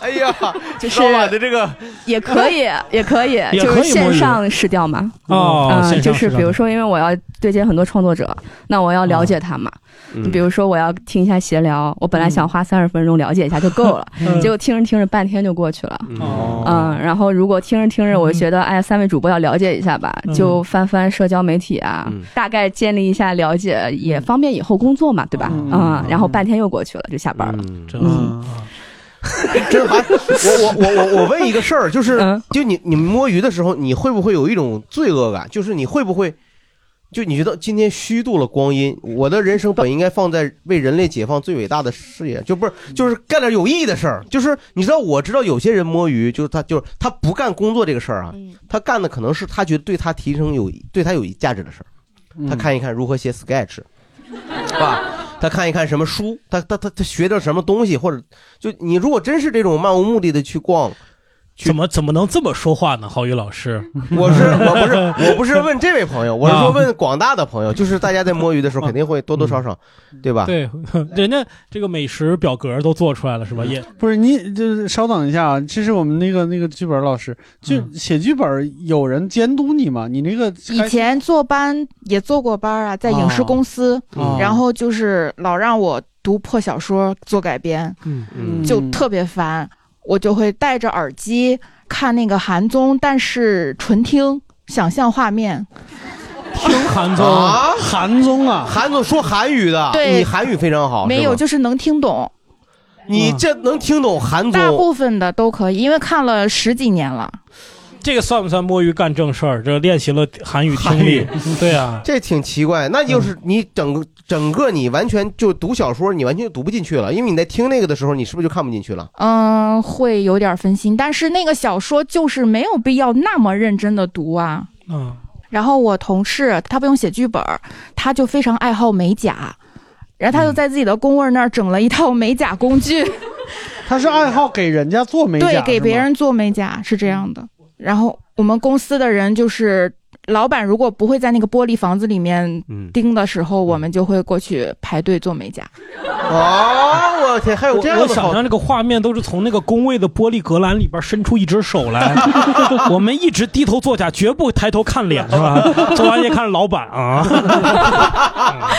Speaker 4: 哎呀，
Speaker 9: 就是
Speaker 4: 老板的这个
Speaker 9: 也可 以， 也可以，
Speaker 3: 也
Speaker 9: 就
Speaker 3: 可以
Speaker 9: 是
Speaker 3: 摸
Speaker 9: 线
Speaker 3: 鱼
Speaker 9: 上试调嘛。
Speaker 3: 哦
Speaker 9: 嗯
Speaker 3: 线上
Speaker 9: 就是
Speaker 3: 试调
Speaker 9: 比如说，因为我要对接很多创作者，那我要了解他嘛。
Speaker 4: 嗯
Speaker 9: 比如说，我要听一下闲聊，我本来想花三十分钟了解一下就够了，嗯结果听着听着半天就过去了。
Speaker 4: 哦
Speaker 9: 嗯，然后如果听着听着，我觉得、哎，三位主播要了解一下吧，嗯就翻翻社交媒体啊，大概建立一下了解，也方便以后工作嘛，对吧？嗯，然后半天又过去了，就下班了。
Speaker 2: 嗯，
Speaker 4: 真还 我我我我我问一个事儿，就是就你你们摸鱼的时候，你会不会有一种罪恶感？就是你会不会就你觉得今天虚度了光阴，我的人生本应该放在为人类解放最伟大的事业，就不是就是干点有意义的事儿。就是你知道，我知道有些人摸鱼，就是他就是他不干工作这个事儿啊，他干的可能是他觉得对他提升有对他有价值的事儿。他看一看如何写 sketch，是 吧？他看一看什么书，他他他他学着什么东西，或者就你如果真是这种漫无目的的去逛，
Speaker 3: 怎么怎么能这么说话呢？郝宇老师，
Speaker 4: 我是我不是我不是问这位朋友，我是
Speaker 3: 啊
Speaker 4: 说问广大的朋友，就是大家在摸鱼的时候肯定会多多少少， 对吧？
Speaker 3: 嗯对， 人家这个美食表格都做出来了是吧？也
Speaker 2: 不是你，就是稍等一下啊，这是我们那个那个剧本老师，就
Speaker 4: 嗯
Speaker 2: 写剧本有人监督你吗？你那个
Speaker 12: 以前做班也做过班啊，在影视公司，
Speaker 2: 哦
Speaker 12: 然后就是老让我读破小说做改编，
Speaker 4: 嗯
Speaker 12: 就特别烦，我就会戴着耳机看那个韩综，但是纯听，想象画面。
Speaker 2: 听韩综
Speaker 4: 啊，
Speaker 2: 韩综啊，
Speaker 4: 韩总说韩语的，
Speaker 12: 对
Speaker 4: 你韩语非常好，
Speaker 12: 没有，就是是能听懂，
Speaker 4: 吗你这能听懂韩
Speaker 12: 大
Speaker 4: 综，
Speaker 12: 部分的都可以，因为看了十几年了。
Speaker 3: 这个算不算摸鱼干正事儿？这练习了韩语听力， 对啊，嗯
Speaker 4: 这挺奇怪。那就是你整个整个你完全就读小说，你完全就读不进去了，因为你在听那个的时候，你是不是就看不进去了？
Speaker 12: 嗯，会有点分心，但是那个小说就是没有必要那么认真的读啊。
Speaker 3: 嗯，
Speaker 12: 然后我同事他不用写剧本儿，他就非常爱好美甲，然后他就在自己的工位儿那儿整了一套美甲工具，
Speaker 2: 他是爱好给人家做美甲，
Speaker 12: 对，给
Speaker 2: 是吗
Speaker 12: 别人做美甲是这样的。然后我们公司的人就是。老板如果不会在那个玻璃房子里面
Speaker 4: 嗯
Speaker 12: 盯的时候，我们就会过去排队做美甲。
Speaker 4: 哦，我天，还有这样
Speaker 3: 我
Speaker 4: 的
Speaker 3: 我想象这个画面都是从那个工位的玻璃隔栏里边伸出一只手 来，我们一直低头坐下，绝不抬头看脸，是吧？做完也看老板啊，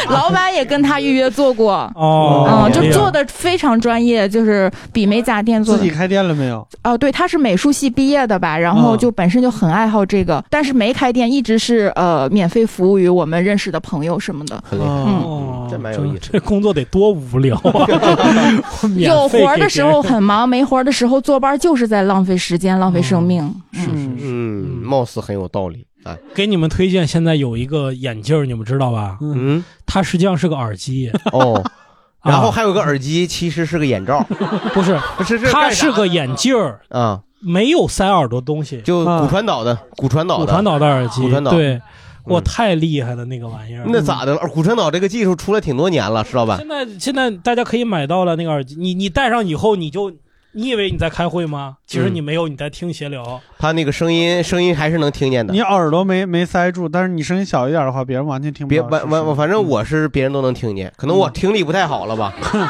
Speaker 12: 老板也跟他预约做过，
Speaker 3: 哦
Speaker 12: 嗯，
Speaker 3: 哎
Speaker 12: 就
Speaker 3: 呀
Speaker 12: 做的非常专业，就是比美甲店做
Speaker 2: 自
Speaker 12: 的
Speaker 2: 己。开店了没有？
Speaker 12: 哦，对，他是美术系毕业的吧，然后
Speaker 2: 嗯
Speaker 12: 就本身就很爱好这个，但是没开店，一直是呃免费服务于我们认识的朋友什么的。嗯
Speaker 4: 很厉害嗯
Speaker 3: 哦，
Speaker 4: 这蛮
Speaker 3: 有意思。这工作得多无聊 啊！免
Speaker 12: 有
Speaker 3: 费
Speaker 12: 活儿
Speaker 3: 给
Speaker 12: 的时
Speaker 3: 别人
Speaker 12: 候 很忙，没活儿的时候坐班就是在浪费时间、浪费
Speaker 3: 哦
Speaker 12: 生命。
Speaker 4: 嗯，貌似很有道理啊。
Speaker 3: 给你们推荐，现在有一个眼镜儿，你们知道吧？
Speaker 4: 嗯，
Speaker 3: 它实际上是个耳机。
Speaker 4: 哦，
Speaker 3: 啊
Speaker 4: 然后还有个耳机，其实是个眼罩，
Speaker 3: 不是，
Speaker 4: 是这
Speaker 3: 它
Speaker 4: 干啥
Speaker 3: 是个眼镜儿，
Speaker 4: 啊，
Speaker 3: 没有塞耳朵东西，啊
Speaker 4: 就骨传导的，骨传导的，
Speaker 3: 骨传导的耳机。
Speaker 4: 骨传导嗯
Speaker 3: 对，嗯我太厉害了那个玩意儿。
Speaker 4: 那咋的了？骨传导这个技术出来挺多年了，石老板
Speaker 3: 现。在现在大家可以买到了那个耳机，你你戴上以后，你就你以为你在开会吗？其
Speaker 4: 嗯
Speaker 3: 实你没有，你在听闲聊。
Speaker 4: 他那个声音，声音还是能听见的。
Speaker 2: 你耳朵没没塞住，但是你声音小一点的话，别人完全听不
Speaker 4: 别
Speaker 3: 啊
Speaker 2: 到。
Speaker 4: 完完，我反正我是别人都能听见，可能
Speaker 3: 嗯
Speaker 4: 我听力不太好了吧？嗯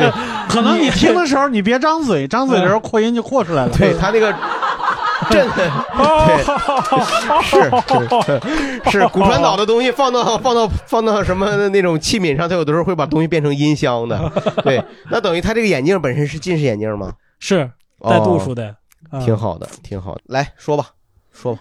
Speaker 2: 可能你听的时候你别张嘴，张嘴的时候扩音就扩出来了。
Speaker 4: 对他那个真的，
Speaker 3: 哦
Speaker 4: 对，是是是，骨传导的东西放到放到放到什么那种器皿上，它有的时候会把东西变成音箱的。对，那等于它这个眼镜本身是近视眼镜吗？
Speaker 3: 是带度数的，
Speaker 4: 哦
Speaker 3: 啊
Speaker 4: 挺好的，挺好的。来说吧，说吧，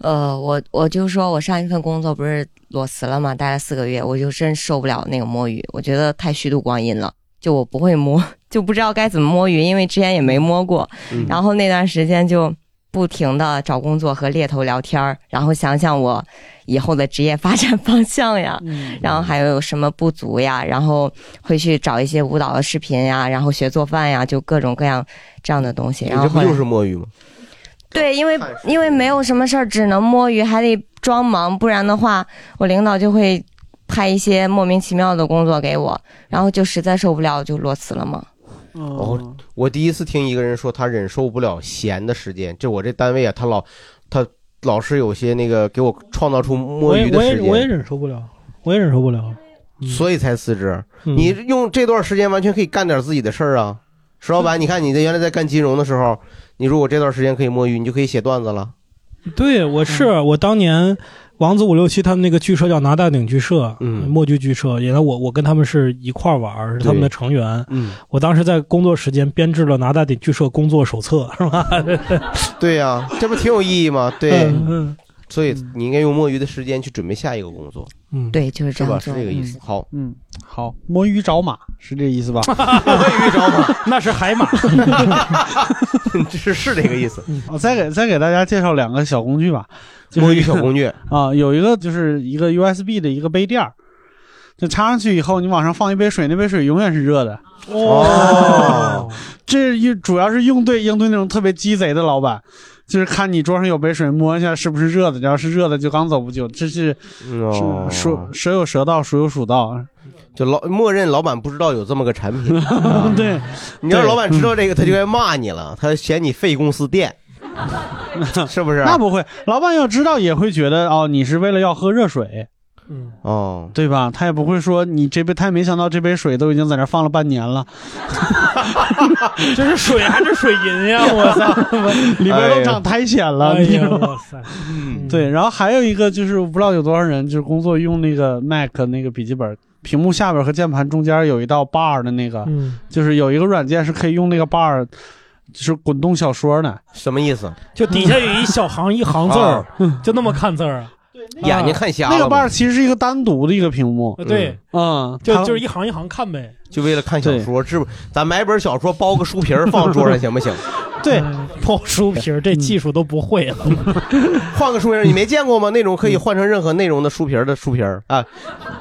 Speaker 14: 呃，我我就说我上一份工作不是裸辞了嘛，待了四个月，我就真受不了那个摸鱼，我觉得太虚度光阴了。就我不会摸， 就不知道该怎么摸鱼，因为之前也没摸过。
Speaker 4: 嗯
Speaker 14: 然后那段时间就不停的找工作和猎头聊天儿，然后想想我以后的职业发展 方向呀，
Speaker 4: 嗯
Speaker 14: 然后还有什么不足呀，然后会去找一些舞蹈的视频呀，然后学做饭呀，就各种各样这样的东西。
Speaker 4: 你
Speaker 14: 然后
Speaker 4: 这不
Speaker 14: 后来
Speaker 4: 就是摸鱼吗？
Speaker 14: 对，因为因为没有什么事儿，只能摸鱼，还得装忙，不然的话，我领导就会派一些莫名其妙的工作给我，然后就实在受不了，就裸辞了嘛。
Speaker 3: 嗯
Speaker 4: 哦，我第一次听一个人说他忍受不了闲的时间，就我这单位啊，他老他老是有些那个给我创造出摸
Speaker 3: 我
Speaker 4: 鱼
Speaker 3: 也
Speaker 4: 的
Speaker 3: 我
Speaker 4: 时
Speaker 3: 也我也
Speaker 4: 间，
Speaker 3: 忍受不了，我也忍受不了。
Speaker 2: 嗯
Speaker 4: 所以才辞职。你用这段时间完全可以干点自己的事儿啊，石老板，你看你在原来在干金融的时候，你如果这段时间可以摸鱼，你就可以写段子了。
Speaker 3: 对，我是
Speaker 4: 嗯
Speaker 3: 我当年王子五六七他们那个剧社叫拿大顶剧社，嗯，墨剧剧社，原来我我跟他们是一块儿玩儿，是他们的成员。
Speaker 4: 嗯，
Speaker 3: 我当时在工作时间编制了拿大顶剧社工作手册，是吧？
Speaker 4: 对呀、这不挺有意义吗？对
Speaker 3: 嗯，嗯
Speaker 4: 所以你应该用摸鱼的时间去准备下一个工作。
Speaker 3: 嗯，
Speaker 14: 对，就是
Speaker 4: 是吧？是这个意思。好，
Speaker 2: 嗯，好，摸鱼找马是这意思吧？
Speaker 4: 摸鱼找 马，
Speaker 3: 那是海马。
Speaker 4: 是是 这个意 思。
Speaker 2: 嗯我再给再给大家介绍两个小工具吧，就是
Speaker 4: 摸鱼小工具
Speaker 2: 啊，有一个就是一个 USB 的一个杯垫儿，就插上去以后，你往上放一杯水，那杯水永远是热的。
Speaker 4: 哦，
Speaker 2: 这一主要是用对应对那种特别鸡贼的老板，就是看你桌上有杯水，摸一下是不是热的，要是热的就刚走不久。这是
Speaker 4: 哦
Speaker 2: 是说蛇有蛇道，鼠有鼠道。
Speaker 4: 就老默认老板不知道有这么个产品。
Speaker 2: 对，
Speaker 4: 你让
Speaker 2: 对嗯
Speaker 4: 老板知道这个，他就该骂你了，他嫌你费公司 电，是不是？
Speaker 2: 那不会，老板要知道也会觉得哦，你是为了要喝热水。
Speaker 3: 嗯，
Speaker 4: 哦，
Speaker 2: 对吧？他也不会说你这杯，他也没想到这杯水都已经在那儿放了半年了，
Speaker 3: 这是水还是水银呀？我操，
Speaker 2: 里
Speaker 4: 哎
Speaker 2: 边都长苔藓了，
Speaker 3: 哎
Speaker 2: 你知
Speaker 3: 呀，
Speaker 2: 道吗
Speaker 3: 哇塞！
Speaker 4: 嗯
Speaker 2: 对，然后还有一个就是，我不知道有多少人就是工作用那个 Mac 那个笔记本，屏幕下边和键盘中间有一道 bar 的那个，
Speaker 3: 嗯
Speaker 2: 就是有一个软件是可以用那个 bar，就是滚动小说呢。
Speaker 4: 什么意思？
Speaker 3: 就底下有一小行一行字儿，就那么看字儿啊？
Speaker 4: 眼睛啊看瞎
Speaker 2: 嗯那
Speaker 4: 了
Speaker 2: 个
Speaker 4: 吗，
Speaker 2: bar 其实是一个单独的一个屏幕
Speaker 3: 呃。对，
Speaker 2: 嗯，
Speaker 3: 就
Speaker 2: 它
Speaker 3: 就是一行一行看呗。
Speaker 4: 就为了看小说，是不？咱买本小说包个书皮儿放桌上行不行？
Speaker 3: 对，包嗯书皮儿这技术都不会了。
Speaker 2: 嗯
Speaker 4: 换个书皮儿，你没见过吗？那种可以换成任何内容的书皮儿的书皮儿啊，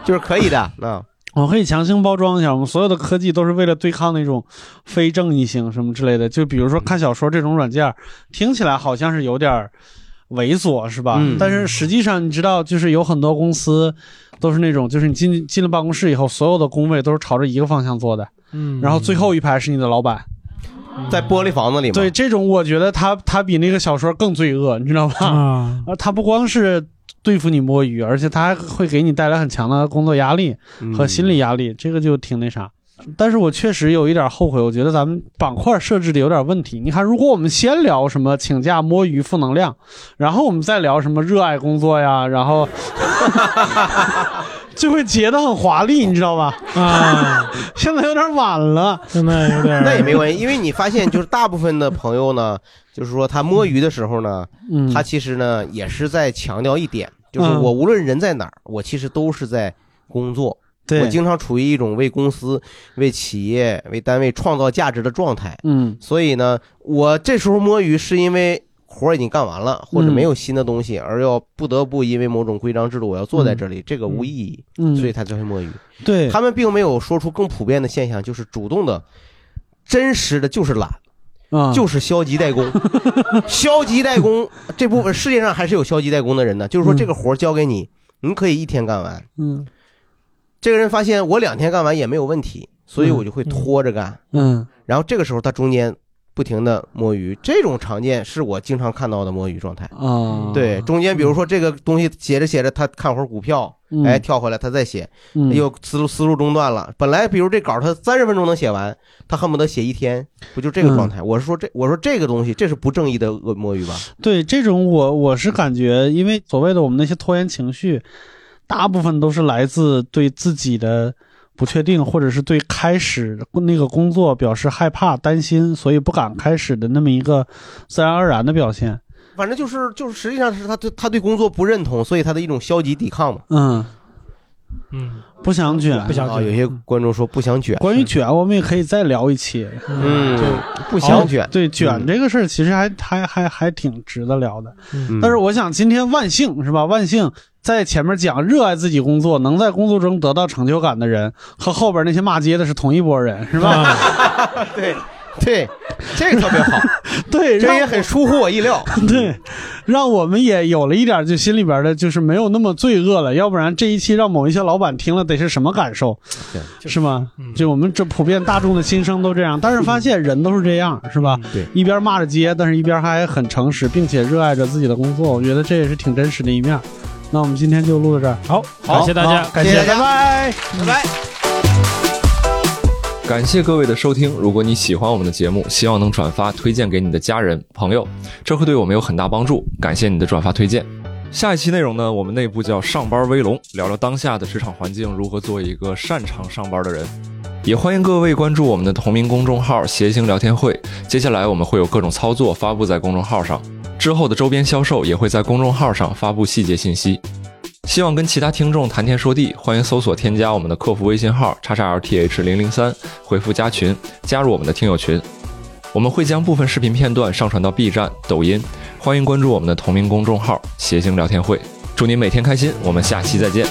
Speaker 4: 就是可以的。啊那
Speaker 2: 我可以强行包装一下，我们所有的科技都是为了对抗那种非正义性什么之类的。就比如说看小说这种软件，听起来好像是有点儿猥琐，是吧？
Speaker 4: 嗯
Speaker 2: 但是实际上，你知道，就是有很多公司都是那种，就是你进进了办公室以后，所有的工位都是朝着一个方向坐的，
Speaker 3: 嗯
Speaker 2: 然后最后一排是你的老板。
Speaker 4: 在玻璃房子里嘛，
Speaker 2: 对，这种我觉得他他比那个小说更罪恶，你知道吧？
Speaker 3: 啊，
Speaker 2: 他不光是对付你摸鱼，而且他还会给你带来很强的工作压力
Speaker 4: 嗯
Speaker 2: 和心理压力，这个就挺那啥。但是我确实有一点后悔，我觉得咱们板块设置的有点问题。你看，如果我们先聊什么请假、摸鱼、负能量，然后我们再聊什么热爱工作呀，然后 就会结得很华丽，你知道吧？
Speaker 3: 啊，
Speaker 2: 现在有点晚了，
Speaker 3: 现在有点
Speaker 4: 那也没关系，因为你发现就是大部分的朋友呢，就是说他摸鱼的时候呢，
Speaker 2: 嗯
Speaker 4: 他其实呢也是在强调一点，就是
Speaker 2: 嗯
Speaker 4: 我无论人在哪儿，我其实都是在工作。
Speaker 2: 对
Speaker 4: 我经常处于一种为公司、为企业、为单位创造价值的状态。
Speaker 2: 嗯，
Speaker 4: 所以呢，我这时候摸鱼是因为活儿已经干完了，或者没有新的东
Speaker 2: 嗯
Speaker 4: 西，而要不得不因为某种规章制度，我要坐在这里，这个无意义，
Speaker 2: 嗯
Speaker 4: 所以他才会摸鱼。
Speaker 2: 对
Speaker 4: 他们并没有说出更普遍的现象，就是主动的、真实的就是懒。
Speaker 2: 啊
Speaker 4: 就是消极 怠工，消极怠工这部分世界上还是有消极怠工的人的，就是说这个活儿交给你，你可以一天干完，
Speaker 2: 嗯
Speaker 4: 这个人发现我两天干完也没有问题，所以我就会拖着干。
Speaker 2: 嗯
Speaker 4: 然后这个时候他中间不停的摸鱼，这种常见是我经常看到的摸鱼状态
Speaker 2: 啊
Speaker 4: 对，中间比如说这个东西写着写着，他看会儿股票
Speaker 2: 嗯，
Speaker 4: 哎，跳回来他再写
Speaker 2: 嗯，
Speaker 4: 又思路思路中断了。本来比如这稿他三十分钟能写完，他恨不得写一天，不就这个状
Speaker 2: 嗯
Speaker 4: 态？我是说这我说这个东西，这是不正义的恶摸鱼吧？
Speaker 2: 对这种我我是感觉，因为所谓的我们那些拖延情绪，大部分都是来自对自己的不确定，或者是对开始那个工作表示害怕、担心，所以不敢开始的那么一个自然而然的表现。
Speaker 4: 反正就是就是，实际上是他对他对工作不认同，所以他的一种消极抵抗嘛。
Speaker 2: 嗯，
Speaker 4: 嗯，
Speaker 2: 不想卷，嗯
Speaker 4: 啊有些观众说不想卷，
Speaker 2: 关于卷，我们也可以再聊一期。
Speaker 4: 嗯
Speaker 2: 对
Speaker 4: 不想卷
Speaker 2: 哦对卷嗯这个事儿，其实还还还还挺值得聊的。
Speaker 4: 嗯
Speaker 2: 但是我想今天万幸是吧？万幸在前面讲热爱自己工作，能在工作中得到成就感的人，和后边那些骂街的是同一拨人，是吧？
Speaker 4: 对对，这个特别好，
Speaker 2: 对，
Speaker 4: 这
Speaker 2: 让
Speaker 4: 也很出乎我意料。
Speaker 2: 对，让我们也有了一点就心里边的，就是没有那么罪恶了。要不然这一期让某一些老板听了得是什么感受？
Speaker 4: 对，
Speaker 2: 是吗？就我们这普遍大众的心声都这样，但是发现人都是这样，是吧？
Speaker 4: 对，
Speaker 2: 一边骂着街，但是一边还很诚实，并且热爱着自己的工作，我觉得这也是挺真实的一面。那我们今天就录到这儿，好，
Speaker 3: 感谢大家
Speaker 2: 好感
Speaker 3: 谢谢大
Speaker 2: 拜
Speaker 4: 拜
Speaker 2: 拜，
Speaker 3: 家
Speaker 4: 拜。
Speaker 1: 感谢各位的收听。如果你喜欢我们的节目，希望能转发推荐给你的家人朋友，这会对我们有很大帮助。感谢你的转发推荐。下一期内容呢，我们内部叫“上班威龙”，聊聊当下的职场环境如何做一个擅长上班的人。也欢迎各位关注我们的同名公众号“谐星聊天会”。接下来我们会有各种操作发布在公众号上，之后的周边销售也会在公众号上发布细节信息。希望跟其他听众谈天说地，欢迎搜索添加我们的客服微信号叉叉 LTH 零零三，回复加群，加入我们的听友群。我们会将部分视频片段上传到 B 站、抖音，欢迎关注我们的同名公众号“谐星聊天会”。祝您每天开心，我们下期再见。